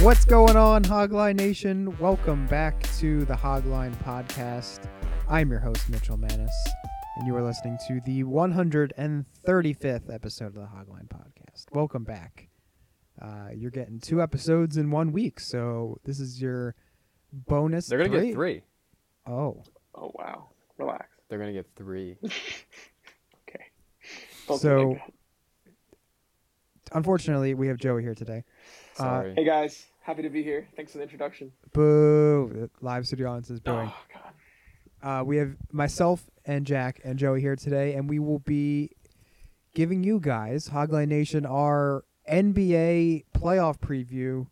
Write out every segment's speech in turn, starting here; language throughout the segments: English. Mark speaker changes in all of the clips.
Speaker 1: What's going on, Hogline Nation? Welcome back to the Hogline Podcast. I'm your host, Mitchell Manis, and you are listening to the 135th episode of the Hogline Podcast. Welcome back. Uh, you're getting two episodes in one week, so this is your bonus.
Speaker 2: They're gonna get three.
Speaker 1: Oh,
Speaker 3: Oh wow. Relax.
Speaker 2: They're gonna get three.
Speaker 3: Uh, Okay. Don't do
Speaker 1: So-
Speaker 3: it like that.
Speaker 1: unfortunately, we have Joey here today. Uh,
Speaker 2: Sorry.
Speaker 3: hey guys, happy to be here. Thanks for the introduction.
Speaker 1: Boo! The Live studio audience is booing.
Speaker 3: Oh god.
Speaker 1: Uh, we have myself and Jack and Joey here today, and we will be giving you guys, Hogline Nation, our NBA playoff preview.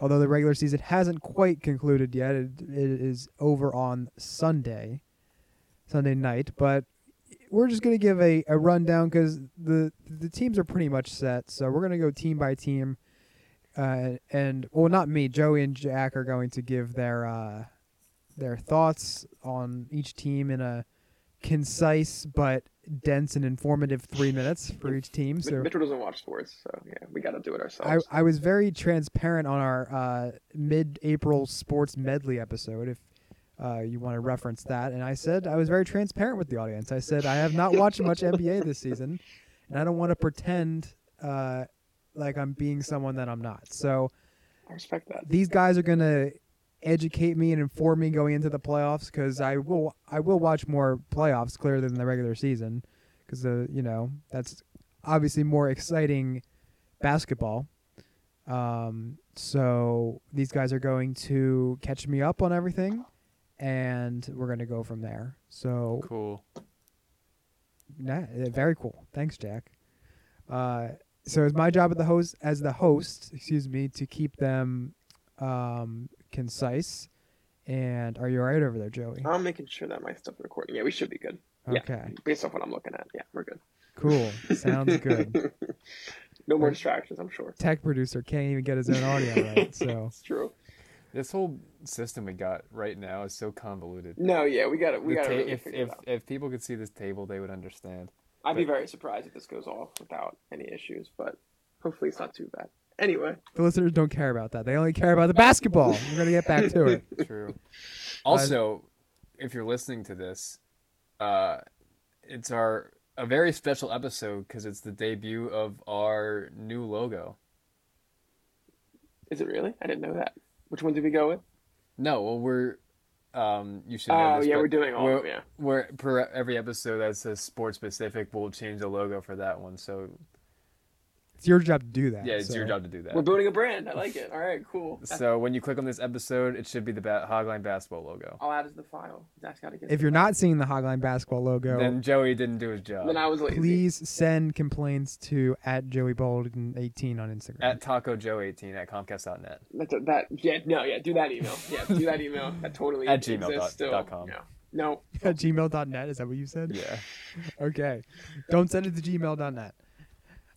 Speaker 1: Although the regular season hasn't quite concluded yet, it, it is over on Sunday, Sunday night. But we're just going to give a, a rundown because the, the teams are pretty much set. So we're going to go team by team. Uh, and, well, not me. Joey and Jack are going to give their. Uh, their thoughts on each team in a concise but dense and informative three minutes for each team.
Speaker 3: Mi-
Speaker 1: So
Speaker 3: Mitchell doesn't watch sports, so yeah, we gotta do it
Speaker 1: I,
Speaker 3: ourselves.
Speaker 1: I was very transparent on our uh, mid-April sports medley episode. If uh, you want to reference that, and I said I was very transparent with the audience. I said I have not watched much NBA this season, and I don't want to pretend uh, like I'm being someone that I'm not. So
Speaker 3: I, respect that.
Speaker 1: these guys are gonna educate me and inform me going into the playoffs because I will I will watch more playoffs clearly than the regular season because the you know that's obviously more exciting basketball. Um, so these guys are going to catch me up on everything, and we're gonna go from there. So
Speaker 2: Cool.
Speaker 1: Nah, eh, very cool. Thanks, Jack. Uh, so it's my job at the host as the host, excuse me, to keep them um, concise. And are you all right over there, Joey?
Speaker 3: I'm making sure that my stuff's recording. Yeah, we should be good. yeah.
Speaker 1: Okay.
Speaker 3: Based off what I'm looking at. Yeah, we're good.
Speaker 1: Cool. Sounds good.
Speaker 3: No more
Speaker 1: Right.
Speaker 3: distractions, I'm sure.
Speaker 1: Tech producer can't even get his own audio right. So
Speaker 3: It's true.
Speaker 2: This whole system we got right now is so convoluted.
Speaker 3: No, yeah, we gotta we
Speaker 2: The
Speaker 3: gotta
Speaker 2: ta-
Speaker 3: really
Speaker 2: if
Speaker 3: figure
Speaker 2: if
Speaker 3: it out.
Speaker 2: if people could see this table, they would understand.
Speaker 3: I'd be very surprised if this goes off without any issues, but hopefully it's not too bad. Anyway,
Speaker 1: the listeners don't care about that. They only care about the basketball. We're gonna get back to it.
Speaker 2: True. also, if you're listening to this, uh, it's our a very special episode because it's the debut of our new logo.
Speaker 3: is it really? I didn't know that. Which one did we go with?
Speaker 2: No, well, we're. Um, you should. know
Speaker 3: Oh
Speaker 2: this,
Speaker 3: yeah,
Speaker 2: but
Speaker 3: we're doing all
Speaker 2: we're-
Speaker 3: yeah.
Speaker 2: Where per every episode that says sports specific, we'll change the logo for that one. So
Speaker 1: It's your job to do that.
Speaker 2: yeah, it's your
Speaker 1: so-
Speaker 2: job to do that.
Speaker 3: We're building a brand. I like it. All right, cool.
Speaker 2: So when you click on this episode, it should be the ba- Hogline basketball logo.
Speaker 3: I'll add it to the file. That's gotta get.
Speaker 1: If you're not seeing the Hogline basketball logo,
Speaker 2: Then Joey didn't do his job.
Speaker 3: then I was lazy.
Speaker 1: please send complaints to at Joey Bolden 18 on Instagram.
Speaker 2: At Taco Joe eighteen at Comcast.net.
Speaker 3: That's a, that yeah no yeah do that email yeah do that email that totally
Speaker 2: At gmail
Speaker 3: exists
Speaker 2: dot-
Speaker 3: still.
Speaker 2: dot com.
Speaker 3: No. no
Speaker 1: at gmail.net. Is that what you said?
Speaker 2: Yeah.
Speaker 1: Okay. Don't send it to gmail.net.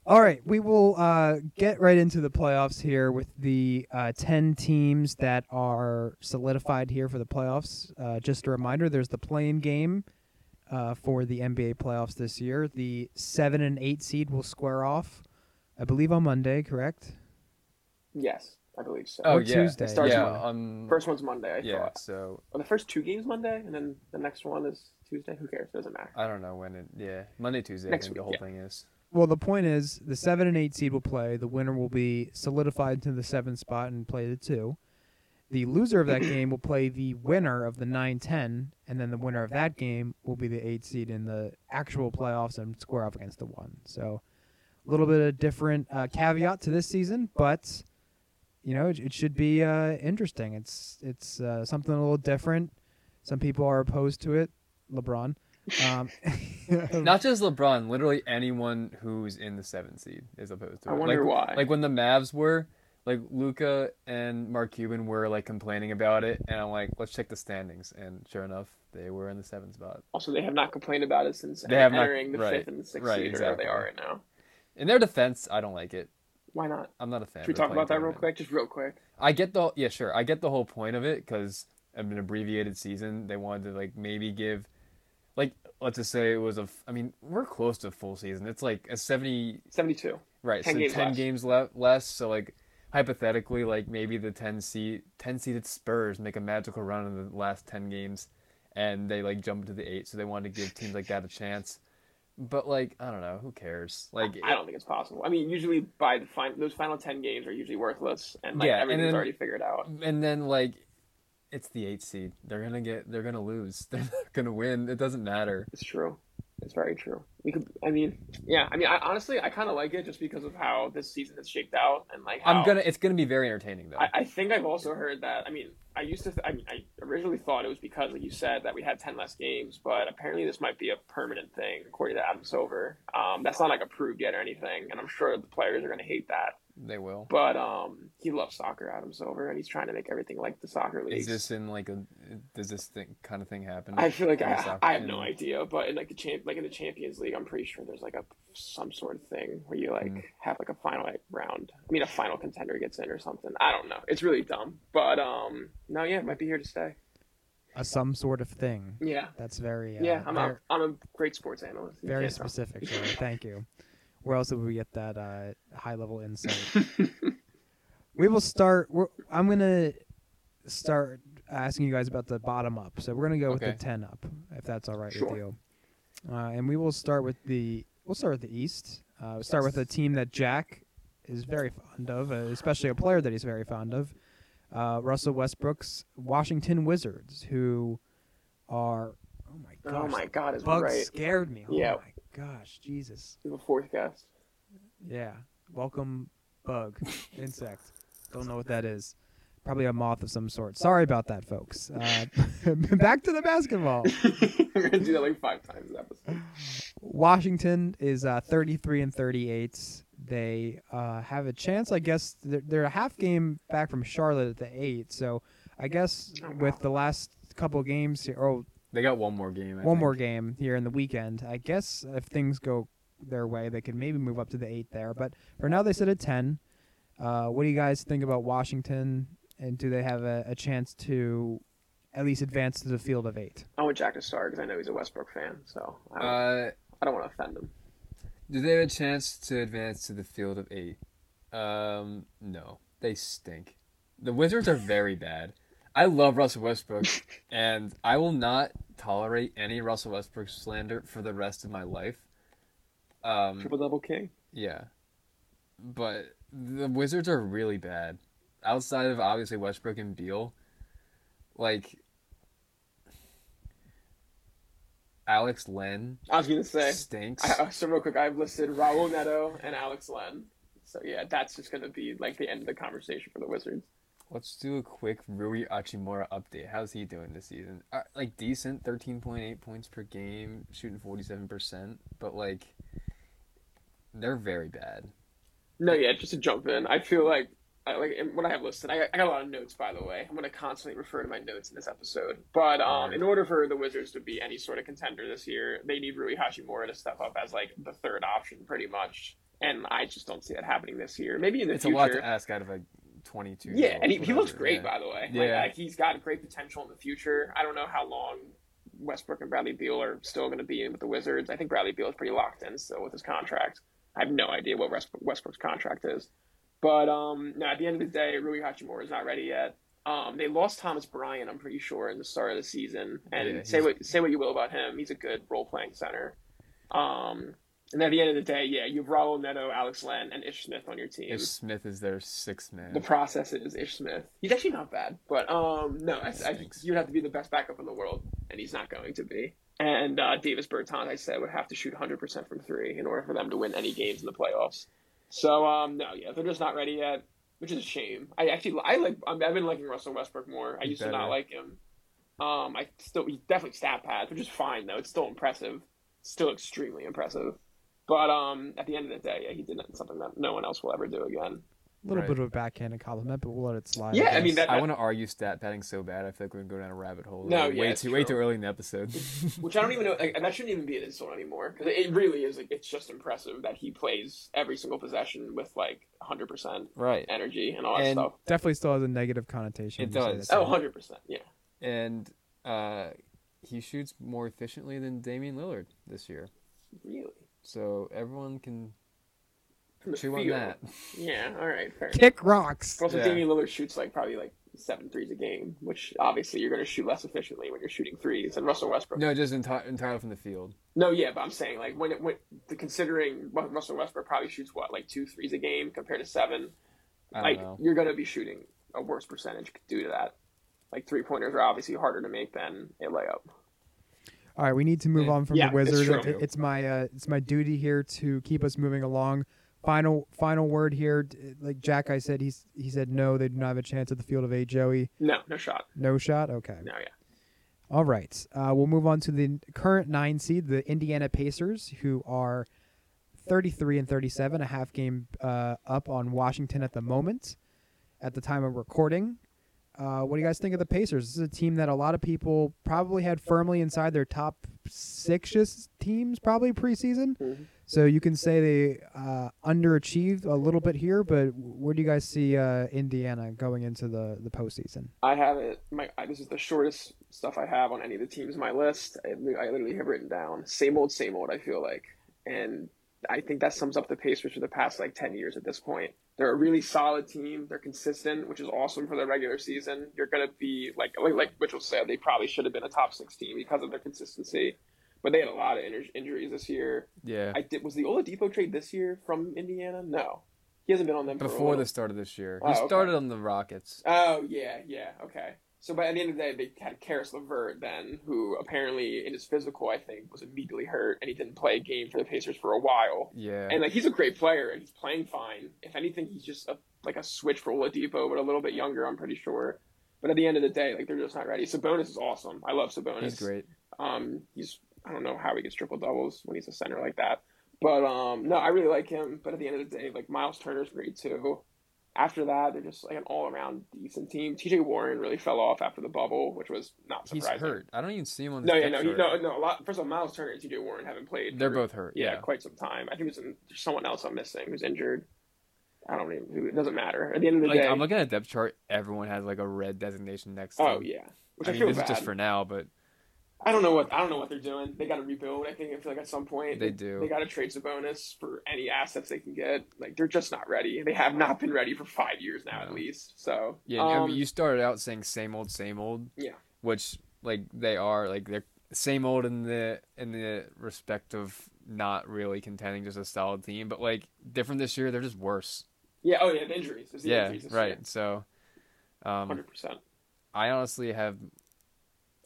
Speaker 1: All right. We will uh, get right into the playoffs here with the uh, 10 teams that are solidified here for the playoffs. Uh, just a reminder there's the playing game uh, for the NBA playoffs this year. The 7 and 8 seed will square off, I believe, on Monday, correct?
Speaker 3: yes I believe so.
Speaker 2: Oh
Speaker 1: Or
Speaker 2: yeah,
Speaker 1: Tuesday.
Speaker 2: It
Speaker 3: Starts
Speaker 2: yeah.
Speaker 3: Monday.
Speaker 2: On,
Speaker 3: First one's Monday, I
Speaker 2: yeah.
Speaker 3: thought.
Speaker 2: So
Speaker 3: Well, the first two games Monday, and then the next one is Tuesday. Who cares? Doesn't matter.
Speaker 2: I don't know when it. Yeah, Monday, Tuesday.
Speaker 3: Next
Speaker 2: I think the whole
Speaker 3: week,
Speaker 2: thing is.
Speaker 1: Well, the point is, the seven and eight seed will play. The winner will be solidified to the seventh spot and play the two. The loser of that game will play the winner of the 9-10, and then the winner of that game will be the eight seed in the actual playoffs and square off against the one. So, a little bit of different uh, caveat to this season, but you know it, it should be uh, interesting. It's it's uh, something a little different. Some people are opposed to it. LeBron. Um,
Speaker 2: Not just LeBron. Literally anyone who's in the seventh seed is opposed to it.
Speaker 3: I wonder
Speaker 2: like,
Speaker 3: why.
Speaker 2: Like when the Mavs were, like Luca and Mark Cuban were like complaining about it, and I'm like, let's check the standings, and sure enough, they were in the seventh spot.
Speaker 3: Also, they have not complained about it since
Speaker 2: They have not-
Speaker 3: entering the
Speaker 2: right,
Speaker 3: fifth and the sixth
Speaker 2: right,
Speaker 3: seed, or where
Speaker 2: exactly.
Speaker 3: they are right now.
Speaker 2: In their defense, I don't like it.
Speaker 3: Why not?
Speaker 2: I'm not a fan.
Speaker 3: Should we
Speaker 2: of
Speaker 3: talk
Speaker 2: playing
Speaker 3: about that real
Speaker 2: tournament.
Speaker 3: quick? Just real quick.
Speaker 2: I get the yeah, sure. I get the whole point of it because of an abbreviated season. They wanted to like maybe give, like let's just say it was a. f- I mean, we're close to full season. It's like a seventy
Speaker 3: Seventy-two.
Speaker 2: right,
Speaker 3: 10
Speaker 2: so
Speaker 3: games
Speaker 2: ten
Speaker 3: less.
Speaker 2: games le- less. So like hypothetically, like maybe the ten seed ten seeded Spurs make a magical run in the last ten games, and they like jump to the eight. So they wanted to give teams like that a chance. But like I don't know, who cares? Like
Speaker 3: I don't think it's possible. I mean, usually by the final, those final ten games are usually worthless, and like
Speaker 2: Yeah, and
Speaker 3: everything's
Speaker 2: then-
Speaker 3: already figured out.
Speaker 2: and then like it's the eight seed they're gonna get they're gonna lose they're not gonna win it doesn't matter
Speaker 3: It's true. It's very true. We could. I mean, yeah. I mean, I, honestly, I kind of like it just because of how this season has shaped out, and like how,
Speaker 2: i'm gonna it's gonna be very entertaining though
Speaker 3: I, I think I've also heard that. I mean, I used to. Th- I mean, I originally thought it was because, like you said, that we had ten less games, but apparently this might be a permanent thing, according to Adam Silver. Um, that's not like approved yet or anything, and I'm sure the players are going to hate that.
Speaker 2: they will
Speaker 3: But um, he loves soccer, Adam Silver, and he's trying to make everything like the soccer
Speaker 2: is
Speaker 3: leagues.
Speaker 2: this in like a does this thing kind of thing happen
Speaker 3: I feel like
Speaker 2: in
Speaker 3: I,
Speaker 2: soccer?
Speaker 3: I have no
Speaker 2: In-
Speaker 3: idea, but in like the champ, like in the Champions League, I'm pretty sure there's like a some sort of thing where you like
Speaker 2: Mhm.
Speaker 3: have like a final like, round. I mean, a final contender gets in or something. I don't know. It's really dumb, but um, no, yeah, it might be here to stay.
Speaker 1: a some sort of thing.
Speaker 3: Yeah,
Speaker 1: That's very uh,
Speaker 3: yeah, I'm
Speaker 1: very,
Speaker 3: a, I'm a great sports analyst. You
Speaker 1: very
Speaker 3: can't tell.
Speaker 1: specific. Joey. Thank you. Where else did we get that uh, high level insight? we will start. We're, I'm gonna start asking you guys about the bottom up. So we're gonna go with
Speaker 2: Okay.
Speaker 1: the ten up, if that's all right
Speaker 3: Sure.
Speaker 1: with you. Uh, and we will start with the we'll start with the East. Uh, we'll start with a team that Jack is very fond of, uh, especially a player that he's very fond of, uh, Russell Westbrook's Washington Wizards, who are oh my gosh,
Speaker 3: Oh my god, is
Speaker 1: Bug
Speaker 3: right.
Speaker 1: scared me. Oh
Speaker 3: Yeah.
Speaker 1: my gosh, Jesus.
Speaker 3: He's a fourth guest.
Speaker 1: Yeah. Welcome, bug, insect. Don't know what that is. Probably a moth of some sort. Sorry about that, folks. Uh, back to the basketball.
Speaker 3: We're gonna do that like five times this episode.
Speaker 1: Washington is uh, 33 and 38. They uh, have a chance, I guess. They're, they're a half game back from Charlotte at the eight. So I guess
Speaker 3: Oh, wow.
Speaker 1: with the last couple games here, oh,
Speaker 2: they got one more game I
Speaker 1: one
Speaker 2: think.
Speaker 1: more game here in the weekend. I guess if things go their way, they could maybe move up to the eight there. But for now, they sit at ten. Uh, what do you guys think about Washington? And do they have a, a chance to at least advance to the field of eight?
Speaker 3: I want Jack to start because I know he's a Westbrook fan, so I don't,
Speaker 2: uh
Speaker 3: I don't want to offend him.
Speaker 2: do they have a chance to advance to the field of eight um no they stink the wizards are very bad i love russell westbrook and i will not tolerate any russell westbrook slander for the rest of my life um
Speaker 3: Triple double king.
Speaker 2: Yeah. But the Wizards are really bad. Outside of obviously Westbrook and Beal, like Alex Len
Speaker 3: I was gonna say.
Speaker 2: stinks.
Speaker 3: I, uh, so real quick, I've listed Raul Neto and Alex Len. So yeah, that's just gonna be like the end of the conversation for the Wizards.
Speaker 2: Let's do a quick Rui Achimura update. How's he doing this season? Uh, like decent, thirteen point eight points per game, shooting forty seven percent. But like, they're very bad.
Speaker 3: No, yeah, just to jump in, I feel like I, like in- what I have listed. I, I got a lot of notes, by the way. I'm gonna constantly refer to my notes in this episode. But
Speaker 2: Mm-hmm.
Speaker 3: um, in order for the Wizards to be any sort of contender this year, they need Rui Hashimura to step up as like the third option, pretty much. And I just don't see that happening this year. Maybe in the
Speaker 2: It's a
Speaker 3: future.
Speaker 2: lot to ask out of a twenty two.
Speaker 3: Yeah, and he, he looks great, by the way. Like,
Speaker 2: Yeah.
Speaker 3: like, he's got great potential in the future. I don't know how long Westbrook and Bradley Beal are still going to be in with the Wizards. I think Bradley Beal is pretty locked in still with his contract. I have no idea what West- Westbrook's contract is. But um, no, at the end of the day, Rui Hachimura is not ready yet. Um, they lost Thomas Bryan, I'm pretty sure, in the start of the season. And
Speaker 2: Yeah,
Speaker 3: say
Speaker 2: he's-
Speaker 3: what say what you will about him, he's a good role playing center. Um, and at the end of the day, yeah, you have Raul Neto, Alex Len, and Ish Smith on your team.
Speaker 2: If Smith is their sixth man,
Speaker 3: The process is Ish Smith. He's actually not bad, but um, no, I, I,
Speaker 2: Thanks.
Speaker 3: you'd have to be the best backup in the world, and he's not going to be. And uh, Davis Bertans, I said, would have to shoot 100% from three in order for them to win any games in the playoffs. So um, no, yeah, they're just not ready yet, which is a shame. I actually, I like, I'm, I've been liking Russell Westbrook more. I
Speaker 2: You
Speaker 3: used to
Speaker 2: better.
Speaker 3: not like him. Um, I still, he's definitely stat pads, which is fine though. It's still impressive, still extremely impressive. But um, at the end of the day, yeah, he did something that no one else will ever do
Speaker 1: A
Speaker 3: again.
Speaker 1: little
Speaker 2: Right.
Speaker 1: bit of a backhanded compliment, but we'll let it slide.
Speaker 3: Yeah, I mean,
Speaker 1: guess.
Speaker 3: that-
Speaker 2: I want to argue stat padding so bad. I feel like we're gonna go down a rabbit hole.
Speaker 3: No,
Speaker 2: like,
Speaker 3: yeah,
Speaker 2: way
Speaker 3: it's
Speaker 2: too way too
Speaker 3: true.
Speaker 2: early in the episode.
Speaker 3: Which I don't even know. Like, that shouldn't even be an insult anymore because it really is. Like, it's just impressive that he plays every single possession with like 100 percent
Speaker 2: right.
Speaker 3: energy and all that
Speaker 2: And-
Speaker 3: stuff.
Speaker 1: definitely still has a negative connotation.
Speaker 2: It
Speaker 1: when you say
Speaker 2: does.
Speaker 1: that.
Speaker 3: Oh, 100 percent. Yeah.
Speaker 2: And uh, he shoots more efficiently than Damian Lillard this year.
Speaker 3: Really.
Speaker 2: So everyone can
Speaker 3: From the
Speaker 2: chew on
Speaker 3: field.
Speaker 2: that.
Speaker 3: Yeah. All right. Fair.
Speaker 1: Kick rocks.
Speaker 3: Also,
Speaker 2: Yeah.
Speaker 3: Damian Lillard shoots like probably like seven threes a game, which obviously you're going to shoot less efficiently when you're shooting threes. And Russell Westbrook. No,
Speaker 2: No, just enti- entirely from the field.
Speaker 3: yeah, but I'm saying like when it when considering what Russell Westbrook probably shoots what like two threes a game compared to seven.
Speaker 2: I don't
Speaker 3: like
Speaker 2: know.
Speaker 3: you're going to be shooting a worse percentage due to that. Like three pointers are obviously harder to make than a layup.
Speaker 1: All right, we need to move
Speaker 2: Yeah.
Speaker 1: on from
Speaker 3: Yeah,
Speaker 1: the
Speaker 3: it's
Speaker 1: wizard.
Speaker 3: true.
Speaker 1: It- it's my uh, it's my duty here to keep us moving along. Final final word here. D- Like Jack, I said he's he said no, they do not have a chance at the field of eight. Joey,
Speaker 3: No, no shot.
Speaker 1: no shot. Okay.
Speaker 3: No, yeah.
Speaker 1: All right. Uh, we'll move on to the current nine seed, the Indiana Pacers, who are 33 and 37, a half game uh, up on Washington at the moment, at the time of recording. Uh, what do you guys think of the Pacers? This is a team that a lot of people probably had firmly inside their top six teams, probably preseason.
Speaker 3: Mhm.
Speaker 1: So you can say they uh, underachieved a little bit here, but where do you guys see uh, Indiana going into the, the postseason?
Speaker 3: I have it. My I, this is the shortest stuff I have on any of the teams in my list. I, li- I literally have written down same old, same old. I feel like, and I think that sums up the Pacers for the past like ten years at this point. They're a really solid team. They're consistent, which is awesome for the regular season. You're gonna be like like, like Mitchell said, they probably should have been a top six team because of their consistency, but they had a lot of inj- injuries this year.
Speaker 2: Yeah.
Speaker 3: I did. Was the Oladipo trade this year from Indiana? No, he hasn't been on them for a
Speaker 2: Before the
Speaker 3: little-
Speaker 2: start of this year,
Speaker 3: Oh,
Speaker 2: he
Speaker 3: okay.
Speaker 2: started on the Rockets.
Speaker 3: Oh yeah, yeah, okay. So by the end of the day, they had Karis LeVert then, who apparently in his physical, I think, was immediately hurt, and he didn't play a game for the Pacers for a while.
Speaker 2: Yeah.
Speaker 3: And like he's a great player, and he's playing fine. If anything, he's just a, like a switch for Oladipo, but a little bit younger, I'm pretty sure. But at the end of the day, like they're just not ready. Sabonis is awesome. I love Sabonis.
Speaker 2: He's great.
Speaker 3: Um, he's I don't know how he gets triple doubles when he's a center like that, but um, no, I really like him. But at the end of the day, like Miles Turner's great too. After that, they're just like an all-around decent team. T.J. Warren really fell off after the bubble, which was not
Speaker 2: He's
Speaker 3: surprising.
Speaker 2: hurt. I don't even see him on the
Speaker 3: No, yeah,
Speaker 2: depth
Speaker 3: no, he,
Speaker 2: chart.
Speaker 3: no, no. A lot. First of all, Miles Turner and T.J. Warren haven't played.
Speaker 2: They're
Speaker 3: for-
Speaker 2: both hurt.
Speaker 3: yeah,
Speaker 2: Yeah.
Speaker 3: quite some time. I think it was in, someone else I'm missing who's injured. I don't even. Who, it doesn't matter. At the end of the
Speaker 2: Like
Speaker 3: day,
Speaker 2: I'm looking at depth chart, everyone has like a red designation next to
Speaker 3: oh
Speaker 2: him.
Speaker 3: yeah, which
Speaker 2: I
Speaker 3: I,
Speaker 2: mean,
Speaker 3: feel
Speaker 2: this
Speaker 3: bad.
Speaker 2: is just for now, but
Speaker 3: I don't know what I don't know what they're doing. They got to rebuild. I think I feel like at some point
Speaker 2: They do.
Speaker 3: They got to trade Sabonis for any assets they can get. Like they're just not ready. They have not been ready for five years now at
Speaker 2: No.
Speaker 3: least. So
Speaker 2: yeah, I mean,
Speaker 3: um,
Speaker 2: you started out saying same old, same old.
Speaker 3: Yeah.
Speaker 2: Which like they are like they're same old in the in the respect of not really contending, just a solid team, but like different this year, they're just worse.
Speaker 3: yeah. Oh yeah, the injuries. It's the
Speaker 2: yeah,
Speaker 3: injuries
Speaker 2: right. So, um,
Speaker 3: Hundred percent.
Speaker 2: I honestly have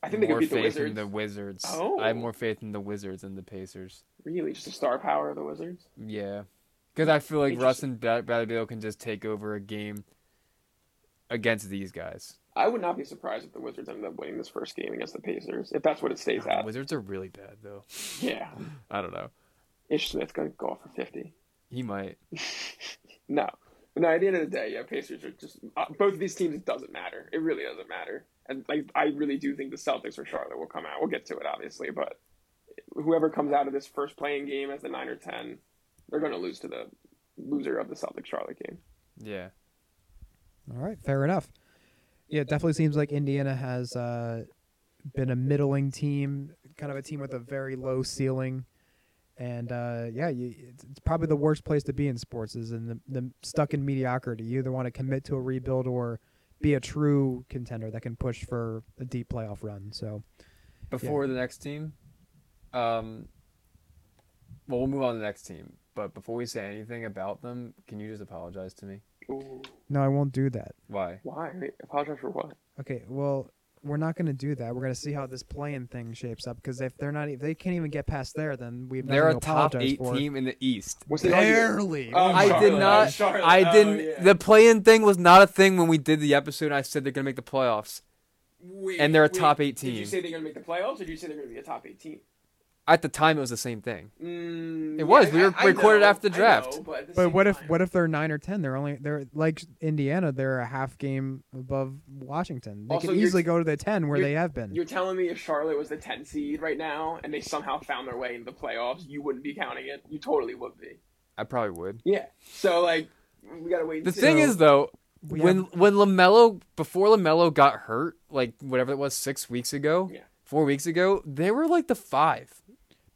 Speaker 3: I think they could
Speaker 2: more
Speaker 3: beat
Speaker 2: faith
Speaker 3: the Wizards.
Speaker 2: in the Wizards.
Speaker 3: Oh.
Speaker 2: I have more faith in the Wizards than the Pacers.
Speaker 3: Really, just the star power of the Wizards.
Speaker 2: Yeah, because I feel like Russ
Speaker 3: Interesting.
Speaker 2: and Bra- Bradley Beal can just take over a game against these guys.
Speaker 3: I would not be surprised if the Wizards ended up winning this first game against the Pacers if that's what it stays
Speaker 2: The
Speaker 3: at.
Speaker 2: Wizards are really bad though.
Speaker 3: Yeah,
Speaker 2: I don't know.
Speaker 3: Ish Smith's gonna go off for fifty.
Speaker 2: He might.
Speaker 3: No. No, at the end of the day, yeah, Pacers are just uh, both of these teams. It doesn't matter. It really doesn't matter. And like, I really do think the Celtics or Charlotte will come out. We'll get to it, obviously, but whoever comes out of this first playing game as the nine or ten, they're going to lose to the loser of the Celtics Charlotte game.
Speaker 2: Yeah.
Speaker 1: All right, fair enough. Yeah, it definitely seems like Indiana has uh, been a middling team, kind of a team with a very low ceiling. And uh, yeah, you, it's, it's probably the worst place to be in sports is in the, the stuck in mediocrity. You either want to commit to a rebuild or be a true contender that can push for a deep playoff run. So
Speaker 2: Before the next team, um, well, we'll move on to the next team. But before we say anything about them, can you just apologize to me?
Speaker 3: Ooh,
Speaker 1: no, I won't do that.
Speaker 2: Why?
Speaker 3: why? Wait, Apologize for what?
Speaker 1: Okay, well, we're not going to do that. We're going to see how this playing thing shapes up because if they're not, e, if they can't even get past there, then we have nothing
Speaker 2: They're
Speaker 1: to
Speaker 2: a top
Speaker 1: apologize
Speaker 2: eight
Speaker 1: for.
Speaker 2: team in the East.
Speaker 3: Was it
Speaker 1: Barely.
Speaker 3: Oh,
Speaker 2: I
Speaker 3: Charlotte,
Speaker 2: did not.
Speaker 3: Charlotte,
Speaker 2: I
Speaker 3: oh,
Speaker 2: didn't.
Speaker 3: yeah.
Speaker 2: The play-in thing was not a thing when we did the episode. I said they're gonna make the playoffs.
Speaker 3: Wait,
Speaker 2: And they're a
Speaker 3: wait,
Speaker 2: top eight
Speaker 3: Did
Speaker 2: team.
Speaker 3: you say they're gonna make the playoffs, or did you say they're gonna be a top eight team?
Speaker 2: At the time, it was the same thing.
Speaker 3: Mm,
Speaker 2: It was. We
Speaker 3: I-
Speaker 2: were
Speaker 3: I
Speaker 2: recorded
Speaker 3: know,
Speaker 2: after the
Speaker 3: I
Speaker 2: draft.
Speaker 3: know, but at the
Speaker 1: But
Speaker 3: same
Speaker 1: what if
Speaker 3: time-
Speaker 1: what if they're nine or ten? They're only they're like Indiana. They're a half game above Washington. They
Speaker 3: Also,
Speaker 1: can
Speaker 3: you're-
Speaker 1: easily go to the ten where
Speaker 3: you're-
Speaker 1: they have been.
Speaker 3: You're telling me if Charlotte was the 10 seed right now and they somehow found their way into the playoffs, you wouldn't be counting it. You totally would be.
Speaker 2: I probably would.
Speaker 3: Yeah. So like, we gotta wait. And
Speaker 2: The
Speaker 3: see.
Speaker 2: thing
Speaker 1: So-
Speaker 2: is, though,
Speaker 1: we
Speaker 2: when when Lamelo before Lamelo got hurt, like whatever it was, six weeks ago,
Speaker 3: Yeah.
Speaker 2: four weeks ago, they were like the five.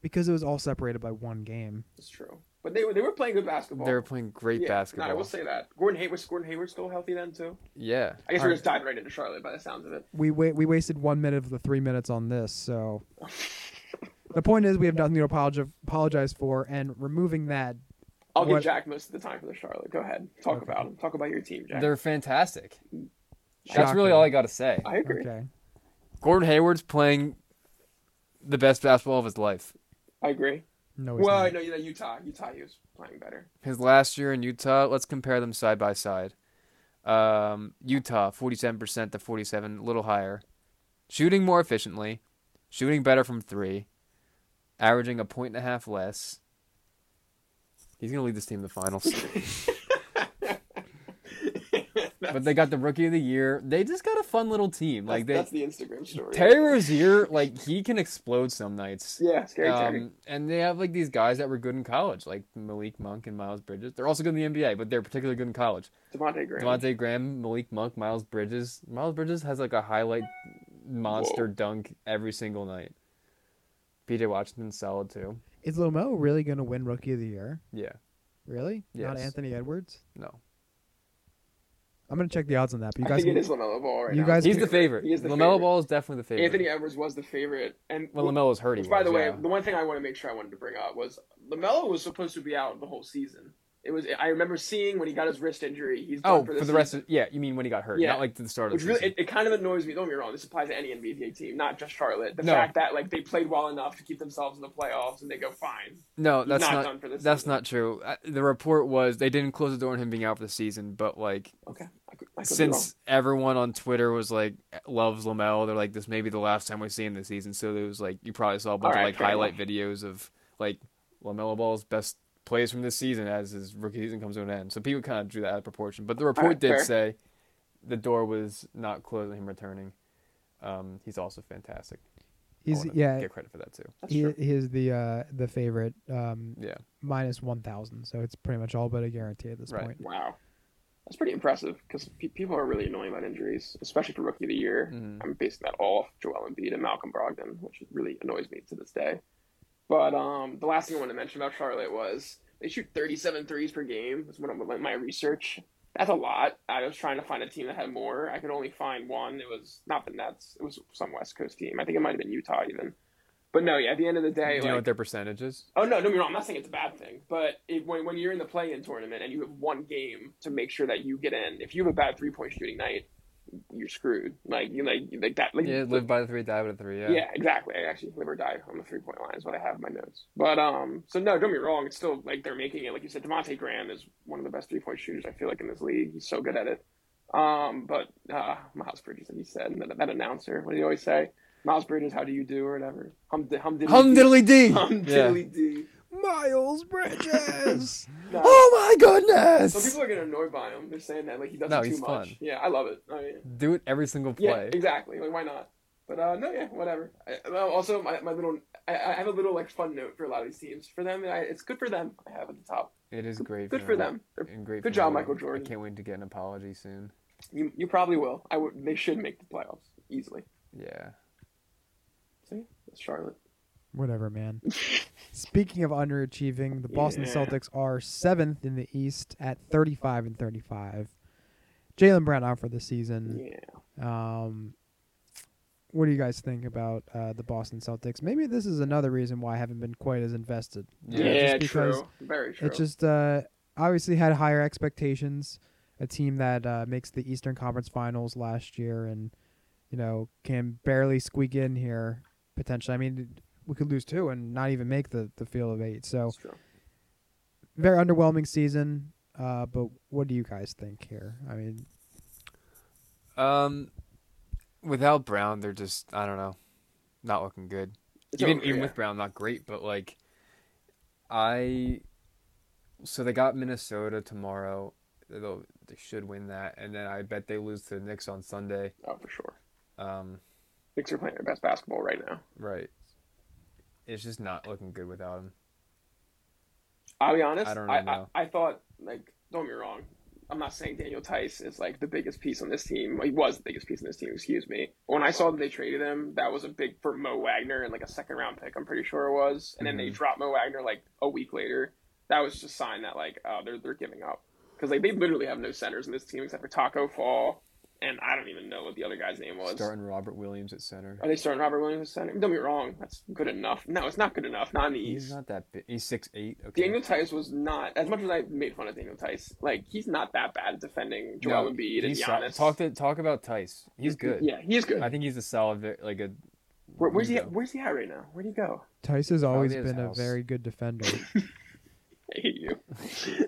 Speaker 1: because it was all separated by one game.
Speaker 3: it's true. But they were they were playing good basketball.
Speaker 2: They were playing great
Speaker 3: Yeah,
Speaker 2: basketball.
Speaker 3: No, I will say that. Gordon Hayward was Gordon Hayward still healthy then too.
Speaker 2: yeah.
Speaker 3: I guess
Speaker 1: All
Speaker 3: we
Speaker 1: right.
Speaker 3: just dived right into Charlotte by the sounds of it.
Speaker 1: We wait. We wasted one minute of the three minutes on this. So the point is, we have nothing to apologize apologize for, and removing that.
Speaker 3: I'll
Speaker 1: What-
Speaker 3: give Jack most of the time for the Charlotte. Go ahead, talk
Speaker 1: Okay.
Speaker 3: about him. Talk about your team, Jack.
Speaker 2: They're fantastic. That's
Speaker 1: Shocker.
Speaker 2: really all I got to say.
Speaker 3: I agree.
Speaker 1: Okay.
Speaker 2: Gordon Hayward's playing the best basketball of his life.
Speaker 3: I agree.
Speaker 1: No. he's
Speaker 3: Well, I
Speaker 1: not.
Speaker 3: know that Utah. Utah, he was playing better.
Speaker 2: His last year in Utah, let's compare them side by side. Um, Utah, 47% to 47, a little higher. Shooting more efficiently, shooting better from three, averaging a point and a half less. He's going to lead this team to the finals. but they got the rookie of the year. They just got a fun little team. Like they
Speaker 3: that's, that's the Instagram story.
Speaker 2: Terry Rozier, like he can explode some nights.
Speaker 3: Yeah, scary Terry.
Speaker 2: Um, and they have like these guys that were good in college, like Malik Monk and Miles Bridges. They're also good in the NBA, but they're particularly good in college.
Speaker 3: Devontae Graham.
Speaker 2: Devontae Graham, Malik Monk, Miles Bridges. Miles Bridges has like a highlight monster dunk every single night. PJ Washington's solid too.
Speaker 1: Is Lomo really going to win Rookie of the Year?
Speaker 2: Yeah,
Speaker 1: Really? Not
Speaker 2: Yes.
Speaker 1: Anthony Edwards.
Speaker 2: no,
Speaker 1: I'm going to check the odds on that. But you
Speaker 3: I
Speaker 1: guys,
Speaker 3: think it is Lamelo Ball right
Speaker 1: you
Speaker 3: now.
Speaker 1: guys-
Speaker 2: he's the favorite.
Speaker 3: He is the
Speaker 2: Lamelo
Speaker 3: favorite.
Speaker 2: Ball is definitely the favorite.
Speaker 3: Anthony Edwards was the favorite, and
Speaker 2: well, Lamelo's hurt. He
Speaker 3: Which, by
Speaker 2: was,
Speaker 3: the way,
Speaker 2: yeah.
Speaker 3: the one thing I want to make sure I wanted to bring up was Lamelo was supposed to be out the whole season. It was I remember seeing when he got his wrist injury. He's done
Speaker 2: oh, for, the rest of yeah, you mean when he got hurt,
Speaker 3: Yeah.
Speaker 2: not like to the start of
Speaker 3: which
Speaker 2: the
Speaker 3: really
Speaker 2: season.
Speaker 3: it, it kind of annoys me. Don't get me wrong. This applies to any NBA team, not just Charlotte. The
Speaker 2: No.
Speaker 3: fact that like they played well enough to keep themselves in the playoffs and they go fine.
Speaker 2: No,
Speaker 3: He's
Speaker 2: that's
Speaker 3: not
Speaker 2: not.
Speaker 3: done for this
Speaker 2: that's
Speaker 3: season.
Speaker 2: not true. Uh, The report was they didn't close the door on him being out for the season, but like
Speaker 3: Okay, I could, I could be
Speaker 2: since everyone on Twitter was like loves Lamelo, they're like this may be the last time we see him this season. So there was like you probably saw a bunch of
Speaker 3: Alright,
Speaker 2: like
Speaker 3: fair
Speaker 2: highlight videos of like Lamelo Ball's best plays from this season as his rookie season comes to an end. So people kind of drew that out of proportion, but the report
Speaker 3: Alright,
Speaker 2: did
Speaker 3: fair.
Speaker 2: say the door was not closed on him returning. Um, he's also fantastic. I
Speaker 1: he's
Speaker 2: wanna
Speaker 1: yeah,
Speaker 2: get credit for that too.
Speaker 3: wrong. That's
Speaker 1: he,
Speaker 3: true.
Speaker 1: he is the uh, the favorite. Um,
Speaker 2: Yeah,
Speaker 1: minus 1,000. So it's pretty much all but a guarantee at this
Speaker 2: Right.
Speaker 1: point.
Speaker 3: Wow. That's pretty impressive because pe- people are really annoying about injuries, especially for rookie of the year.
Speaker 2: Mhm.
Speaker 3: I'm basing that all off Joel Embiid and Malcolm Brogdon, which really annoys me to this day. But um, the last thing I wanted to mention about Charlotte was they shoot 37 threes per game. That's what I'm my- my research. That's a lot. I was trying to find a team that had more. I could only find one. It was not the Nets. It was some West Coast team. I think it might have been Utah even. But no, yeah. At the end of the day,
Speaker 2: you
Speaker 3: like,
Speaker 2: know what their percentage is?
Speaker 3: Oh no, don't get me wrong. I'm not saying it's a bad thing, but it, when when you're in the play-in tournament and you have one game to make sure that you get in, if you have a bad three-point shooting night, you're screwed. Like you like you- like that. Like,
Speaker 2: Yeah, live by the three, die by the three.
Speaker 3: yeah. exactly. I actually live or die on the three-point line is what I have in my notes. But um, so no, don't get me wrong. It's still like they're making it. Like you said, Devontae Graham is one of the best three-point shooters I feel like in this league. He's so good at it. Um, but uh, Miles Bridges, like you said, and that, that announcer, what do you always say? Miles Bridges, how do you do or whatever? Hum, hum, diddly
Speaker 2: Hum
Speaker 3: dee.
Speaker 2: diddly dee.
Speaker 3: Hum
Speaker 2: Yeah.
Speaker 3: diddly dee.
Speaker 1: Miles Bridges.
Speaker 3: Nah.
Speaker 2: Oh my goodness!
Speaker 3: Some people are getting annoyed by him. They're saying that like he does
Speaker 2: No,
Speaker 3: it too
Speaker 2: he's
Speaker 3: much.
Speaker 2: fun.
Speaker 3: Yeah, I love it. I mean,
Speaker 2: Do it every single
Speaker 3: yeah,
Speaker 2: play.
Speaker 3: exactly. Like why not? But uh, no, yeah, whatever. I, well, also, my, my little, I, I have a little like fun note for a lot of these teams. For them, I, it's good for them. I have at the top.
Speaker 2: It is great.
Speaker 3: Good for them. They're-
Speaker 2: And great
Speaker 3: Good
Speaker 2: for
Speaker 3: job,
Speaker 2: me.
Speaker 3: Michael
Speaker 2: I
Speaker 3: Jordan.
Speaker 2: can't wait to get an apology soon.
Speaker 3: You, you probably will. I would. They should make the playoffs easily.
Speaker 2: Yeah.
Speaker 3: See, it's Charlotte.
Speaker 1: Whatever, man. Speaking of underachieving, the Boston
Speaker 3: Yeah.
Speaker 1: Celtics are seventh in the East at 35 and 35. Jalen Brown out for the
Speaker 2: Mm.
Speaker 1: season.
Speaker 3: Yeah.
Speaker 1: Um, what do you guys think about uh, the Boston Celtics? Maybe this is another reason why I haven't been quite as invested.
Speaker 2: Yeah,
Speaker 3: Yeah,
Speaker 1: just because
Speaker 3: true. Very true.
Speaker 1: It just uh, obviously had higher expectations. A team that uh, makes the Eastern Conference Finals last year and you know can barely squeak in here potentially. I mean, we could lose two and not even make the the field of eight. So
Speaker 3: It's true.
Speaker 1: very underwhelming season. Uh, but what do you guys think here? I mean,
Speaker 2: Um, without Brown, they're just I don't know, not looking good.
Speaker 3: It's
Speaker 2: even
Speaker 3: over,
Speaker 2: even
Speaker 3: yeah.
Speaker 2: with Brown, not great, but like, I. So they got Minnesota tomorrow. They'll, they should win that, and then I bet they lose to the Knicks on Sunday.
Speaker 3: Oh, for sure.
Speaker 2: Um,
Speaker 3: Knicks are playing their best basketball right now.
Speaker 2: right. It's just not looking good without him.
Speaker 3: I'll be honest.
Speaker 2: I
Speaker 3: I
Speaker 2: don't
Speaker 3: I,
Speaker 2: know.
Speaker 3: I, thought like don't get me wrong. I'm not saying Daniel Tice is like the biggest piece on this team. He was the biggest piece on this team. Excuse me. When I saw that they traded him, that was a big for Mo Wagner and like a second round pick. I'm pretty sure it was. And then they
Speaker 2: Mhm.
Speaker 3: dropped Mo Wagner like a week later. That was just a sign that like oh they're they're giving up because like they literally have no centers in this team except for Taco Fall and I don't even know what the other guy's name was.
Speaker 2: Starting Robert Williams at center.
Speaker 3: Are they starting Robert Williams at center? Don't be wrong. That's good enough. No, it's not good enough. Not in the East.
Speaker 2: He's not that big. He's six eight. Okay.
Speaker 3: Daniel Tice was not as much as I made fun of Daniel Tice. Like he's not that bad at defending Joel
Speaker 2: No,
Speaker 3: Embiid and
Speaker 2: he's so-
Speaker 3: Giannis.
Speaker 2: talk to, talk about Tice. He's good.
Speaker 3: Yeah, he's good.
Speaker 2: I think he's a solid vi- like a.
Speaker 3: Where, where's he?
Speaker 2: Nico.
Speaker 3: At, where's he at right now? Where'd he go?
Speaker 1: Tice has
Speaker 2: Probably
Speaker 1: always
Speaker 2: his
Speaker 1: been
Speaker 2: house.
Speaker 1: a very good defender.
Speaker 3: I hate you.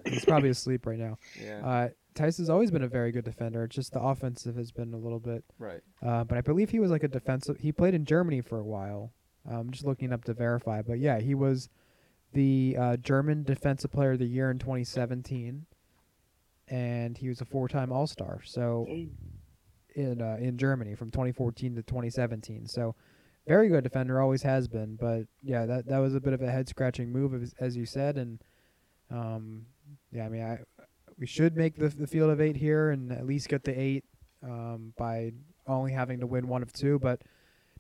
Speaker 1: He's probably asleep right now.
Speaker 2: Yeah.
Speaker 1: Uh, Tice has always been a very good defender. It's just the offensive has been a little bit
Speaker 2: right.
Speaker 1: Uh, but I believe he was like a defensive. He played in Germany for a while. I'm just looking up to verify. But yeah, he was the uh, German Defensive Player of the Year in 2017, and he was a four-time All-Star. So in uh, in Germany from 2014 to 2017. So very good defender, always has been. But yeah, that that was a bit of a head-scratching move, as, as you said. And um, yeah, I mean, I we should make the the field of eight here and at least get the eight um, by only having to win one of two, but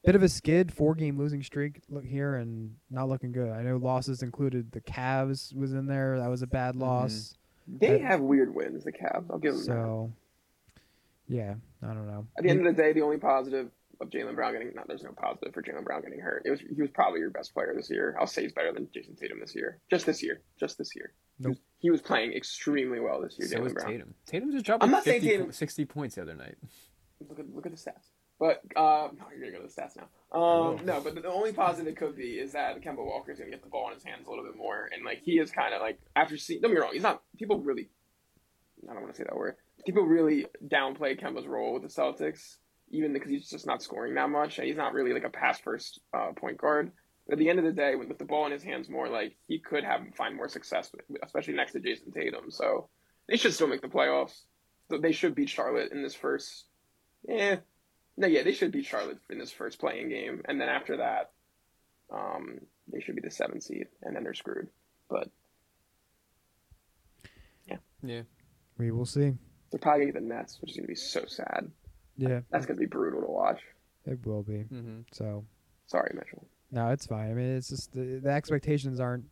Speaker 1: bit of a skid, four game losing streak look here and not looking good. I know losses included the Cavs was in there. That was a bad loss.
Speaker 3: They
Speaker 1: That-
Speaker 3: have weird wins. The Cavs. I'll give them that.
Speaker 1: So yeah, I don't know.
Speaker 3: At the end of the day, the only positive of Jalen Brown getting no, there's no positive for Jalen Brown getting hurt. It was he was probably your best player this year. I'll say he's better than Jason Tatum this year. Just this year. Just this year. He was- He was playing extremely well this year.
Speaker 2: So
Speaker 3: Jalen
Speaker 2: is
Speaker 3: Brown.
Speaker 2: Tatum. Tatum just dropped
Speaker 3: I'm
Speaker 2: like
Speaker 3: not saying
Speaker 2: 50,
Speaker 3: Tatum-
Speaker 2: 60 points the other night.
Speaker 3: look at look at the stats. But uh, no, you're gonna go to the stats now. Um, no, but the only positive it could be is that Kemba Walker's gonna get the ball in his hands a little bit more, and like he is kind of like after seeing. Don't be wrong, he's not. People really, I don't want to say that word. People really downplay Kemba's role with the Celtics, even because he's just not scoring that much, and he's not really like a pass first uh, point guard. But at the end of the day, with, with the ball in his hands more, like he could have find more success, with- especially next to Jason Tatum. So they should still make the playoffs. So They should beat Charlotte in this first yeah. Eh, No, yeah, they should beat Charlotte in this first playing game, and then after that, um, they should be the seventh seed, and then they're screwed. But
Speaker 2: Yeah.
Speaker 1: We will see.
Speaker 3: they're probably gonna get the Nets, which is gonna be so sad.
Speaker 1: Yeah,
Speaker 3: That's gonna be brutal to watch.
Speaker 1: it will be.
Speaker 2: Mm-hmm.
Speaker 1: So
Speaker 3: Sorry, Mitchell.
Speaker 1: no, it's fine. I mean, it's just the, the expectations aren't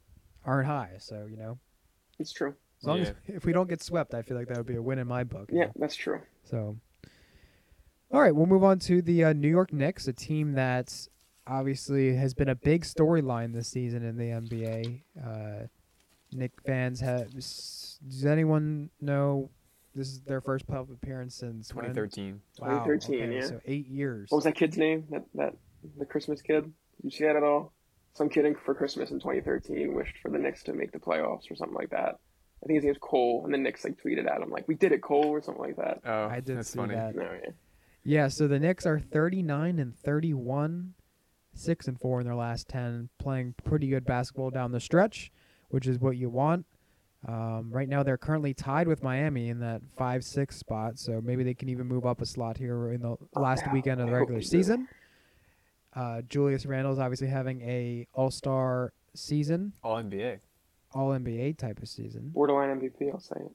Speaker 1: aren't high. So you know,
Speaker 3: It's true.
Speaker 1: as long as if we don't get swept, I feel like that would be a win in my book. you know?
Speaker 3: Yeah, that's true.
Speaker 1: So, all right, we'll move on to the uh, New York Knicks, a team that obviously has been a big storyline this season in the NBA. Uh, Nick fans have. Does anyone know this is their first playoff appearance since when?
Speaker 2: 2013.
Speaker 1: Wow,
Speaker 3: 2013,
Speaker 1: okay,
Speaker 3: yeah.
Speaker 1: So eight years.
Speaker 3: What was that kid's name? That that the Christmas kid? You see that at all? Some kid in- for Christmas in 2013 wished for the Knicks to make the playoffs or something like that. I think his name's Cole, and the Knicks like tweeted at him like, "We did it, Cole," or something like that.
Speaker 2: Oh,
Speaker 1: I did
Speaker 2: that's
Speaker 1: see
Speaker 2: funny.
Speaker 1: that.
Speaker 3: No, yeah.
Speaker 1: Yeah, so the Knicks are 39 and 31, 6 and 4 in their last 10, playing pretty good basketball down the stretch, which is what you want. Um, right now, they're currently tied with Miami in that 5 6 spot, so maybe they can even move up a slot here in the last weekend of the
Speaker 3: I hope
Speaker 1: regular
Speaker 3: Oh, they do.
Speaker 1: season. Uh, Julius Randle's obviously having a All Star season,
Speaker 2: All NBA.
Speaker 1: All NBA type of season.
Speaker 3: borderline MVP. I'll say it.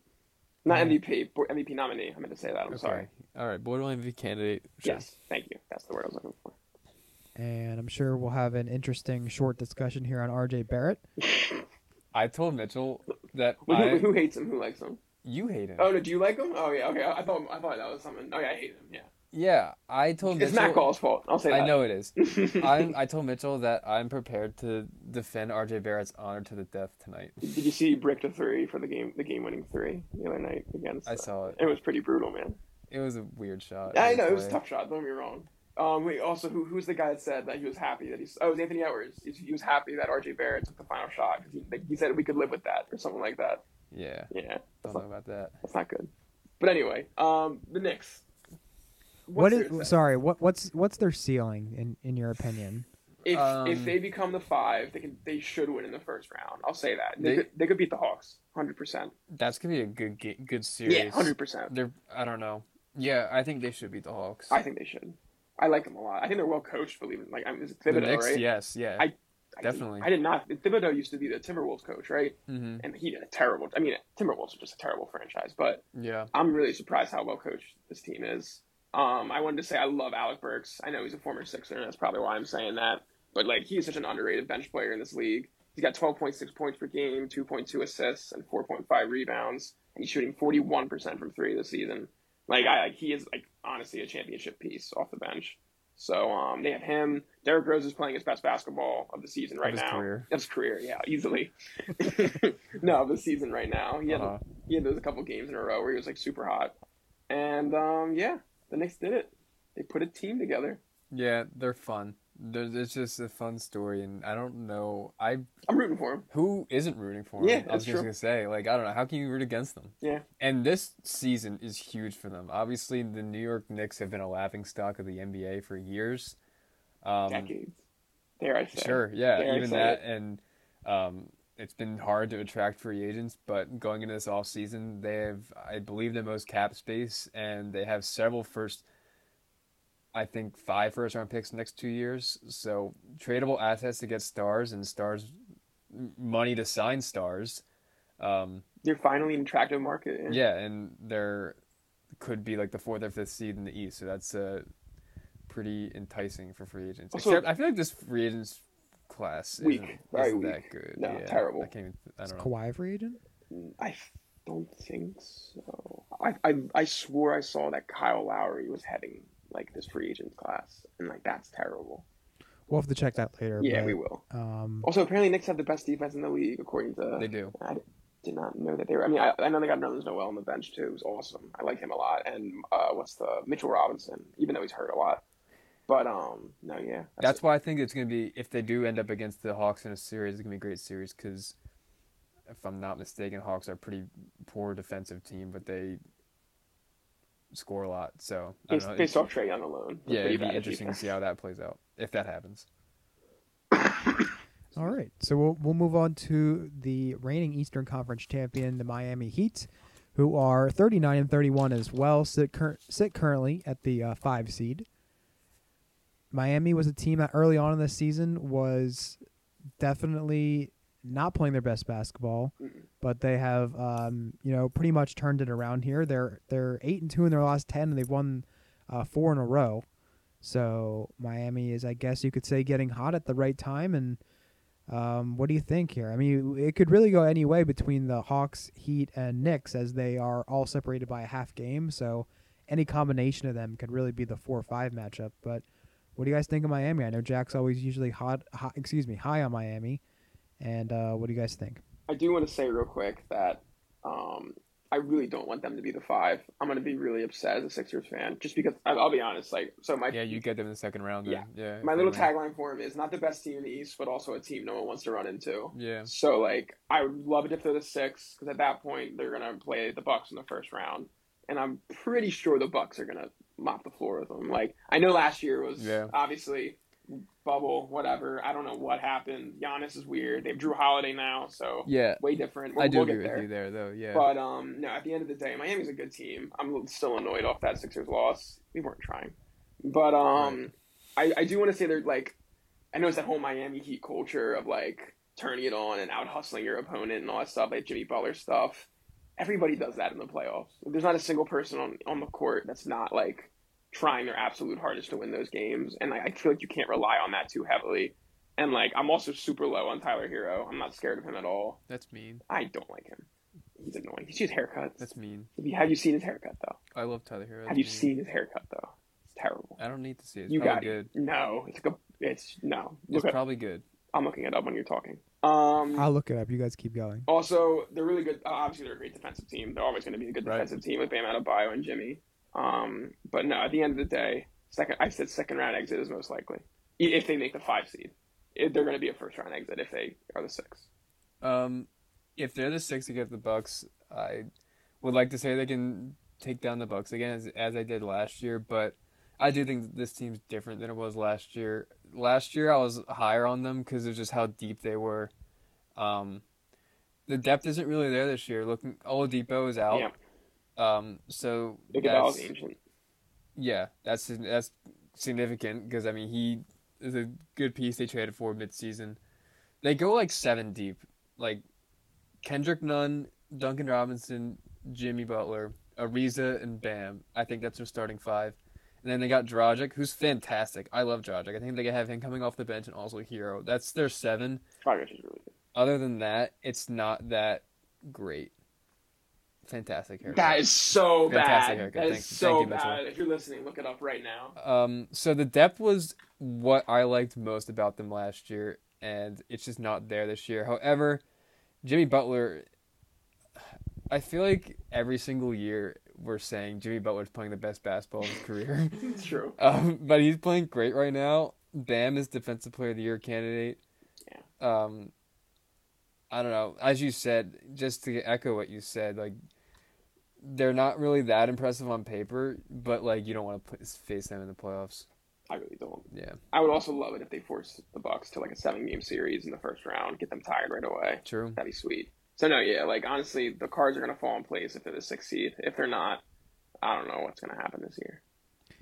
Speaker 3: Not
Speaker 2: Mm-hmm.
Speaker 1: Yeah.
Speaker 3: MVP, bo- MVP nominee. I meant to say that. I'm sorry.
Speaker 2: All right. Borderline MVP candidate. Sure.
Speaker 3: Yes, thank you. That's the word I was looking for.
Speaker 1: and I'm sure we'll have an interesting short discussion here on RJ Barrett.
Speaker 2: I told Mitchell that
Speaker 3: Wait, who,
Speaker 2: I,
Speaker 3: who hates him? Who likes him?
Speaker 2: you hate him.
Speaker 3: Oh no, do you like him? Oh yeah, okay. I I thought I thought that was something. Oh yeah, I hate him. Yeah,
Speaker 2: Yeah, I told
Speaker 3: it's
Speaker 2: Mitchell.
Speaker 3: Matt Gall's fault. I'll say that.
Speaker 2: I know it is. I'm, I told Mitchell that I'm prepared to defend RJ Barrett's honor to the death tonight.
Speaker 3: Did you see he bricked a three for the game, the game-winning three the other night against?
Speaker 2: I saw it.
Speaker 3: It was pretty brutal, man.
Speaker 2: It was a weird shot.
Speaker 3: I know it was a
Speaker 2: Play.
Speaker 3: tough shot. Don't be wrong. Um, wait. Also, who who's the guy that said that he was happy that he's? Oh, it was Anthony Edwards. He, he was happy that RJ Barrett took the final shot because he, like, he said we could live with that or something like that.
Speaker 2: Yeah,
Speaker 3: Yeah,
Speaker 2: don't know about that.
Speaker 3: that's not good. But anyway, um, the Knicks.
Speaker 1: What
Speaker 3: What's
Speaker 1: is
Speaker 3: their-
Speaker 1: sorry? What what's what's their ceiling in in your opinion?
Speaker 3: if if
Speaker 2: um,
Speaker 3: they become the five, they can they should win in the first round. I'll say that they
Speaker 2: They-
Speaker 3: could, they could beat the Hawks, hundred percent.
Speaker 2: That's gonna be a good ga- good series.
Speaker 3: Yeah, hundred percent.
Speaker 2: They're I don't know. Yeah, I think they should beat the Hawks.
Speaker 3: I think they should. I like them a lot. I think they're well coached. Believe it. Like I'm mean, it's
Speaker 2: the
Speaker 3: Thibodeau,
Speaker 2: Knicks,
Speaker 3: right?
Speaker 2: yes, yeah,
Speaker 3: I- I did-
Speaker 2: definitely.
Speaker 3: I did not. Thibodeau used to be the Timberwolves coach, right?
Speaker 2: hmm
Speaker 3: And he did a terrible. I mean, Timberwolves are just a terrible franchise. But
Speaker 2: yeah.
Speaker 3: I'm really surprised how well coached this team is. Um, I wanted to say I love Alec Burks. I know he's a former Sixer, and that's probably why I'm saying that. But like, he's such an underrated bench player in this league. He's got 12.6 points per game, 2.2 assists, and 4.5 rebounds, and he's shooting 41% from three this season. Like, I like he is like honestly a championship piece off the bench. So um, they have him. Derrick Rose is playing his best basketball of the season right
Speaker 2: his
Speaker 3: now.
Speaker 2: career.
Speaker 3: Of his career, yeah, easily. no, of the season right now. He had
Speaker 2: Uh-huh.
Speaker 3: he had those a couple games in a row where he was like super hot. And um, yeah, the Knicks did it. They put a team together.
Speaker 2: Yeah, they're fun. They're, it's just a fun story, and I don't know. I
Speaker 3: I'm rooting for him.
Speaker 2: who isn't rooting for them?
Speaker 3: Yeah,
Speaker 2: I was
Speaker 3: that's
Speaker 2: just
Speaker 3: true.
Speaker 2: gonna say, like, I don't know. How can you root against them?
Speaker 3: Yeah.
Speaker 2: And this season is huge for them. Obviously, the New York Knicks have been a laughing stock of the NBA for years. Um,
Speaker 3: Decades. Dare I say.
Speaker 2: Sure, yeah,
Speaker 3: Dare I
Speaker 2: even
Speaker 3: say
Speaker 2: that, and um, it's been hard to attract free agents. But going into this offseason, they have, I believe, the most cap space, and they have several first, I think, five first round picks next two years. So tradable assets to get stars and stars money to sign stars. Um,
Speaker 3: You're finally an attractive market. Yeah.
Speaker 2: yeah, and there could be like the fourth or fifth seed in the East, so that's uh, pretty enticing for free agents.
Speaker 3: Also-
Speaker 2: Except I feel like this free agents class
Speaker 3: Weak.
Speaker 2: isn't,
Speaker 3: Very
Speaker 2: isn't
Speaker 3: weak.
Speaker 2: that good.
Speaker 3: No,
Speaker 2: yeah,
Speaker 3: terrible.
Speaker 2: I can't. Even, I
Speaker 1: Is
Speaker 2: don't know.
Speaker 1: Kawhi a free agent?
Speaker 3: I f- don't think so. I, I I swore I saw that Kyle Lowry was heading like this free agent class, and like that's terrible.
Speaker 1: We'll have to check that later.
Speaker 3: Yeah,
Speaker 1: but,
Speaker 3: we will.
Speaker 1: Um,
Speaker 3: Also, apparently, Knicks have the best defense in the league, according to
Speaker 2: They do.
Speaker 3: I did not know that they were. I mean, I, I know they got Nerlens Noel on the bench too. It was awesome. I like him a lot. And uh, what's the Mitchell Robinson? Even though he's hurt a lot, but um, no, yeah,
Speaker 2: That's why I think it's going to be if they do end up against the Hawks in a series, it's going to be a great series because, if I'm not mistaken, Hawks are a pretty poor defensive team, but they score a lot. So I
Speaker 3: based,
Speaker 2: don't know.
Speaker 3: based off Trey Young alone. They're
Speaker 2: yeah,
Speaker 3: pretty
Speaker 2: it'd be
Speaker 3: bad at
Speaker 2: interesting to
Speaker 3: defense.
Speaker 2: see how that plays out if that happens.
Speaker 1: all right, so we'll we'll move on to the reigning Eastern Conference champion, the Miami Heat, who are 39 and 31 as well. Sit cur- sit currently at the uh, five seed. Miami was a team that early on in the season was definitely not playing their best basketball, but they have um, you know pretty much turned it around here. They're they're eight and two in their last ten, and they've won uh, four in a row. So Miami is, I guess you could say, getting hot at the right time. And um, what do you think here? I mean, it could really go any way between the Hawks, Heat, and Knicks, as they are all separated by a half game. So any combination of them could really be the four or five matchup. But what do you guys think of Miami? I know Jack's always usually hot, hot excuse me, high on Miami. And uh, what do you guys think?
Speaker 3: I do want to say real quick that um, I really don't want them to be the five. I'm gonna be really upset as a Sixers fan, just because I, I'll be honest. Like, so my
Speaker 2: Yeah, you get them in the second round. Then. Yeah, yeah.
Speaker 3: my
Speaker 2: if
Speaker 3: little
Speaker 2: they win.
Speaker 3: tagline for him is not the best team in the East, but also a team no one wants to run into.
Speaker 2: Yeah.
Speaker 3: So like, I would love it if they're the six, because at that point they're gonna play the Bucks in the first round, and I'm pretty sure the Bucks are gonna mop the floor with them. Like, I know last year was
Speaker 2: Yeah.
Speaker 3: obviously bubble, whatever. I don't know what happened. Giannis is weird. They have Drew Holiday now, so
Speaker 2: Yeah,
Speaker 3: way different.
Speaker 2: I do
Speaker 3: we'll get
Speaker 2: agree
Speaker 3: there.
Speaker 2: with you there, though. Yeah,
Speaker 3: But um, no, at the end of the day, Miami's a good team. I'm still annoyed off that Sixers loss. We weren't trying, but um, I, I do want to say they're like, I know it's that whole Miami Heat culture of like turning it on and out hustling your opponent and all that stuff, like Jimmy Butler stuff. Everybody does that in the playoffs. There's not a single person on on the court that's not like trying their absolute hardest to win those games, and like, I feel like you can't rely on that too heavily. And like I'm also super low on Tyler Hero. I'm not scared of him at all.
Speaker 2: That's mean.
Speaker 3: I don't like him. He's annoying. He's just haircuts.
Speaker 2: That's mean.
Speaker 3: Have you, have you seen his haircut though?
Speaker 2: I love Tyler Hero.
Speaker 3: Have
Speaker 2: That's
Speaker 3: you
Speaker 2: mean.
Speaker 3: seen his haircut though? It's terrible.
Speaker 2: I don't need to see it. It's
Speaker 3: you
Speaker 2: probably
Speaker 3: got
Speaker 2: good.
Speaker 3: it. No, it's like a, it's no.
Speaker 2: It's
Speaker 3: Look up.
Speaker 2: probably good.
Speaker 3: I'm looking it up when you're talking. Um.
Speaker 1: I'll look it up. You guys keep going.
Speaker 3: also, they're really good. uh, Obviously, they're a great defensive team. They're always going to be a good
Speaker 2: Right.
Speaker 3: defensive team with Bam Adebayo and Jimmy. Um. But no, at the end of the day, second. I said second round exit is most likely I- if they make the five seed. If they're going to be a first round exit if they are the six.
Speaker 2: Um, if they're the six against the Bucks, I would like to say they can take down the Bucks again as, as they did last year. But I do think that this team's different than it was last year. Last year I was higher on them because of just how deep they were. Um, the depth isn't really there this year. Looking, Oladipo is out.
Speaker 3: Yeah.
Speaker 2: Um, so
Speaker 3: Iguodala's
Speaker 2: that's-
Speaker 3: ancient.
Speaker 2: yeah, that's that's significant because I mean he is a good piece they traded for midseason. They go like seven deep, like Kendrick Nunn, Duncan Robinson, Jimmy Butler, Ariza, and Bam. I think that's their starting five. And then they got Dragic, who's fantastic. I love Dragic. I think they can have him coming off the bench and also Hero. That's their seven.
Speaker 3: Progress is really good.
Speaker 2: Other than that, it's not that great. Fantastic haircut.
Speaker 3: That is so
Speaker 2: Fantastic
Speaker 3: bad.
Speaker 2: haircut.
Speaker 3: That is
Speaker 2: Thank-
Speaker 3: so
Speaker 2: thank you, Mitchell.
Speaker 3: bad. If you're listening, look it up right now.
Speaker 2: Um, so the depth was what I liked most about them last year, and it's just not there this year. However, Jimmy Butler, I feel like every single year we're saying Jimmy Butler's playing the best basketball of his career,
Speaker 3: It's true.
Speaker 2: um, but he's playing great right now. Bam is Defensive Player of the Year candidate. Yeah. Um, I don't know. As you said, just to echo what you said, like they're not really that impressive on paper, but like you don't want to face them in the playoffs.
Speaker 3: I really don't.
Speaker 2: Yeah,
Speaker 3: I would also love it if they force the Bucks to like a seven game series in the first round, get them tired right away.
Speaker 2: true.
Speaker 3: That'd be sweet. So no, yeah, like honestly, the cards are gonna fall in place if they're the sixth seed. If they're not, I don't know what's gonna happen this year.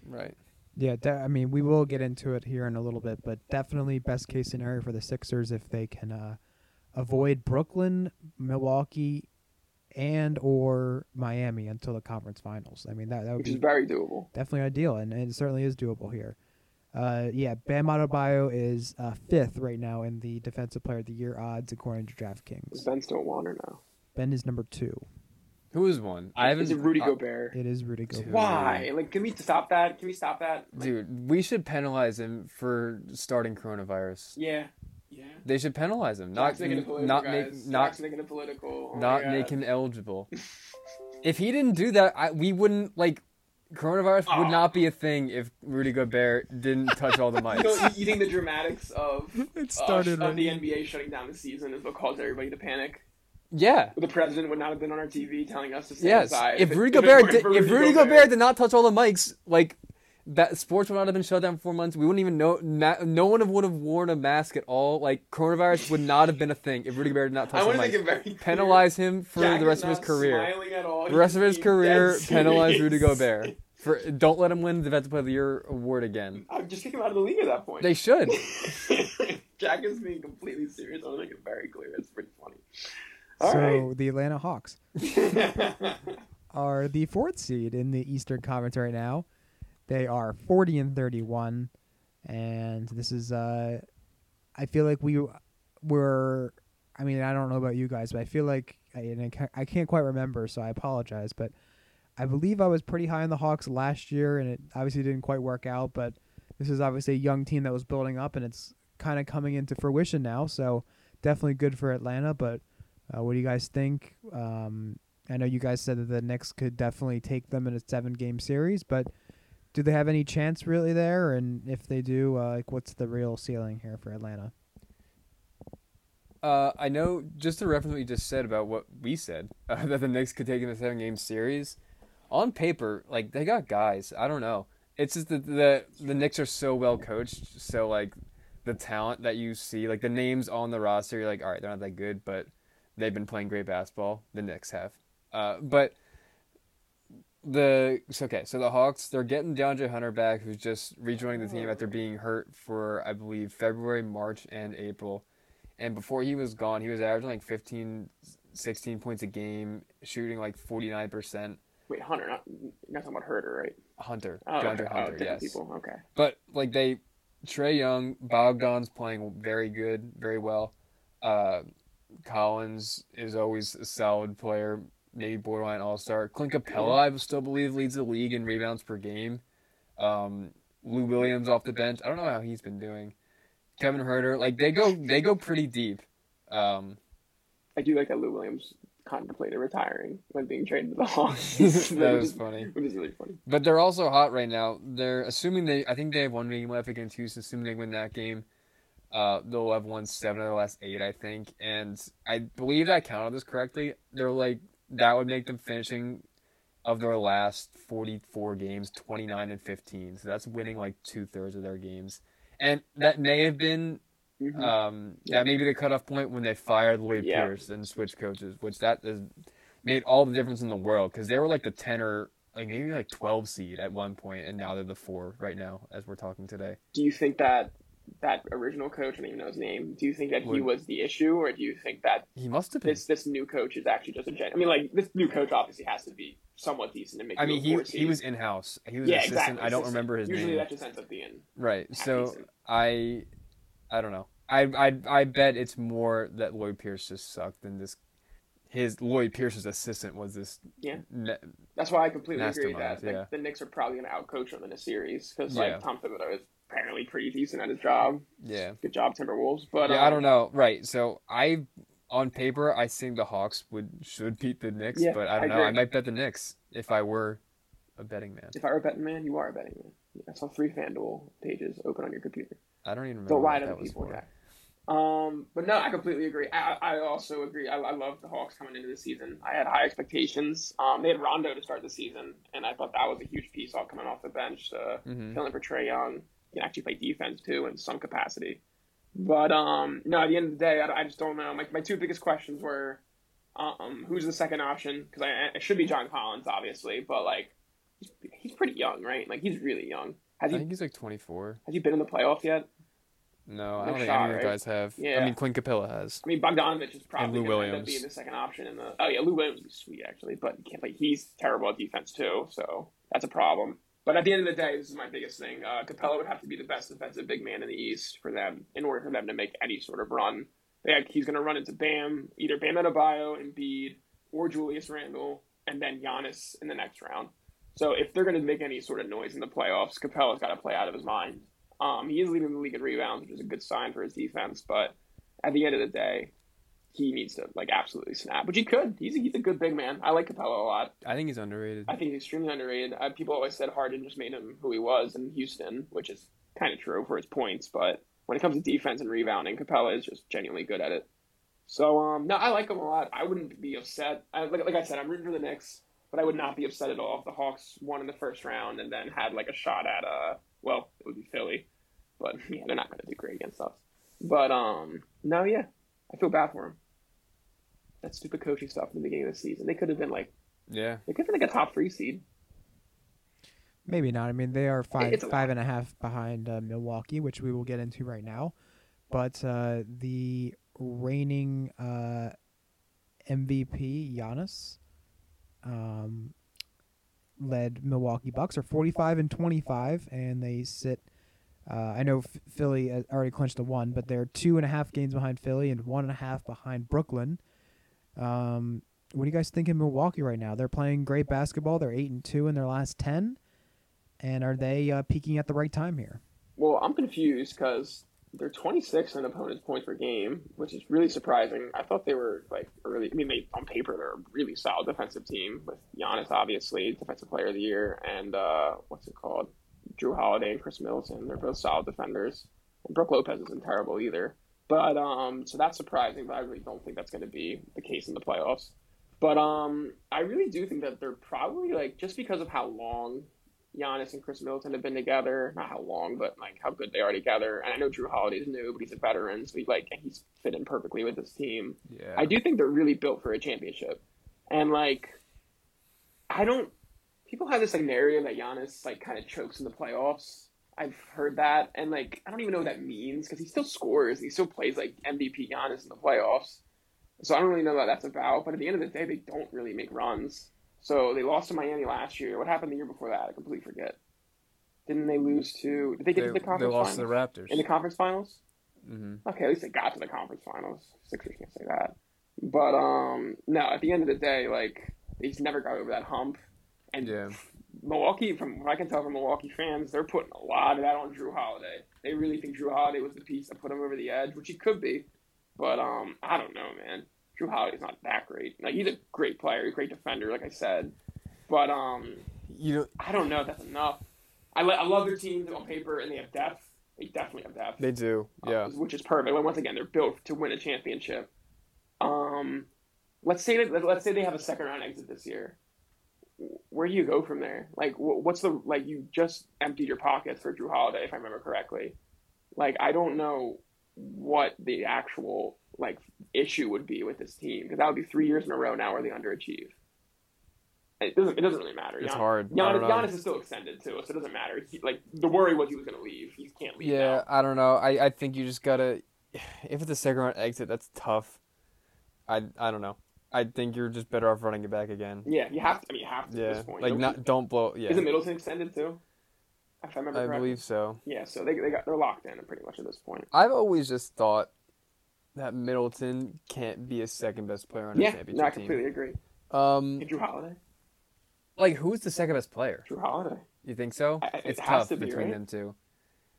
Speaker 2: Right.
Speaker 1: Yeah, de- I mean, we will get into it here in a little bit, but definitely best case scenario for the Sixers if they can uh, avoid Brooklyn, Milwaukee, and or Miami until the conference finals. I mean, that that would
Speaker 3: Which is
Speaker 1: be
Speaker 3: very doable.
Speaker 1: definitely ideal, and, and it certainly is doable here. Uh, yeah, Bam Adebayo is uh, fifth right now in the Defensive Player of the Year odds according to
Speaker 3: Is
Speaker 1: DraftKings.
Speaker 3: Ben still one or no?
Speaker 1: Ben is number two.
Speaker 2: Who is one? I haven't.
Speaker 3: Is it Rudy
Speaker 2: uh,
Speaker 3: Gobert?
Speaker 1: It is Rudy Gobert.
Speaker 3: Why? Like can we stop that? Can we stop that? Like,
Speaker 2: Dude, we should penalize him for starting coronavirus.
Speaker 3: Yeah. Yeah.
Speaker 2: They should penalize him. Not
Speaker 3: Stop making it political,
Speaker 2: not make
Speaker 3: guys.
Speaker 2: not
Speaker 3: Stop making it political. Oh my
Speaker 2: not
Speaker 3: God.
Speaker 2: make him eligible. if he didn't do that, I, we wouldn't like coronavirus
Speaker 3: Oh.
Speaker 2: would not be a thing if Rudy Gobert didn't touch all the
Speaker 3: You, know,
Speaker 2: mics.
Speaker 3: you- you think the dramatics of
Speaker 1: It
Speaker 3: started
Speaker 1: started
Speaker 3: of
Speaker 1: when-
Speaker 3: the NBA shutting down the season is what caused everybody to panic.
Speaker 2: yeah.
Speaker 3: The president would not have been on our TV telling us to stay
Speaker 2: Yes.
Speaker 3: inside.
Speaker 2: If
Speaker 3: it-
Speaker 2: Rudy
Speaker 3: it
Speaker 2: Gobert
Speaker 3: weren't
Speaker 2: did,
Speaker 3: for
Speaker 2: if Rudy Gobert did not touch all the mics, like that sports would not have been shut down for four months. We wouldn't even know. Na- no one would have worn a mask at all. Like coronavirus would not have been a thing if Rudy Gobert did not touch
Speaker 3: I
Speaker 2: the
Speaker 3: want to make
Speaker 2: mics.
Speaker 3: it very clear.
Speaker 2: Penalize him for
Speaker 3: Jack
Speaker 2: the
Speaker 3: is
Speaker 2: rest of his
Speaker 3: not
Speaker 2: career.
Speaker 3: smiling at all.
Speaker 2: The rest of his
Speaker 3: He's
Speaker 2: career,
Speaker 3: dead
Speaker 2: penalize Rudy
Speaker 3: serious.
Speaker 2: Gobert for don't let him win the Defensive Player of the Year award again.
Speaker 3: I'd just kick him out of the league at that point.
Speaker 2: They should.
Speaker 3: Jack is being completely serious. I want to make it very clear. It's pretty funny. All
Speaker 1: so
Speaker 3: right.
Speaker 1: the Atlanta Hawks. are the fourth seed in the Eastern Conference right now. They are 40 and 31, and this is. Uh, I feel like we were. I mean, I don't know about you guys, but I feel like and I ca- I can't quite remember, so I apologize. But I believe I was pretty high on the Hawks last year, and it obviously didn't quite work out. But this is obviously a young team that was building up, and it's kind of coming into fruition now. So definitely good for Atlanta. But uh, what do you guys think? Um, I know you guys said that the Knicks could definitely take them in a seven game series, but do they have any chance really there? And if they do, uh, like what's the real ceiling here for Atlanta?
Speaker 2: Uh, I know just to reference what you just said about what we said uh, that the Knicks could take in a seven game series. On paper, like they got guys. I don't know. It's just that the the Knicks are so well coached. So like the talent that you see, like the names on the roster, you're like, all right, they're not that good, but they've been playing great basketball. The Knicks have, uh, but the so, okay. So the Hawks, they're getting DeAndre Hunter back, who's just rejoining the team after being hurt for I believe February, March, and April. And before he was gone, he was averaging like 15, 16 points a game, shooting like 49%.
Speaker 3: Wait, Hunter, not, you're not talking about Herder, right?
Speaker 2: Hunter,
Speaker 3: Oh, okay.
Speaker 2: DeAndre
Speaker 3: Oh,
Speaker 2: Hunter,
Speaker 3: different
Speaker 2: yes.
Speaker 3: people. Okay.
Speaker 2: But like they, Trey Young, Bogdan's playing very good, very well. Uh, Collins is always a solid player, maybe borderline all star. Clint Capella, I still believe leads the league in rebounds per game. Um, Lou Williams off the bench. I don't know how he's been doing. Kevin Herter, like they go, they go pretty deep. Um,
Speaker 3: I do like that Lou Williams contemplated retiring when being traded to the Hawks.
Speaker 2: that was funny.
Speaker 3: It was really funny.
Speaker 2: But they're also hot right now. They're assuming they. I think they have one game left against Houston. Assuming they win that game, uh, they'll have won seven of the last eight, I think. And I believe I counted this correctly. They're like that would make them finishing of their last forty-four games, twenty-nine and fifteen. So that's winning like two-thirds of their games. And that may have been
Speaker 3: Mhm.
Speaker 2: um, that may be the cutoff point when they fired Lloyd
Speaker 3: Yeah.
Speaker 2: Pierce and switched coaches, which that is, made all the difference in the world because they were like the ten or like maybe like twelve seed at one point, and now they're the four right now as we're talking today.
Speaker 3: do you think that that original coach, I don't even know his name, do you think that he
Speaker 2: Would-
Speaker 3: was the issue, or do you think that
Speaker 2: He must have been.
Speaker 3: this this new coach is actually just a gen? I mean, like this new coach obviously has to be somewhat decent to make.
Speaker 2: I
Speaker 3: you a
Speaker 2: mean, he
Speaker 3: four
Speaker 2: he
Speaker 3: seed.
Speaker 2: was in house. He was
Speaker 3: yeah,
Speaker 2: assistant.
Speaker 3: exactly.
Speaker 2: I don't
Speaker 3: Assistant.
Speaker 2: remember his
Speaker 3: Usually
Speaker 2: name.
Speaker 3: that just ends up being
Speaker 2: Right.
Speaker 3: half
Speaker 2: So
Speaker 3: decent.
Speaker 2: I, I don't know. I I I bet it's more that Lloyd Pierce just sucked than this. His Lloyd Pierce's assistant was this.
Speaker 3: Yeah.
Speaker 2: ne-
Speaker 3: That's why I completely agree with
Speaker 2: Mastermind,
Speaker 3: that.
Speaker 2: yeah.
Speaker 3: Like, The Knicks are probably going to outcoach them in a series because
Speaker 2: Yeah.
Speaker 3: like Tom Thibodeau is apparently pretty decent at his job.
Speaker 2: yeah.
Speaker 3: Good job, Timberwolves. But
Speaker 2: yeah,
Speaker 3: um,
Speaker 2: I don't know. Right. So I, on paper, I think the Hawks would should beat the Knicks,
Speaker 3: Yeah,
Speaker 2: but I don't
Speaker 3: I
Speaker 2: know. I
Speaker 3: agree.
Speaker 2: might bet the Knicks if I were a betting man.
Speaker 3: If I were a betting man, you are a betting man. I saw three FanDuel pages open on your computer.
Speaker 2: I don't even remember
Speaker 3: Don't lie
Speaker 2: what
Speaker 3: to the
Speaker 2: that was
Speaker 3: people,
Speaker 2: for.
Speaker 3: Jack. Um, but no, I completely agree. I, I also agree. I, I love the Hawks coming into the season. I had high expectations. Um, they had Rondo to start the season, and I thought that was a huge piece all coming off the bench. Uh,
Speaker 2: Mhm.
Speaker 3: Killing for Trey Young can actually play defense too in some capacity. But um, no, at the end of the day, I, I just don't know. My, my two biggest questions were, um, who's the second option? Because I it should be John Collins, obviously, but like he's, he's pretty young, right? Like he's really young.
Speaker 2: I
Speaker 3: Has he
Speaker 2: think he's like 24.
Speaker 3: has he been in the playoffs yet?
Speaker 2: No, I
Speaker 3: No
Speaker 2: don't think
Speaker 3: shot,
Speaker 2: any of
Speaker 3: right?
Speaker 2: the guys have. I
Speaker 3: Yeah.
Speaker 2: mean, Clint Capella has.
Speaker 3: I mean, Bogdanovich is probably
Speaker 2: Lou
Speaker 3: going to end
Speaker 2: Williams.
Speaker 3: up being the second option in the. Oh yeah, Lou Williams is sweet actually, but he can't play. He's terrible at defense too, so that's a problem. But at the end of the day, this is my biggest thing. Uh, Capella would have to be the best defensive big man in the East for them in order for them to make any sort of run. They, he's going to run into Bam, either Bam Adebayo, Embiid, or Julius Randle, and then Giannis in the next round. So if they're going to make any sort of noise in the playoffs, Capella's got to play out of his mind. Um, he is leading the league in rebounds, which is a good sign for his defense. But at the end of the day, he needs to like absolutely snap, which he could. He's a, he's a good big man. I like Capella a lot.
Speaker 2: I think he's underrated.
Speaker 3: I think he's extremely underrated. Uh, people always said Harden just made him who he was in Houston, which is kind of true for his points. But when it comes to defense and rebounding, Capella is just genuinely good at it. So um, no, I like him a lot. I wouldn't be upset. I, like, like I said, I'm rooting for the Knicks, but I would not be upset at all if the Hawks won in the first round and then had like a shot at uh, well, it would be Philly, but yeah, they're not going to do great against us. But um, no, yeah, I feel bad for him. That stupid coaching stuff in the beginning of the season. They could have been like
Speaker 2: Yeah.
Speaker 3: they could have been like a top three seed.
Speaker 1: Maybe not. I mean, they are five
Speaker 3: it's a lot.
Speaker 1: five and a half behind uh, Milwaukee, which we will get into right now. But uh, the reigning uh, MVP Giannis um, led Milwaukee Bucks are forty five and twenty five, and they sit. Uh, I know Ph- Philly uh, already clinched the one, but they're two and a half games behind Philly and one and a half behind Brooklyn. Um, what do you guys think in Milwaukee right now? They're playing great basketball. They're eight and two in their last ten. And are they uh, peaking at the right time here?
Speaker 3: Well, I'm confused because they're 26 in opponent's points per game, which is really surprising. I thought they were like really. I mean, they on paper they're a really solid defensive team with Giannis, obviously defensive player of the year, and uh, what's it called, Drew Holiday and Chris Middleton. They're both solid defenders. And Brooke Lopez isn't terrible either. But um, so that's surprising. But I really don't think that's going to be the case in the playoffs. But um, I really do think that they're probably like just because of how long Giannis and Chris Middleton have been together. Not how long, but like how good they are together. And I know Drew Holiday's new, but he's a veteran, so he like and he's fit in perfectly with this team.
Speaker 2: Yeah.
Speaker 3: I do think they're really built for a championship. And like I don't people have this like narrative that Giannis like kind of chokes in the playoffs. I've heard that and like I don't even know what that means because he still scores. He still plays like MVP Giannis in the playoffs. So I don't really know what that's about, but at the end of the day they don't really make runs. So they lost to Miami last year. What happened the year before that? I completely forget. Didn't they lose to? Did they
Speaker 2: They,
Speaker 3: get to the
Speaker 2: they
Speaker 3: conference
Speaker 2: lost to the
Speaker 3: finals?
Speaker 2: Raptors.
Speaker 3: In the conference finals?
Speaker 2: mm-hmm.
Speaker 3: Okay, at least it got to the conference finals. Sixers can't say that. But um, no, at the end of the day, like they just never got over that hump. And
Speaker 2: Yeah.
Speaker 3: Milwaukee, from what I can tell from Milwaukee fans, they're putting a lot of that on Drew Holiday. They really think Drew Holiday was the piece that put him over the edge, which he could be. But um, I don't know, man. Drew Holiday's not that great. Like he's a great player, a great defender, like I said. But um,
Speaker 2: You know,
Speaker 3: I don't know if that's enough. I, lo- I love their teams on paper, and they have depth. They definitely have depth
Speaker 2: they do. Yeah.
Speaker 3: uh, which is perfect. Like, once again, they're built to win a championship. Um, let's say that let's say they have a second round exit this year. Where do you go from there? Like, wh- what's the like? You just emptied your pockets for Drew Holiday, if I remember correctly. Like, I don't know what the actual like issue would be with this team because that would be three years in a row now where they underachieve. It doesn't. It doesn't really matter.
Speaker 2: It's
Speaker 3: Gian-
Speaker 2: hard. I
Speaker 3: Giannis,
Speaker 2: don't know.
Speaker 3: Giannis is still extended too, so it doesn't matter. He, like the worry was he was going to leave. He can't leave. now.
Speaker 2: Yeah, I don't know. I, I think you just gotta. If it's a second round exit, that's tough. I I don't know. I think you're just better off running it back again.
Speaker 3: Yeah, you have to. I mean, you have to at
Speaker 2: Yeah,
Speaker 3: this point.
Speaker 2: like
Speaker 3: Don't-
Speaker 2: not don't blow. Yeah,
Speaker 3: Isn't Middleton extended too? If I remember
Speaker 2: I
Speaker 3: correctly.
Speaker 2: believe so.
Speaker 3: Yeah, so they they got they're locked in pretty much at this point.
Speaker 2: I've always just thought that Middleton can't be a second best player on a
Speaker 3: Yeah,
Speaker 2: championship
Speaker 3: no, I
Speaker 2: team.
Speaker 3: completely agree.
Speaker 2: Um,
Speaker 3: Hey, Drew Holiday.
Speaker 2: like who's the second best player?
Speaker 3: Drew Holiday.
Speaker 2: You think so?
Speaker 3: I- I- it
Speaker 2: it's
Speaker 3: has
Speaker 2: tough
Speaker 3: to be,
Speaker 2: between
Speaker 3: right?
Speaker 2: them two.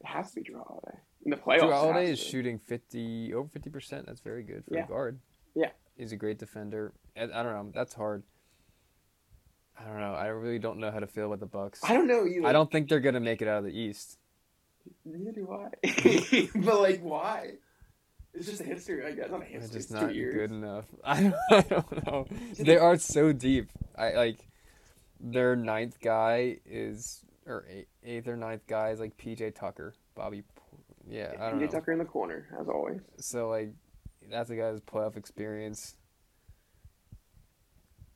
Speaker 3: It has to be Drew Holiday in the playoffs.
Speaker 2: Drew
Speaker 3: it has
Speaker 2: Holiday
Speaker 3: to
Speaker 2: is
Speaker 3: be.
Speaker 2: shooting fifty over fifty percent. That's very good for
Speaker 3: Yeah.
Speaker 2: a guard.
Speaker 3: Yeah.
Speaker 2: he's a great defender. I, I don't know. That's hard. I don't know. I really don't know how to feel about the Bucks.
Speaker 3: I don't know either.
Speaker 2: I don't think they're gonna make it out of the East.
Speaker 3: Neither do I. but like, why? It's just a history, I guess. Not a history.
Speaker 2: They're
Speaker 3: It's
Speaker 2: just
Speaker 3: two
Speaker 2: not
Speaker 3: years.
Speaker 2: good enough. I don't, I don't know. They are so deep. I like their ninth guy is or eight, eighth or ninth guy is like PJ Tucker, Bobby. P- Yeah, I don't
Speaker 3: PJ
Speaker 2: know.
Speaker 3: Tucker in the corner, as always.
Speaker 2: So like, that's a guy's playoff experience.